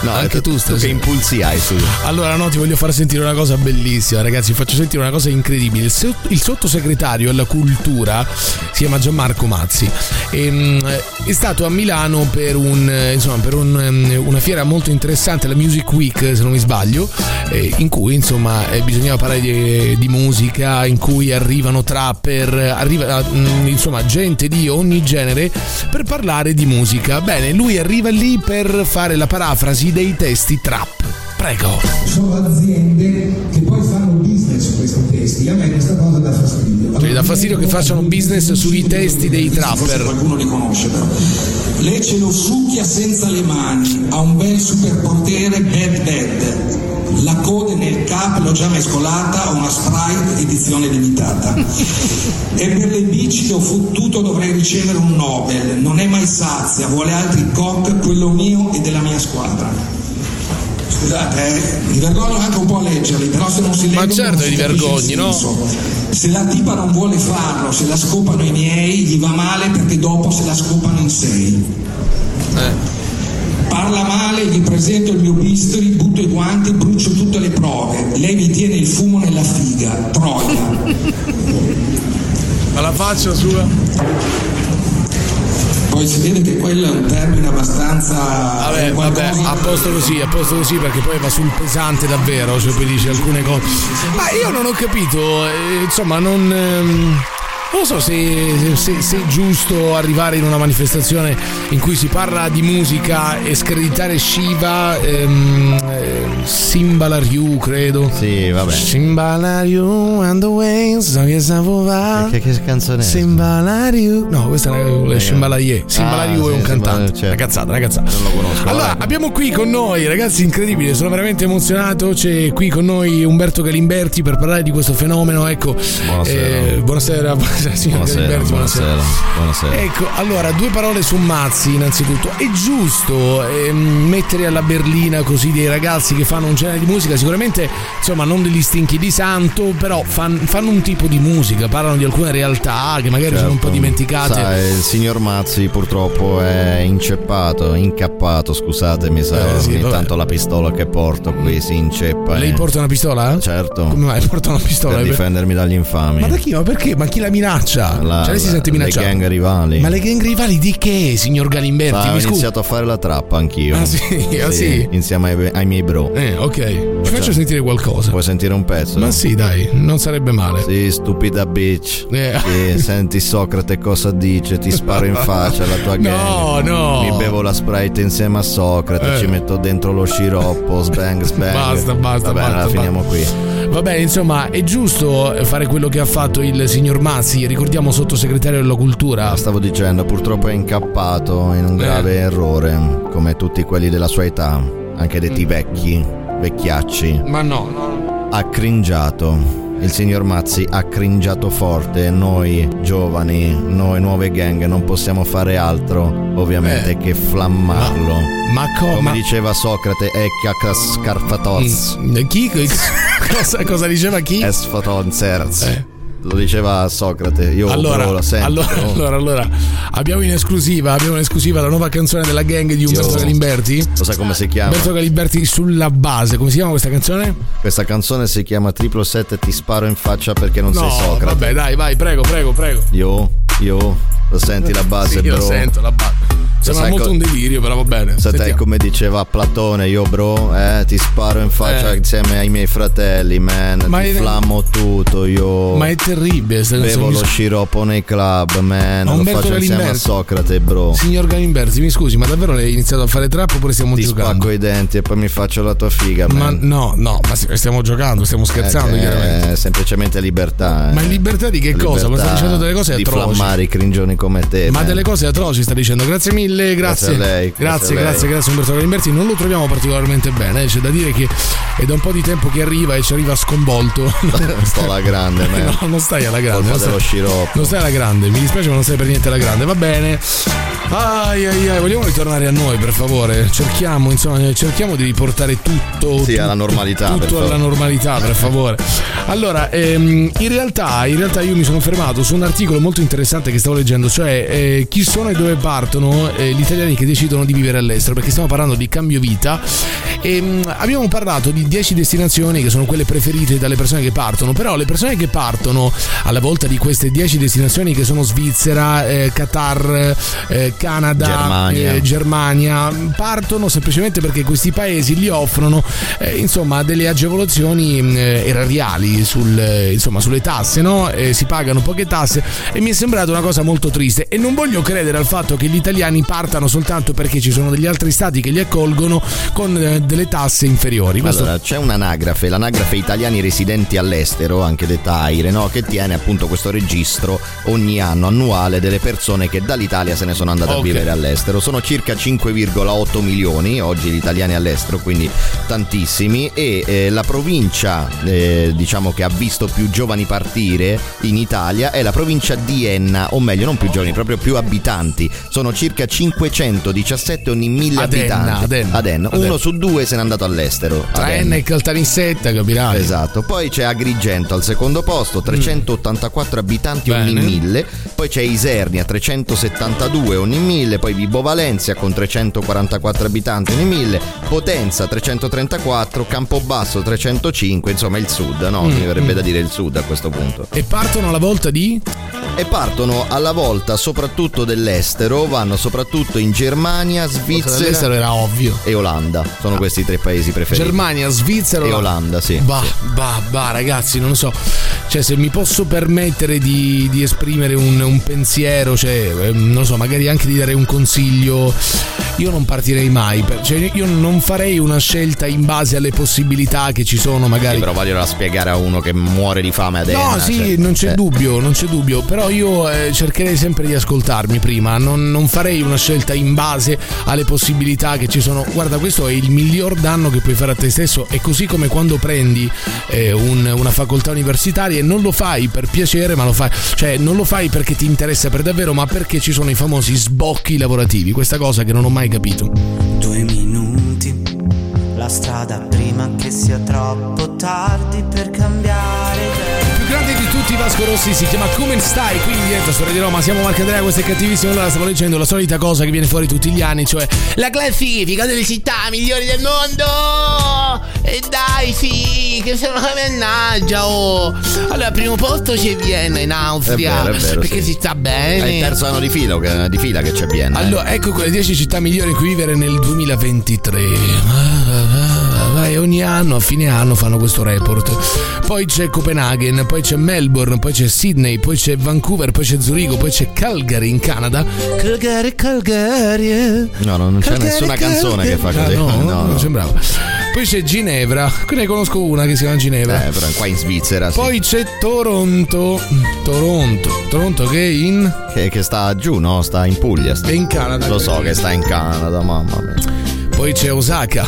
Speaker 4: No,
Speaker 3: Anche tu
Speaker 4: tu che
Speaker 3: stasera.
Speaker 4: impulsi hai su.
Speaker 3: Allora, no, ti voglio far sentire una cosa bellissima, ragazzi. Vi faccio sentire una cosa incredibile. Il, so- il sottosegretario alla cultura si chiama Gianmarco Mazzi. E, mm, è stato a Milano per, un, eh, insomma, per un, ehm, una fiera molto interessante, la Music Week, se non mi sbaglio, eh, in cui insomma eh, bisognava parlare di, di musica, in cui arrivano trapper, arriva mm, insomma gente di ogni genere per parlare di musica. Bene, lui arriva lì per fare la parafrasi dei testi trap. Prego.
Speaker 12: sono aziende che poi fanno business su questi testi. A me questa cosa dà fastidio.
Speaker 3: Cioè, dà fastidio che facciano business sui testi dei trapper.
Speaker 13: Qualcuno li conosce però. Lei ce lo succhia senza le mani, ha un bel superpotere bad bad. La code nel cap l'ho già mescolata a una Sprite edizione limitata. e per le bici che ho fottuto dovrei ricevere un Nobel. Non è mai sazia, vuole altri cock, quello mio e della mia squadra. Scusate, eh, mi vergogno anche un po' a leggerli, però se non si leggono...
Speaker 3: Ma certo
Speaker 13: non si
Speaker 3: ti
Speaker 13: capisce il
Speaker 3: vergogni, no?
Speaker 13: senso. Se la tipa non vuole farlo, se la scopano i miei, gli va male perché dopo se la scopano in sei.
Speaker 3: Eh.
Speaker 13: Parla male, gli presento il mio bisturi, butto i guanti, brucio tutte le prove. Lei mi tiene il fumo nella figa, troia.
Speaker 3: Ma la faccia sua?
Speaker 13: Poi si vede che quello è un termine abbastanza...
Speaker 3: Vabbè,
Speaker 11: Eh,
Speaker 3: vabbè, a posto così, a posto così perché poi va sul pesante davvero, cioè poi dice alcune cose. Ma io non ho capito, eh, insomma, non... ehm, Non so se, se- se è giusto arrivare in una manifestazione in cui si parla di musica e screditare Shiva, ehm, eh, Simbala Ryu, credo.
Speaker 4: Sì, vabbè.
Speaker 3: Simbala Ryu and the Wings, so che sapuva.
Speaker 4: Eh, Che, che canzone è?
Speaker 3: Simbala Ryu. No, questa è una Simbala Ye. Simbala
Speaker 4: Ah,
Speaker 3: Ryu è
Speaker 4: sì,
Speaker 3: un
Speaker 4: Simbala-
Speaker 3: cantante.
Speaker 4: certo.
Speaker 3: Una cazzata, una cazzata.
Speaker 4: Non lo conosco.
Speaker 3: Allora,
Speaker 4: vabbè.
Speaker 3: abbiamo qui con noi, ragazzi, incredibile, sono veramente emozionato. C'è qui con noi Umberto Galimberti per parlare di questo fenomeno. Ecco,
Speaker 4: Buonasera.
Speaker 3: eh, buonasera, buonasera, signor
Speaker 4: buonasera,
Speaker 3: Galimberti, buonasera.
Speaker 4: buonasera, buonasera.
Speaker 3: Ecco, allora, due parole su Mazzi, innanzitutto. È giusto ehm, mettere alla berlina così dei ragazzi che fanno un genere di musica, sicuramente, insomma, non degli stinchi di santo, però fan- fanno un tipo di musica, parlano di alcune realtà che magari sono un po'
Speaker 4: Certo.
Speaker 3: dimenticate.
Speaker 4: Sa, eh, il signor Mazzi purtroppo è inceppato, incappato, scusatemi, sa,
Speaker 3: Eh, sì,
Speaker 4: ogni
Speaker 3: vabbè.
Speaker 4: tanto la pistola che porto qui si inceppa.
Speaker 3: Lei
Speaker 4: eh.
Speaker 3: porta una pistola?
Speaker 4: Certo.
Speaker 3: Come mai porta una pistola?
Speaker 4: Per
Speaker 3: Per-
Speaker 4: difendermi dagli infami.
Speaker 3: Ma da chi? Ma perché? Ma chi la minaccia?
Speaker 4: La-
Speaker 3: cioè lei si
Speaker 4: la-
Speaker 3: sente minacciato.
Speaker 4: Le gang rivali.
Speaker 3: Ma le gang rivali di che, signor Galimberti?
Speaker 4: Sa,
Speaker 3: Mi
Speaker 4: ho
Speaker 3: scusi.
Speaker 4: iniziato a fare la trappa anch'io.
Speaker 3: Ah, sì? Ah, sì?
Speaker 4: Insieme ai, ai miei bro.
Speaker 3: Eh, ok. Ci
Speaker 4: Cioè.
Speaker 3: faccio sentire qualcosa.
Speaker 4: Puoi sentire un pezzo?
Speaker 3: Ma sì, dai, non sarebbe male.
Speaker 4: Sì, stupida bitch.
Speaker 3: Eh.
Speaker 4: Sì, senti Socrate cosa dice, ti sparo in faccia la tua gang.
Speaker 3: No, no.
Speaker 4: Mi bevo la Sprite insieme a Socrate,
Speaker 3: Eh.
Speaker 4: ci metto dentro lo sciroppo, sbang sbang.
Speaker 3: Basta, basta,
Speaker 4: Vabbè, allora
Speaker 3: basta,
Speaker 4: finiamo
Speaker 3: basta.
Speaker 4: qui.
Speaker 3: Vabbè, insomma, è giusto fare quello che ha fatto il signor Mazzi, ricordiamo sottosegretario della cultura.
Speaker 4: Ah, Stavo dicendo, purtroppo è incappato in un
Speaker 3: Eh.
Speaker 4: grave errore, come tutti quelli della sua età, anche detti
Speaker 3: Mm.
Speaker 4: vecchi, vecchiacci.
Speaker 3: Ma no.
Speaker 4: ha cringiato. Il signor Mazzi ha cringiato forte. Noi giovani, noi nuove gang, non possiamo fare altro, ovviamente, che flammarlo.
Speaker 3: Eh. Ma co-
Speaker 4: Come
Speaker 3: ma-
Speaker 4: diceva Socrate, è chiacca scarfatos.
Speaker 3: Mm, Chi?
Speaker 4: Eh,
Speaker 3: cosa, cosa diceva chi?
Speaker 4: Es fotonzers. Lo diceva Socrate, io
Speaker 3: Eh. Allora,
Speaker 4: lo sento. Oh.
Speaker 3: allora, allora, allora, abbiamo in esclusiva, abbiamo in esclusiva la nuova canzone della gang di Umberto
Speaker 4: Io-
Speaker 3: Galimberti.
Speaker 4: Lo sai come si chiama?
Speaker 3: Umberto Galimberti sulla base, come si chiama questa canzone?
Speaker 4: Questa canzone si chiama 777 Ti sparo in faccia perché non sei Socrate.
Speaker 3: vabbè, dai, vai, prego, prego, prego.
Speaker 4: Io, io, lo senti la base,
Speaker 3: Sì, io
Speaker 4: bro?
Speaker 3: la sento, la base. Sembra
Speaker 4: sai
Speaker 3: molto
Speaker 4: co-
Speaker 3: un delirio, però va bene.
Speaker 4: Sai te
Speaker 3: Sentiamo.
Speaker 4: come diceva Platone, io bro, eh, ti sparo in faccia
Speaker 3: Eh.
Speaker 4: insieme ai miei fratelli, man,
Speaker 3: Ma
Speaker 4: ti
Speaker 3: è-
Speaker 4: flammo tutto, io
Speaker 3: Ma è terribile sta
Speaker 4: bevo
Speaker 3: canzone.
Speaker 4: lo
Speaker 3: Mi-
Speaker 4: sciroppo nei club,
Speaker 3: Ma
Speaker 4: man, lo
Speaker 3: Umberto
Speaker 4: faccio insieme a
Speaker 3: Galimberti-
Speaker 4: Socrate, bro.
Speaker 3: Signor Galimberti, mi scusi, ma davvero lei ha iniziato a fare trap oppure stiamo
Speaker 4: Ti
Speaker 3: giocando?
Speaker 4: spacco i denti e poi mi faccio la tua figa,
Speaker 3: Ma
Speaker 4: man.
Speaker 3: no, no, ma st- stiamo giocando, stiamo scherzando,
Speaker 4: Eh, che
Speaker 3: chiaramente.
Speaker 4: è semplicemente libertà. eh.
Speaker 3: Ma in libertà di che cosa? Ma sta
Speaker 4: Libertà
Speaker 3: dicendo delle cose
Speaker 4: di
Speaker 3: atroci.
Speaker 4: flammare i cringioni come te.
Speaker 3: Ma
Speaker 4: man.
Speaker 3: delle cose atroci sta dicendo, grazie mille, grazie.
Speaker 4: Grazie a lei, grazie
Speaker 3: grazie,
Speaker 4: a lei.
Speaker 3: grazie, grazie Umberto Galimberti. Non lo troviamo particolarmente bene, eh, c'è da dire che è da un po' di tempo che arriva e ci arriva sconvolto.
Speaker 4: Sto alla grande, man.
Speaker 3: No, non stai alla grande.
Speaker 4: Colpa
Speaker 3: Non
Speaker 4: dello
Speaker 3: stai,
Speaker 4: sciroppo.
Speaker 3: non stai alla grande, mi dispiace ma non stai per niente alla grande, va bene. Ai ai ai, vogliamo ritornare a noi per favore. Cerchiamo, insomma, cerchiamo di riportare tutto.
Speaker 4: Sì,
Speaker 3: tutto,
Speaker 4: alla normalità, per
Speaker 3: Tutto alla
Speaker 4: favore.
Speaker 3: normalità, per favore. Allora, ehm, in, realtà, in realtà io mi sono fermato su un articolo molto interessante che stavo leggendo, cioè eh, chi sono e dove partono eh, gli italiani che decidono di vivere all'estero, perché stiamo parlando di cambio vita. E, mm, abbiamo parlato di 10 destinazioni che sono quelle preferite dalle persone che partono, però le persone che partono alla volta di queste 10 destinazioni che sono Svizzera, eh, Qatar, eh, Canada,
Speaker 4: Germania.
Speaker 3: eh, Germania partono semplicemente perché questi paesi gli offrono eh, insomma delle agevolazioni mh, eh, erariali sul, eh, insomma, sulle tasse no? Eh, si pagano poche tasse e mi è sembrata una cosa molto triste e non voglio credere al fatto che gli italiani partano soltanto perché ci sono degli altri stati che li accolgono con eh, delle tasse inferiori Questo-
Speaker 4: Allora, c'è un'anagrafe, l'anagrafe italiani residenti all'estero, anche detta AIRE, no? che tiene appunto questo registro ogni anno annuale delle persone che dall'Italia se ne sono andate
Speaker 3: Ok.
Speaker 4: a vivere all'estero. Sono circa 5,8 milioni oggi gli italiani all'estero, quindi tantissimi. E eh, la provincia, eh, diciamo che ha visto più giovani partire in Italia è la provincia di Enna, o meglio, non più giovani, proprio più abitanti. Sono circa 517 ogni 1000
Speaker 3: Ad Enna,
Speaker 4: abitanti.
Speaker 3: ad Enna.
Speaker 4: Ad Enna.
Speaker 3: Ad
Speaker 4: Uno
Speaker 3: Enna.
Speaker 4: su due se n'è andato all'estero. ad
Speaker 3: tra
Speaker 4: Enna.
Speaker 3: N e Caltanissetta capirai
Speaker 4: Esatto, poi c'è Agrigento al secondo posto, 384 abitanti ogni
Speaker 3: Mm. Bene.
Speaker 4: mille, poi c'è Isernia 372 ogni mille, poi Vibo Valencia con 344 abitanti ogni mille, Potenza 334, Campobasso 305, insomma il sud, no?
Speaker 3: Mm,
Speaker 4: Mi verrebbe
Speaker 3: mm.
Speaker 4: da dire il sud a questo punto.
Speaker 3: e partono alla volta di
Speaker 4: e partono alla volta soprattutto dell'estero, vanno soprattutto in Germania, Svizzera
Speaker 3: dell'estero era ovvio.
Speaker 4: e Olanda. Sono questi i tre paesi preferiti.
Speaker 3: Germania, Svizzera
Speaker 4: e Olanda, sì.
Speaker 3: Bah, bah, bah, ragazzi, non lo so. Cioè, se mi posso permettere di, di esprimere un, un pensiero, cioè, eh, non lo so, magari anche di dare un consiglio, io non partirei mai. per- cioè, io non farei una scelta in base alle possibilità che ci sono,
Speaker 4: Sì,
Speaker 3: magari.
Speaker 4: però voglio spiegare a uno che muore di fame cioè, adesso.
Speaker 3: No, sì,
Speaker 4: certo,
Speaker 3: non
Speaker 4: eh,
Speaker 3: c'è dubbio, non c'è dubbio, però io eh, cercherei sempre di ascoltarmi prima, non, non farei una scelta in base alle possibilità che ci sono. Guarda, questo è il miglior danno che puoi fare a te stesso, è così come quando prendi eh, un- una facoltà universitaria e non lo fai per piacere, ma lo fai, cioè non lo fai perché ti interessa per davvero, ma perché ci sono i famosi sbocchi lavorativi, questa cosa che non ho mai capito.
Speaker 14: Due minuti, la strada prima che sia troppo tardi per cambiare idea.
Speaker 3: più grande di tutti Vasco Rossi si chiama Come stai qui in diretta su Radio Roma siamo Marco Andrea questo è cattivissimo allora stavo leggendo la solita cosa che viene fuori tutti gli anni cioè
Speaker 15: La classifica delle città migliori del mondo! E dai, sì, che sono una mannaggia, oh! Allora, al primo posto c'è Vienna in Austria,
Speaker 4: È vero, è vero,
Speaker 15: perché
Speaker 4: sì.
Speaker 15: si
Speaker 4: Eh,
Speaker 15: sta
Speaker 4: È
Speaker 15: bene.
Speaker 4: il terzo anno di fila, che- di fila che c'è Vienna. eh.
Speaker 3: allora ecco quelle 10 città migliori in cui vivere nel 2023 Ah, ah, ah, ah, e ogni anno a fine anno fanno questo report poi c'è Copenaghen poi c'è Melbourne poi c'è Sydney poi c'è Vancouver poi c'è Zurigo poi c'è Calgary in Canada Calgary Calgary
Speaker 4: No, no, non c'è
Speaker 3: Calgary,
Speaker 4: nessuna
Speaker 3: Calgary.
Speaker 4: canzone che fa così.
Speaker 3: Ah, no,
Speaker 4: No,
Speaker 3: non
Speaker 4: no.
Speaker 3: sembrava. Poi c'è Ginevra, qui ne conosco una che si chiama Ginevra.
Speaker 4: Eh, però qua in Svizzera sì.
Speaker 3: Poi c'è Toronto, Toronto, Toronto che è in...
Speaker 4: Che, che sta giù, no? Sta in Puglia. Sta.
Speaker 3: È in Canada.
Speaker 4: Lo so che sta in Canada, mamma mia.
Speaker 3: Poi c'è Osaka,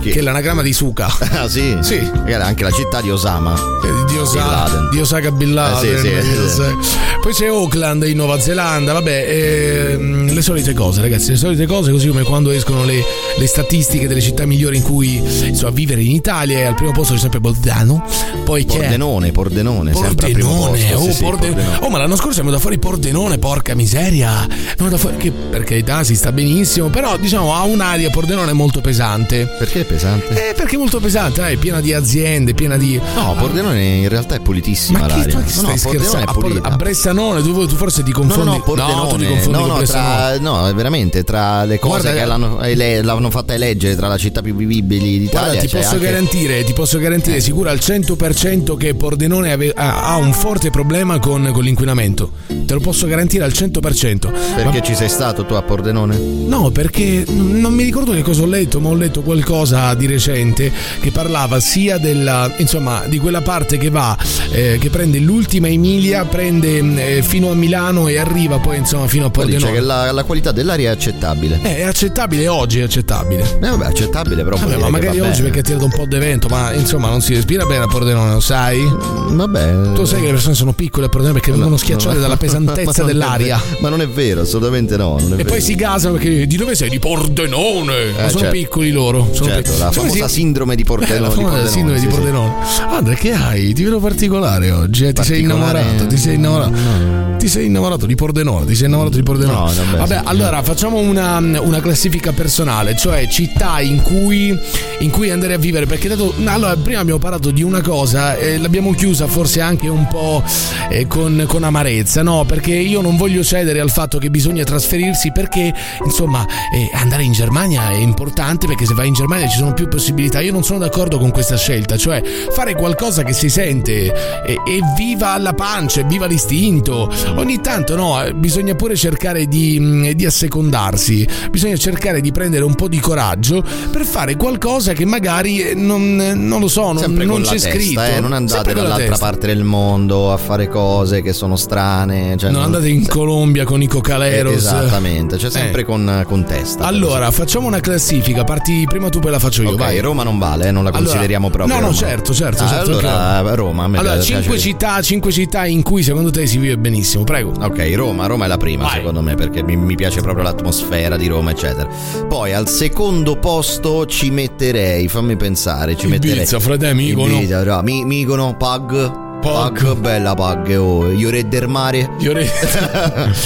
Speaker 3: che è l'anagramma di Suka.
Speaker 4: Ah, sì?
Speaker 3: Sì.
Speaker 4: Magari Anche la città di Osama.
Speaker 3: Eh, di Osama.
Speaker 4: Bin Laden.
Speaker 3: Di Osaka Bin Laden.
Speaker 4: Eh, sì, sì,
Speaker 3: di
Speaker 4: sì, sì.
Speaker 3: Osaka. Poi c'è Auckland in Nuova Zelanda, vabbè, ehm, le solite cose ragazzi, le solite cose così come quando escono le, le statistiche delle città migliori in cui insomma, vivere in Italia e al primo posto c'è sempre Bolzano, poi c'è...
Speaker 4: Pordenone, Pordenone, sempre al primo
Speaker 3: Pordenone,
Speaker 4: posto.
Speaker 3: oh,
Speaker 4: Sì, sì,
Speaker 3: Porden-
Speaker 4: Pordenone.
Speaker 3: oh, ma l'anno scorso è venuto fuori Pordenone, porca miseria. È venuto fuori, che per carità si sta benissimo, però diciamo ha un'aria Pordenone molto pesante.
Speaker 4: Perché è pesante?
Speaker 3: Eh, perché è molto pesante, dai, è piena di aziende, piena di...
Speaker 4: No, Pordenone in realtà è pulitissima
Speaker 3: Ma che,
Speaker 4: l'aria.
Speaker 3: ma che
Speaker 4: No,
Speaker 3: stai
Speaker 4: no, Pordenone
Speaker 3: scherzando?
Speaker 4: è
Speaker 3: A, Por-
Speaker 4: pulita.
Speaker 3: a Bressanone, tu, tu forse ti confondi.
Speaker 4: No, no, Pordenone.
Speaker 3: tu ti confondi
Speaker 4: no,
Speaker 3: con
Speaker 4: no,
Speaker 3: Bressanone.
Speaker 4: tra, no, è veramente tra le cose
Speaker 3: Guarda-
Speaker 4: che l'hanno, ele- l'hanno fatta eleggere tra la città più vivibili d'Italia.
Speaker 3: Guarda, ti
Speaker 4: c'è
Speaker 3: posso
Speaker 4: anche- Eh.
Speaker 3: garantire, ti posso garantire sicuro al 100% che Pordenone ave- ha, ha un forte problema con, con l'inquinamento. Te lo posso garantire al 100%.
Speaker 4: Perché ci sei stato tu a Pordenone?
Speaker 3: No, perché non mi ricordo che cosa ho letto, ma ho letto qualcosa di recente che parlava sia della, insomma, di quella parte che va, eh, che prende l'ultima Emilia, prende mh, eh, fino a Milano e arriva poi insomma fino a
Speaker 4: Poi dice che
Speaker 3: Pordenone.
Speaker 4: la, la qualità dell'aria è accettabile.
Speaker 3: Eh, è accettabile oggi, è accettabile.
Speaker 4: Eh vabbè, accettabile però.
Speaker 3: Vabbè, ma magari oggi perché ha tirato un po' di vento, ma insomma non si respira bene a Pordenone, lo sai?
Speaker 4: Vabbè.
Speaker 3: Tu sai che le persone sono piccole a Pordenone perché vengono schiacciate dalla pesantezza dell'aria.
Speaker 4: Ma non è vero, assolutamente no. non è
Speaker 3: E
Speaker 4: vero.
Speaker 3: poi si gasano perché di dove sei? Di Pordenone! ma
Speaker 4: Eh,
Speaker 3: sono
Speaker 4: certo.
Speaker 3: piccoli loro. Sono
Speaker 4: Certo,
Speaker 3: piccoli.
Speaker 4: la
Speaker 3: Come
Speaker 4: famosa
Speaker 3: si-
Speaker 4: sindrome di Pordenone.
Speaker 3: Eh, la
Speaker 4: di
Speaker 3: famosa
Speaker 4: Pordenone,
Speaker 3: sindrome di
Speaker 4: sì, sì.
Speaker 3: Pordenone. Andrea, che hai? Ti vedo particolare oggi, eh? ti sei
Speaker 4: Particolare?
Speaker 3: innamorato, ti sei innamorato. Ti sei innamorato di Pordenone, ti sei innamorato di Pordenone.
Speaker 4: No, vabbè, sì.
Speaker 3: allora facciamo una, una classifica personale, cioè città in cui, in cui andare a vivere. Perché dato. no, Allora, prima abbiamo parlato di una cosa, eh, l'abbiamo chiusa forse anche un po' eh, con, con amarezza, no? Perché io non voglio cedere al fatto che bisogna trasferirsi perché, insomma, eh, andare in Germania è importante perché se vai in Germania ci sono più possibilità. Io non sono d'accordo con questa scelta, cioè fare qualcosa che si sente e, e viva la pancia, e viva l'istinto. Ogni tanto no, eh, bisogna pure cercare di, mm, di assecondarsi, bisogna cercare di prendere un po' di coraggio per fare qualcosa che magari eh, non, non lo so, non,
Speaker 4: Sempre
Speaker 3: non
Speaker 4: con la
Speaker 3: c'è
Speaker 4: testa,
Speaker 3: scritto.
Speaker 4: eh, non andate
Speaker 3: Sempre con la
Speaker 4: dall'altra
Speaker 3: testa.
Speaker 4: parte del mondo a fare cose che sono strane. Cioè
Speaker 3: Non andate in Colombia con i cocaleros.
Speaker 4: Eh, Esattamente, cioè sempre
Speaker 3: Eh.
Speaker 4: con, con testa.
Speaker 3: Allora, facciamo una classifica. Parti prima tu, poi la faccio io.
Speaker 4: Ok,
Speaker 3: vai.
Speaker 4: Roma non vale, eh, non la
Speaker 3: Allora,
Speaker 4: consideriamo proprio.
Speaker 3: No, no,
Speaker 4: Roma.
Speaker 3: certo, certo.
Speaker 4: Ah,
Speaker 3: certo,
Speaker 4: allora,
Speaker 3: ok.
Speaker 4: Roma. a me
Speaker 3: Allora,
Speaker 4: piace-
Speaker 3: cinque città, cinque città in cui secondo te si vive benissimo, prego.
Speaker 4: Ok, Roma, Roma è la prima secondo me perché mi, mi piace proprio l'atmosfera di Roma, eccetera. Poi al secondo posto ci metterei, fammi pensare, ci
Speaker 3: Ibiza,
Speaker 4: metterei
Speaker 3: frate, Micono.
Speaker 4: Ibiza, no, Mi- Micono, Pag. Ah, che bella pag, oh. Iore del mare.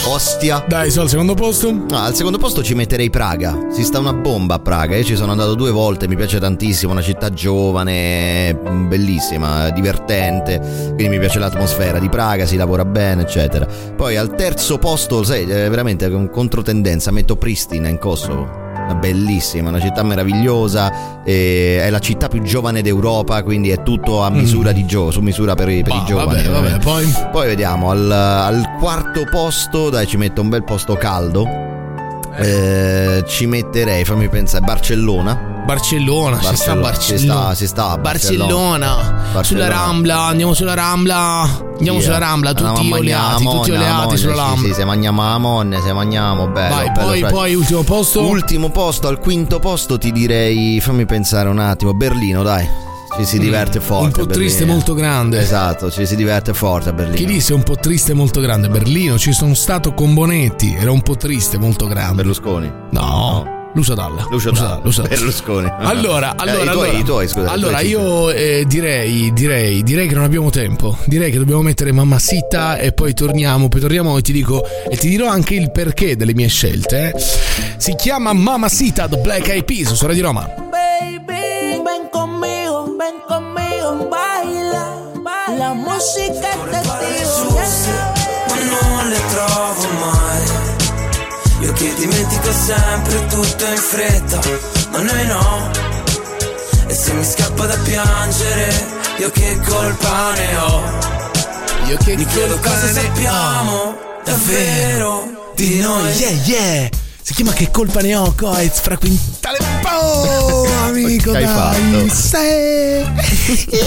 Speaker 4: Ostia.
Speaker 3: Dai, so al secondo posto.
Speaker 4: Ah, al secondo posto ci metterei Praga. Si sta una bomba a Praga. Io ci sono andato due volte, mi piace tantissimo. Una città giovane, mm, bellissima, divertente. Quindi mi piace l'atmosfera di Praga, si lavora bene, eccetera. Poi al terzo posto, sai, eh, veramente con controtendenza, metto Pristina in Kosovo. Una Bellissima, una città meravigliosa, eh, è la città più giovane d'Europa, quindi è tutto a misura di gio- su misura per i, per i giovani.
Speaker 3: Mm. Ah, vabbè, vabbè,
Speaker 4: veramente.
Speaker 3: poi?
Speaker 4: vediamo, al, al quarto posto, dai ci metto un bel posto caldo, Eh, ci metterei, fammi pensare, Barcellona.
Speaker 15: Barcellona, ci sta
Speaker 4: Si sta, si sta a
Speaker 15: Barcellona, sulla Rambla, andiamo sulla Rambla, andiamo
Speaker 4: Sì,
Speaker 15: sulla
Speaker 4: eh.
Speaker 15: Rambla,
Speaker 4: Andiamo
Speaker 15: tutti
Speaker 4: a
Speaker 15: oleati,
Speaker 4: Magnamo,
Speaker 15: tutti
Speaker 4: andiamo a
Speaker 15: oleati sulla
Speaker 4: Magnamo,
Speaker 15: Rambla.
Speaker 4: Sì, sì, se mangiamo a monne, se mangiamo, bello.
Speaker 15: Vai,
Speaker 4: bello,
Speaker 15: poi,
Speaker 4: fra-
Speaker 15: poi ultimo posto.
Speaker 4: Ultimo posto, al quinto posto ti direi, fammi pensare un attimo, Berlino, dai. Ci
Speaker 15: Mm.
Speaker 4: si diverte
Speaker 3: Mm.
Speaker 4: forte.
Speaker 3: un po'
Speaker 4: a Berlino.
Speaker 3: triste, molto grande.
Speaker 4: Esatto, ci si diverte forte a Berlino.
Speaker 3: Chi disse un po' triste e molto grande? Berlino, ci sono stato con Bonetti, era un po' triste, molto grande.
Speaker 4: Berlusconi.
Speaker 3: No, Lucio Dalla.
Speaker 4: Lucio Dalla, Berlusconi.
Speaker 3: Allora,
Speaker 4: Eh,
Speaker 3: allora,
Speaker 4: i tuoi,
Speaker 3: allora.
Speaker 4: i tuoi, scusa. i
Speaker 3: Allora,
Speaker 4: tuoi ci
Speaker 3: io eh, direi, direi, direi che non abbiamo tempo. Direi che dobbiamo mettere mamma sita e poi torniamo. Poi torniamo e ti dico e ti dirò anche il perché delle mie scelte. eh. Si chiama Mamma Sita The Black Eyed Peas, su Radio Roma.
Speaker 16: Baby, ven conmigo, ven conmigo, baila. La musica è testigo.
Speaker 17: ma non le trovo mai. Io che dimentico sempre tutto in fretta, ma noi no. E se mi scappa da piangere, io che colpa ne ho?
Speaker 3: Io che
Speaker 17: Mi chiedo cosa sappiamo davvero di noi.
Speaker 3: Yeah, yeah. Si chiama Che colpa ne ho, Coez, fra Quintale Po, amico
Speaker 4: Che hai
Speaker 3: dai.
Speaker 4: fatto?
Speaker 3: Sì. Yeah,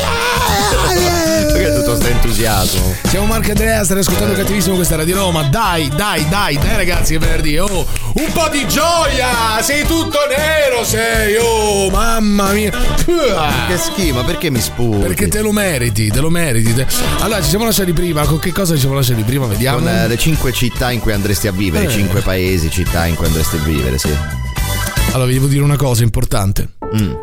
Speaker 3: yeah.
Speaker 4: Perché è tutto sto entusiasmo?
Speaker 3: Siamo Marco e Andrea, state ascoltando cattivissimo questa era di Roma. Dai, dai, dai, dai ragazzi, che venerdì. Oh, un po' di gioia! Sei tutto nero, sei, oh, mamma mia. Che
Speaker 4: schifo, ma perché mi sputi?
Speaker 3: Ah. Perché te lo meriti, te lo meriti. te- Allora, ci siamo lasciati prima, con che cosa ci siamo lasciati prima? Vediamo.
Speaker 4: Con eh, le cinque città in cui andresti a vivere,
Speaker 3: Eh.
Speaker 4: cinque paesi, città in cui andresti a vivere, sì.
Speaker 3: Allora, vi devo dire una cosa importante.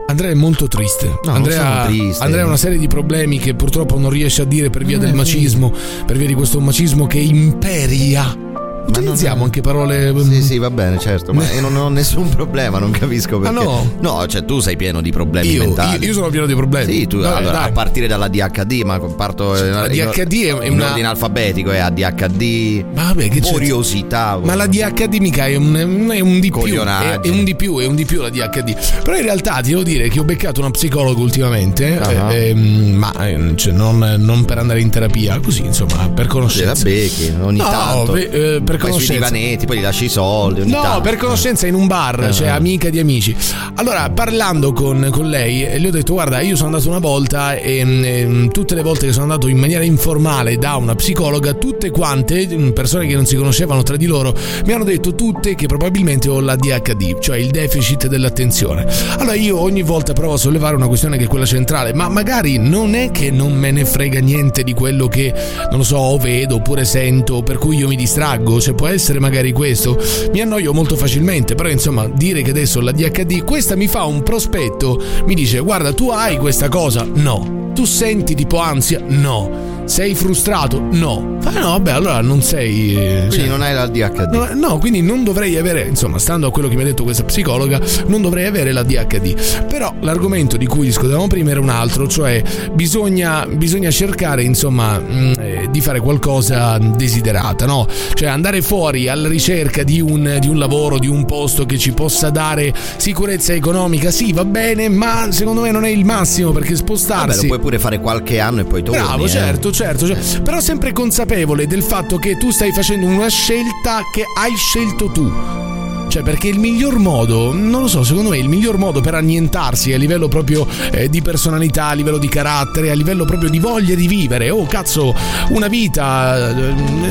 Speaker 3: Andrea è molto triste.
Speaker 4: Mm. No, non
Speaker 3: Andrea,
Speaker 4: sono triste.
Speaker 3: Andrea ha una serie di problemi che purtroppo non riesce a dire per via del macismo, per via di questo macismo che imperia. Utilizziamo anche parole. mm,
Speaker 4: Sì, sì, va bene, certo, ma io non ho nessun problema, non capisco perché.
Speaker 3: Ah, no?
Speaker 4: No, cioè tu sei pieno di problemi
Speaker 3: Io-
Speaker 4: mentali.
Speaker 3: io- io sono pieno di problemi.
Speaker 4: Sì, tu
Speaker 3: Vabbè,
Speaker 4: allora,
Speaker 3: dai.
Speaker 4: a partire dalla DHD, ma parto eh,
Speaker 3: La
Speaker 4: in-
Speaker 3: DHD è
Speaker 4: in
Speaker 3: una-
Speaker 4: ordine alfabetico è ADHD.
Speaker 3: Ma vabbè, che c'è?
Speaker 4: curiosità.
Speaker 3: Ma la DHD mica è un, è un di più. È, è
Speaker 4: Coglionaggine.
Speaker 3: un di più, è un di più la DHD. Però in realtà ti devo dire che ho beccato una psicologa ultimamente,
Speaker 4: Ah.
Speaker 3: eh, ehm, ma eh, cioè, non, non per andare in terapia, così insomma, per
Speaker 4: Sì, la
Speaker 3: conoscenza.
Speaker 4: becchi ogni
Speaker 3: No,
Speaker 4: tanto.
Speaker 3: beh, eh, per
Speaker 4: poi sui
Speaker 3: conoscenza.
Speaker 4: divanetti, poi gli lasci i soldi. Ogni
Speaker 3: No,
Speaker 4: tanto.
Speaker 3: per conoscenza in un bar, cioè
Speaker 4: Ah.
Speaker 3: amica di amici. Allora, parlando con, con lei, eh, le ho detto: Guarda, io sono andato una volta e ehm, tutte le volte che sono andato in maniera informale da una psicologa, tutte quante, mm, persone che non si conoscevano tra di loro, mi hanno detto tutte che probabilmente ho la DHD, cioè il deficit dell'attenzione. Allora, io ogni volta provo a sollevare una questione che è quella centrale, ma magari non è che non me ne frega niente di quello che, non lo so, o vedo oppure sento, per cui io mi distraggo, se può essere magari questo, mi annoio molto facilmente, però insomma dire che adesso ho la DHD, questa mi fa un prospetto, mi dice guarda tu hai questa cosa, no, tu senti tipo ansia, no, sei frustrato, no, fa no vabbè allora non sei... eh,
Speaker 4: Quindi
Speaker 3: cioè-
Speaker 4: non hai la DHD.
Speaker 3: No, no, quindi non dovrei avere, insomma, stando a quello che mi ha detto questa psicologa, non dovrei avere la DHD. Però l'argomento di cui discutevamo prima era un altro, cioè bisogna, bisogna cercare, insomma, mh, eh, di fare qualcosa desiderata, no? Cioè andare fuori alla ricerca di un, di un lavoro, di un posto che ci possa dare sicurezza economica, sì, va bene, ma secondo me non è il massimo perché
Speaker 4: Vabbè, Ah, lo
Speaker 3: spostarsi...
Speaker 4: puoi pure fare qualche anno e poi torni.
Speaker 3: Bravo,
Speaker 4: eh.
Speaker 3: certo, certo, certo. Però sempre consapevole del fatto che tu stai facendo una scelta che hai scelto tu. Cioè, perché il miglior modo, non lo so, secondo me il miglior modo per annientarsi a livello proprio eh, di personalità, a livello di carattere, a livello proprio di voglia di vivere. Oh, cazzo, una vita. eh,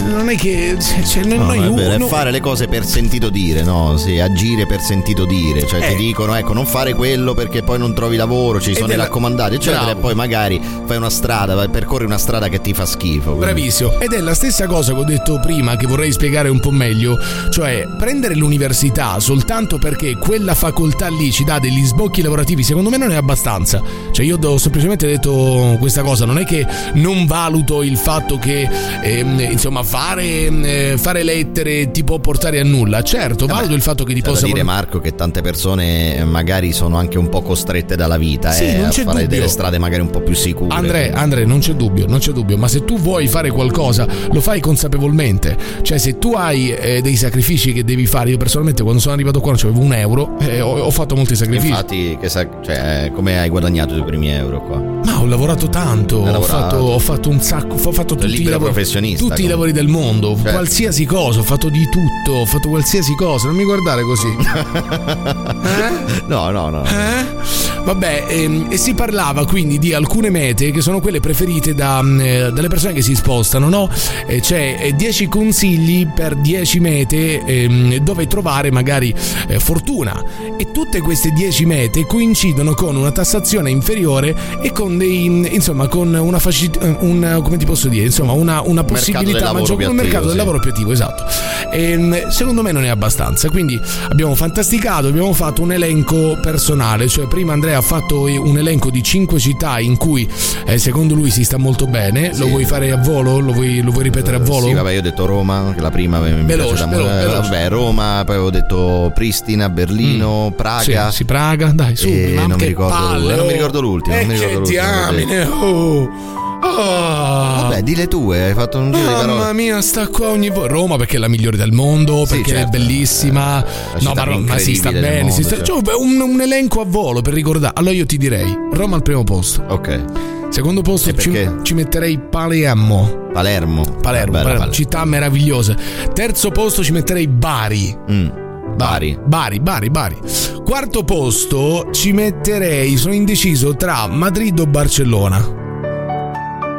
Speaker 3: Non è che. Cioè, non
Speaker 4: No,
Speaker 3: noi-
Speaker 4: è vero, è
Speaker 3: no-
Speaker 4: fare le cose per sentito dire, no? Sì, agire per sentito dire, cioè
Speaker 3: Eh.
Speaker 4: ti dicono ecco non fare quello perché poi non trovi lavoro, ci sono i
Speaker 3: della-
Speaker 4: raccomandati, eccetera,
Speaker 3: Bravo.
Speaker 4: e poi magari fai una strada, vai- percorri una strada che ti fa schifo. quindi-
Speaker 3: Bravissimo. Ed è la stessa cosa che ho detto prima, che vorrei spiegare un po' meglio. Cioè, prendere l'università soltanto perché quella facoltà lì ci dà degli sbocchi lavorativi, secondo me non è abbastanza. Cioè io ho semplicemente detto questa cosa, non è che non valuto il fatto che ehm, insomma fare, ehm, fare lettere ti può portare a nulla. Certo, valuto il fatto che ti
Speaker 4: Eh C'è da
Speaker 3: possa
Speaker 4: dire Marco che tante persone eh, magari sono anche un po' costrette dalla vita
Speaker 3: Sì,
Speaker 4: eh,
Speaker 3: non
Speaker 4: a
Speaker 3: c'è
Speaker 4: fare
Speaker 3: dubbio.
Speaker 4: delle strade magari un po' più sicure.
Speaker 3: Andre, Andre, non c'è dubbio, non c'è dubbio, ma se tu vuoi fare qualcosa, lo fai consapevolmente. Cioè, se tu hai eh, dei sacrifici che devi fare, io personalmente quando sono arrivato qua non avevo un euro, eh, ho, ho fatto molti sacrifici.
Speaker 4: Infatti, che sa- cioè, come hai guadagnato i tuoi primi euro qua?
Speaker 3: Ma ho lavorato tanto,
Speaker 4: Hai
Speaker 3: ho
Speaker 4: lavorato.
Speaker 3: fatto, ho fatto un sacco, ho fatto tutti i
Speaker 4: libero
Speaker 3: lavori,
Speaker 4: professionista,
Speaker 3: tutti i
Speaker 4: comunque.
Speaker 3: lavori del mondo,
Speaker 4: Certo.
Speaker 3: qualsiasi cosa, ho fatto di tutto, ho fatto qualsiasi cosa, non mi guardare così.
Speaker 4: No, no, no.
Speaker 3: Eh? Vabbè, ehm, e si parlava quindi di alcune mete che sono quelle preferite da, mm, eh, dalle persone che si spostano, no? Eh, c'è eh, 10 consigli per 10 mete ehm, dove trovare magari eh, fortuna. E tutte queste 10 mete coincidono con una tassazione inferiore e con dei, mm, insomma, con una facilità, un, come ti posso dire, insomma, una, una
Speaker 4: del
Speaker 3: possibilità
Speaker 4: lavoro
Speaker 3: maggiore,
Speaker 4: più
Speaker 3: un mercato del
Speaker 4: attivo, sì.
Speaker 3: lavoro più attivo, esatto. Ehm, secondo me non è abbastanza, quindi abbiamo fantasticato, abbiamo fatto un elenco personale, cioè prima Andrea ha fatto eh, un elenco di 5 città in cui eh, secondo lui si sta molto bene, lo vuoi fare a volo? Lo vuoi, lo vuoi ripetere a volo?
Speaker 4: Eh, Sì, vabbè, io ho detto Roma, che la prima mi mi
Speaker 3: Veloce,
Speaker 4: piace da
Speaker 3: velo-
Speaker 4: morire.
Speaker 3: veloce.
Speaker 4: Eh, Vabbè, Roma, poi ho detto Pristina, Berlino, Praga.
Speaker 3: Mm. Sì, sì, Praga, dai, su,
Speaker 4: E
Speaker 3: ma
Speaker 4: non mi
Speaker 3: che
Speaker 4: ricordo
Speaker 3: palle,
Speaker 4: l'ultimo, non
Speaker 3: oh.
Speaker 4: mi ricordo l'ultimo,
Speaker 3: Eh,
Speaker 4: non mi ricordo
Speaker 3: che
Speaker 4: l'ultimo,
Speaker 3: diamine,
Speaker 4: sì.
Speaker 3: oh. Ah.
Speaker 4: Vabbè, di le tue, hai fatto un giro di parole.
Speaker 3: Mamma mia, sta qua ogni volta. Roma perché è la migliore del mondo, perché
Speaker 4: certo,
Speaker 3: è bellissima.
Speaker 4: città
Speaker 3: no, ma
Speaker 4: più
Speaker 3: Roma si sta
Speaker 4: incredibile del
Speaker 3: bene.
Speaker 4: mondo,
Speaker 3: si sta-
Speaker 4: certo.
Speaker 3: cioè, un, un elenco a volo per ricordare. Allora io ti direi: Roma al primo posto.
Speaker 4: Ok.
Speaker 3: Secondo posto
Speaker 4: E
Speaker 3: ci,
Speaker 4: perché?
Speaker 3: ci metterei Palermo. Palermo,
Speaker 4: Palermo. Bella
Speaker 3: Palermo,
Speaker 4: Palermo.
Speaker 3: città meravigliose. Terzo posto ci metterei Bari.
Speaker 4: Mm, Bari.
Speaker 3: Bari, Bari, Bari. Quarto posto ci metterei, sono indeciso tra Madrid o Barcellona.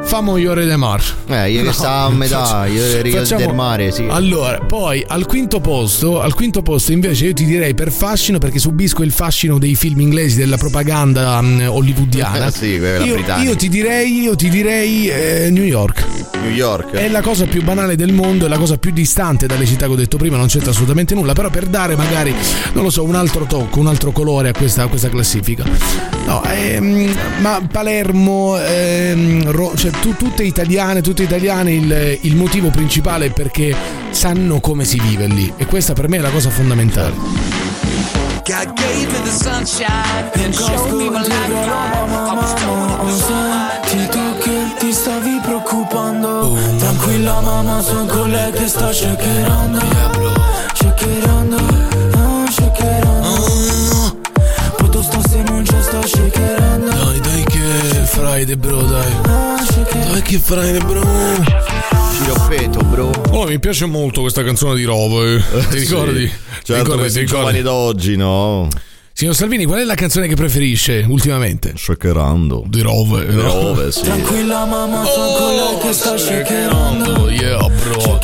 Speaker 3: Famo Iore de Mar.
Speaker 4: Eh, io che stavo a metà, io che Rio
Speaker 3: Facciamo-
Speaker 4: del Mare, sì.
Speaker 3: Allora, poi al quinto posto, al quinto posto invece io ti direi per fascino perché subisco il fascino dei film inglesi della propaganda mm, hollywoodiana.
Speaker 4: Ah, Sì, quella
Speaker 3: io,
Speaker 4: britannica.
Speaker 3: io ti direi, io ti direi eh, New York.
Speaker 4: New York.
Speaker 3: È la cosa più banale del mondo, è la cosa più distante dalle città che ho detto prima, non c'entra assolutamente nulla, però per dare magari, non lo so, un altro tocco, un altro colore a questa, a questa classifica. No, ehm, ma Palermo, ehm, Ro- cioè tu- tutte italiane, tutte italiane, il, il motivo principale è perché sanno come si vive lì e questa per me è la cosa fondamentale.
Speaker 17: God gave me the sunshine and showed me my lifeline. I was told it was
Speaker 8: Senti tu che ti stavi preoccupando Tranquilla mamma son con lei che sta shakerando Shakerando, ah, shakerando Poto sta se non ci sta shakerando
Speaker 3: Dai, dai che Friday bro, dai. Dai che Friday bro.
Speaker 4: Sciroppeto bro.
Speaker 3: Oh, mi piace molto questa canzone di Rovo, ti ricordi?
Speaker 4: Certo,
Speaker 3: Ricordi,
Speaker 4: questi
Speaker 3: ti ricordi?
Speaker 4: giovani d'oggi, no?
Speaker 3: Signor Salvini, qual è la canzone che preferisce ultimamente?
Speaker 4: Shakerando.
Speaker 3: Di Cioè, Rove.
Speaker 4: Di Rove, sì.
Speaker 8: Tranquilla mamma son
Speaker 3: Oh,
Speaker 8: con lei che sta shakerando
Speaker 3: Yeah, bro.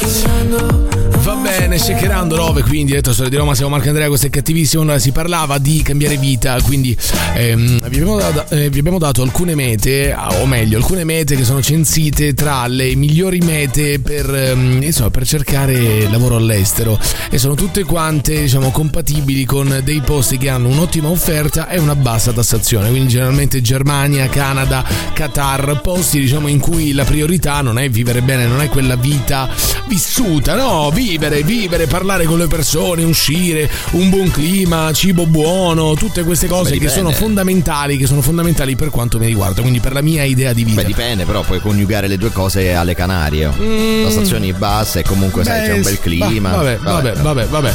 Speaker 3: Va bene, shakerando Rove, quindi detto storia di Roma, siamo Marco Andrea, questo è cattivissimo. Allora, si parlava di cambiare vita, quindi ehm, vi, abbiamo da- eh, vi abbiamo dato alcune mete, ah, o meglio, alcune mete che sono censite tra le migliori mete per, ehm, insomma, per cercare lavoro all'estero e sono tutte quante diciamo, compatibili con dei posti che hanno un'ottima offerta e una bassa tassazione, quindi generalmente Germania, Canada, Qatar, posti diciamo, in cui la priorità non è vivere bene, non è quella vita vissuta, no, vivere, vivere, parlare con le persone, uscire, un buon clima, cibo buono, tutte queste cose
Speaker 4: Beh,
Speaker 3: che sono
Speaker 4: dipende.
Speaker 3: fondamentali, che sono fondamentali per quanto mi riguarda, quindi per la mia idea di vita.
Speaker 4: Beh, dipende, però puoi coniugare le due cose alle Canarie.
Speaker 3: Mm.
Speaker 4: La stazione basse e comunque sai,
Speaker 3: Beh,
Speaker 4: c'è un
Speaker 3: s-
Speaker 4: bel clima.
Speaker 3: va- Vabbè, vabbè, vabbè, vabbè.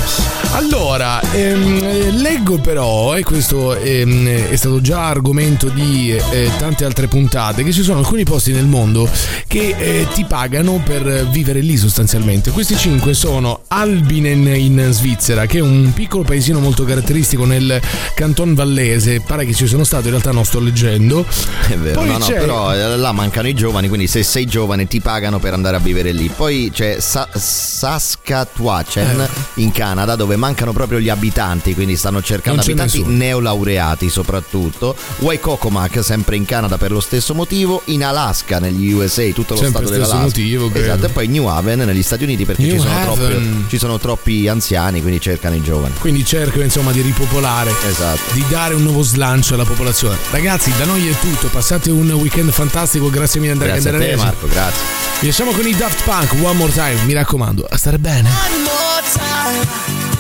Speaker 3: Allora, ehm, eh, leggo però, e questo ehm, eh, è stato già argomento di eh, tante altre puntate, che ci sono alcuni posti nel mondo che eh, ti pagano per eh, vivere lì sostanzialmente. Questi cinque sono Albinen in Svizzera, che è un piccolo paesino molto caratteristico nel canton vallese. Pare che ci sono stato, in realtà non sto leggendo.
Speaker 4: È vero,
Speaker 3: Poi
Speaker 4: no, no,
Speaker 3: c'è-
Speaker 4: però eh, là mancano i giovani, quindi se sei giovane ti pagano per andare a vivere lì. Poi c'è Sa- Saskatchewan
Speaker 3: Eh.
Speaker 4: in Canada dove mancano proprio gli abitanti, quindi stanno cercando
Speaker 3: Non c'è
Speaker 4: abitanti
Speaker 3: nessuno.
Speaker 4: neolaureati soprattutto. Waikokomak sempre in Canada per lo stesso motivo, in Alaska negli USA, tutto lo
Speaker 3: Sempre
Speaker 4: stato
Speaker 3: stesso
Speaker 4: dell'Alaska.
Speaker 3: motivo, credo.
Speaker 4: esatto, e poi New Haven negli Stati Uniti perché
Speaker 3: New
Speaker 4: ci sono
Speaker 3: Haven,
Speaker 4: troppo, ci sono troppi anziani, quindi cercano i giovani.
Speaker 3: Quindi cerco insomma di ripopolare,
Speaker 4: Esatto.
Speaker 3: di dare un nuovo slancio alla popolazione. Ragazzi, da noi è tutto. Passate un weekend fantastico. Grazie mille, Andrea
Speaker 4: Grazie a te
Speaker 3: Candelaresi.
Speaker 4: Marco, grazie.
Speaker 3: Riusciamo con i Daft Punk, one more time. Mi raccomando, a stare bene.
Speaker 16: One more time.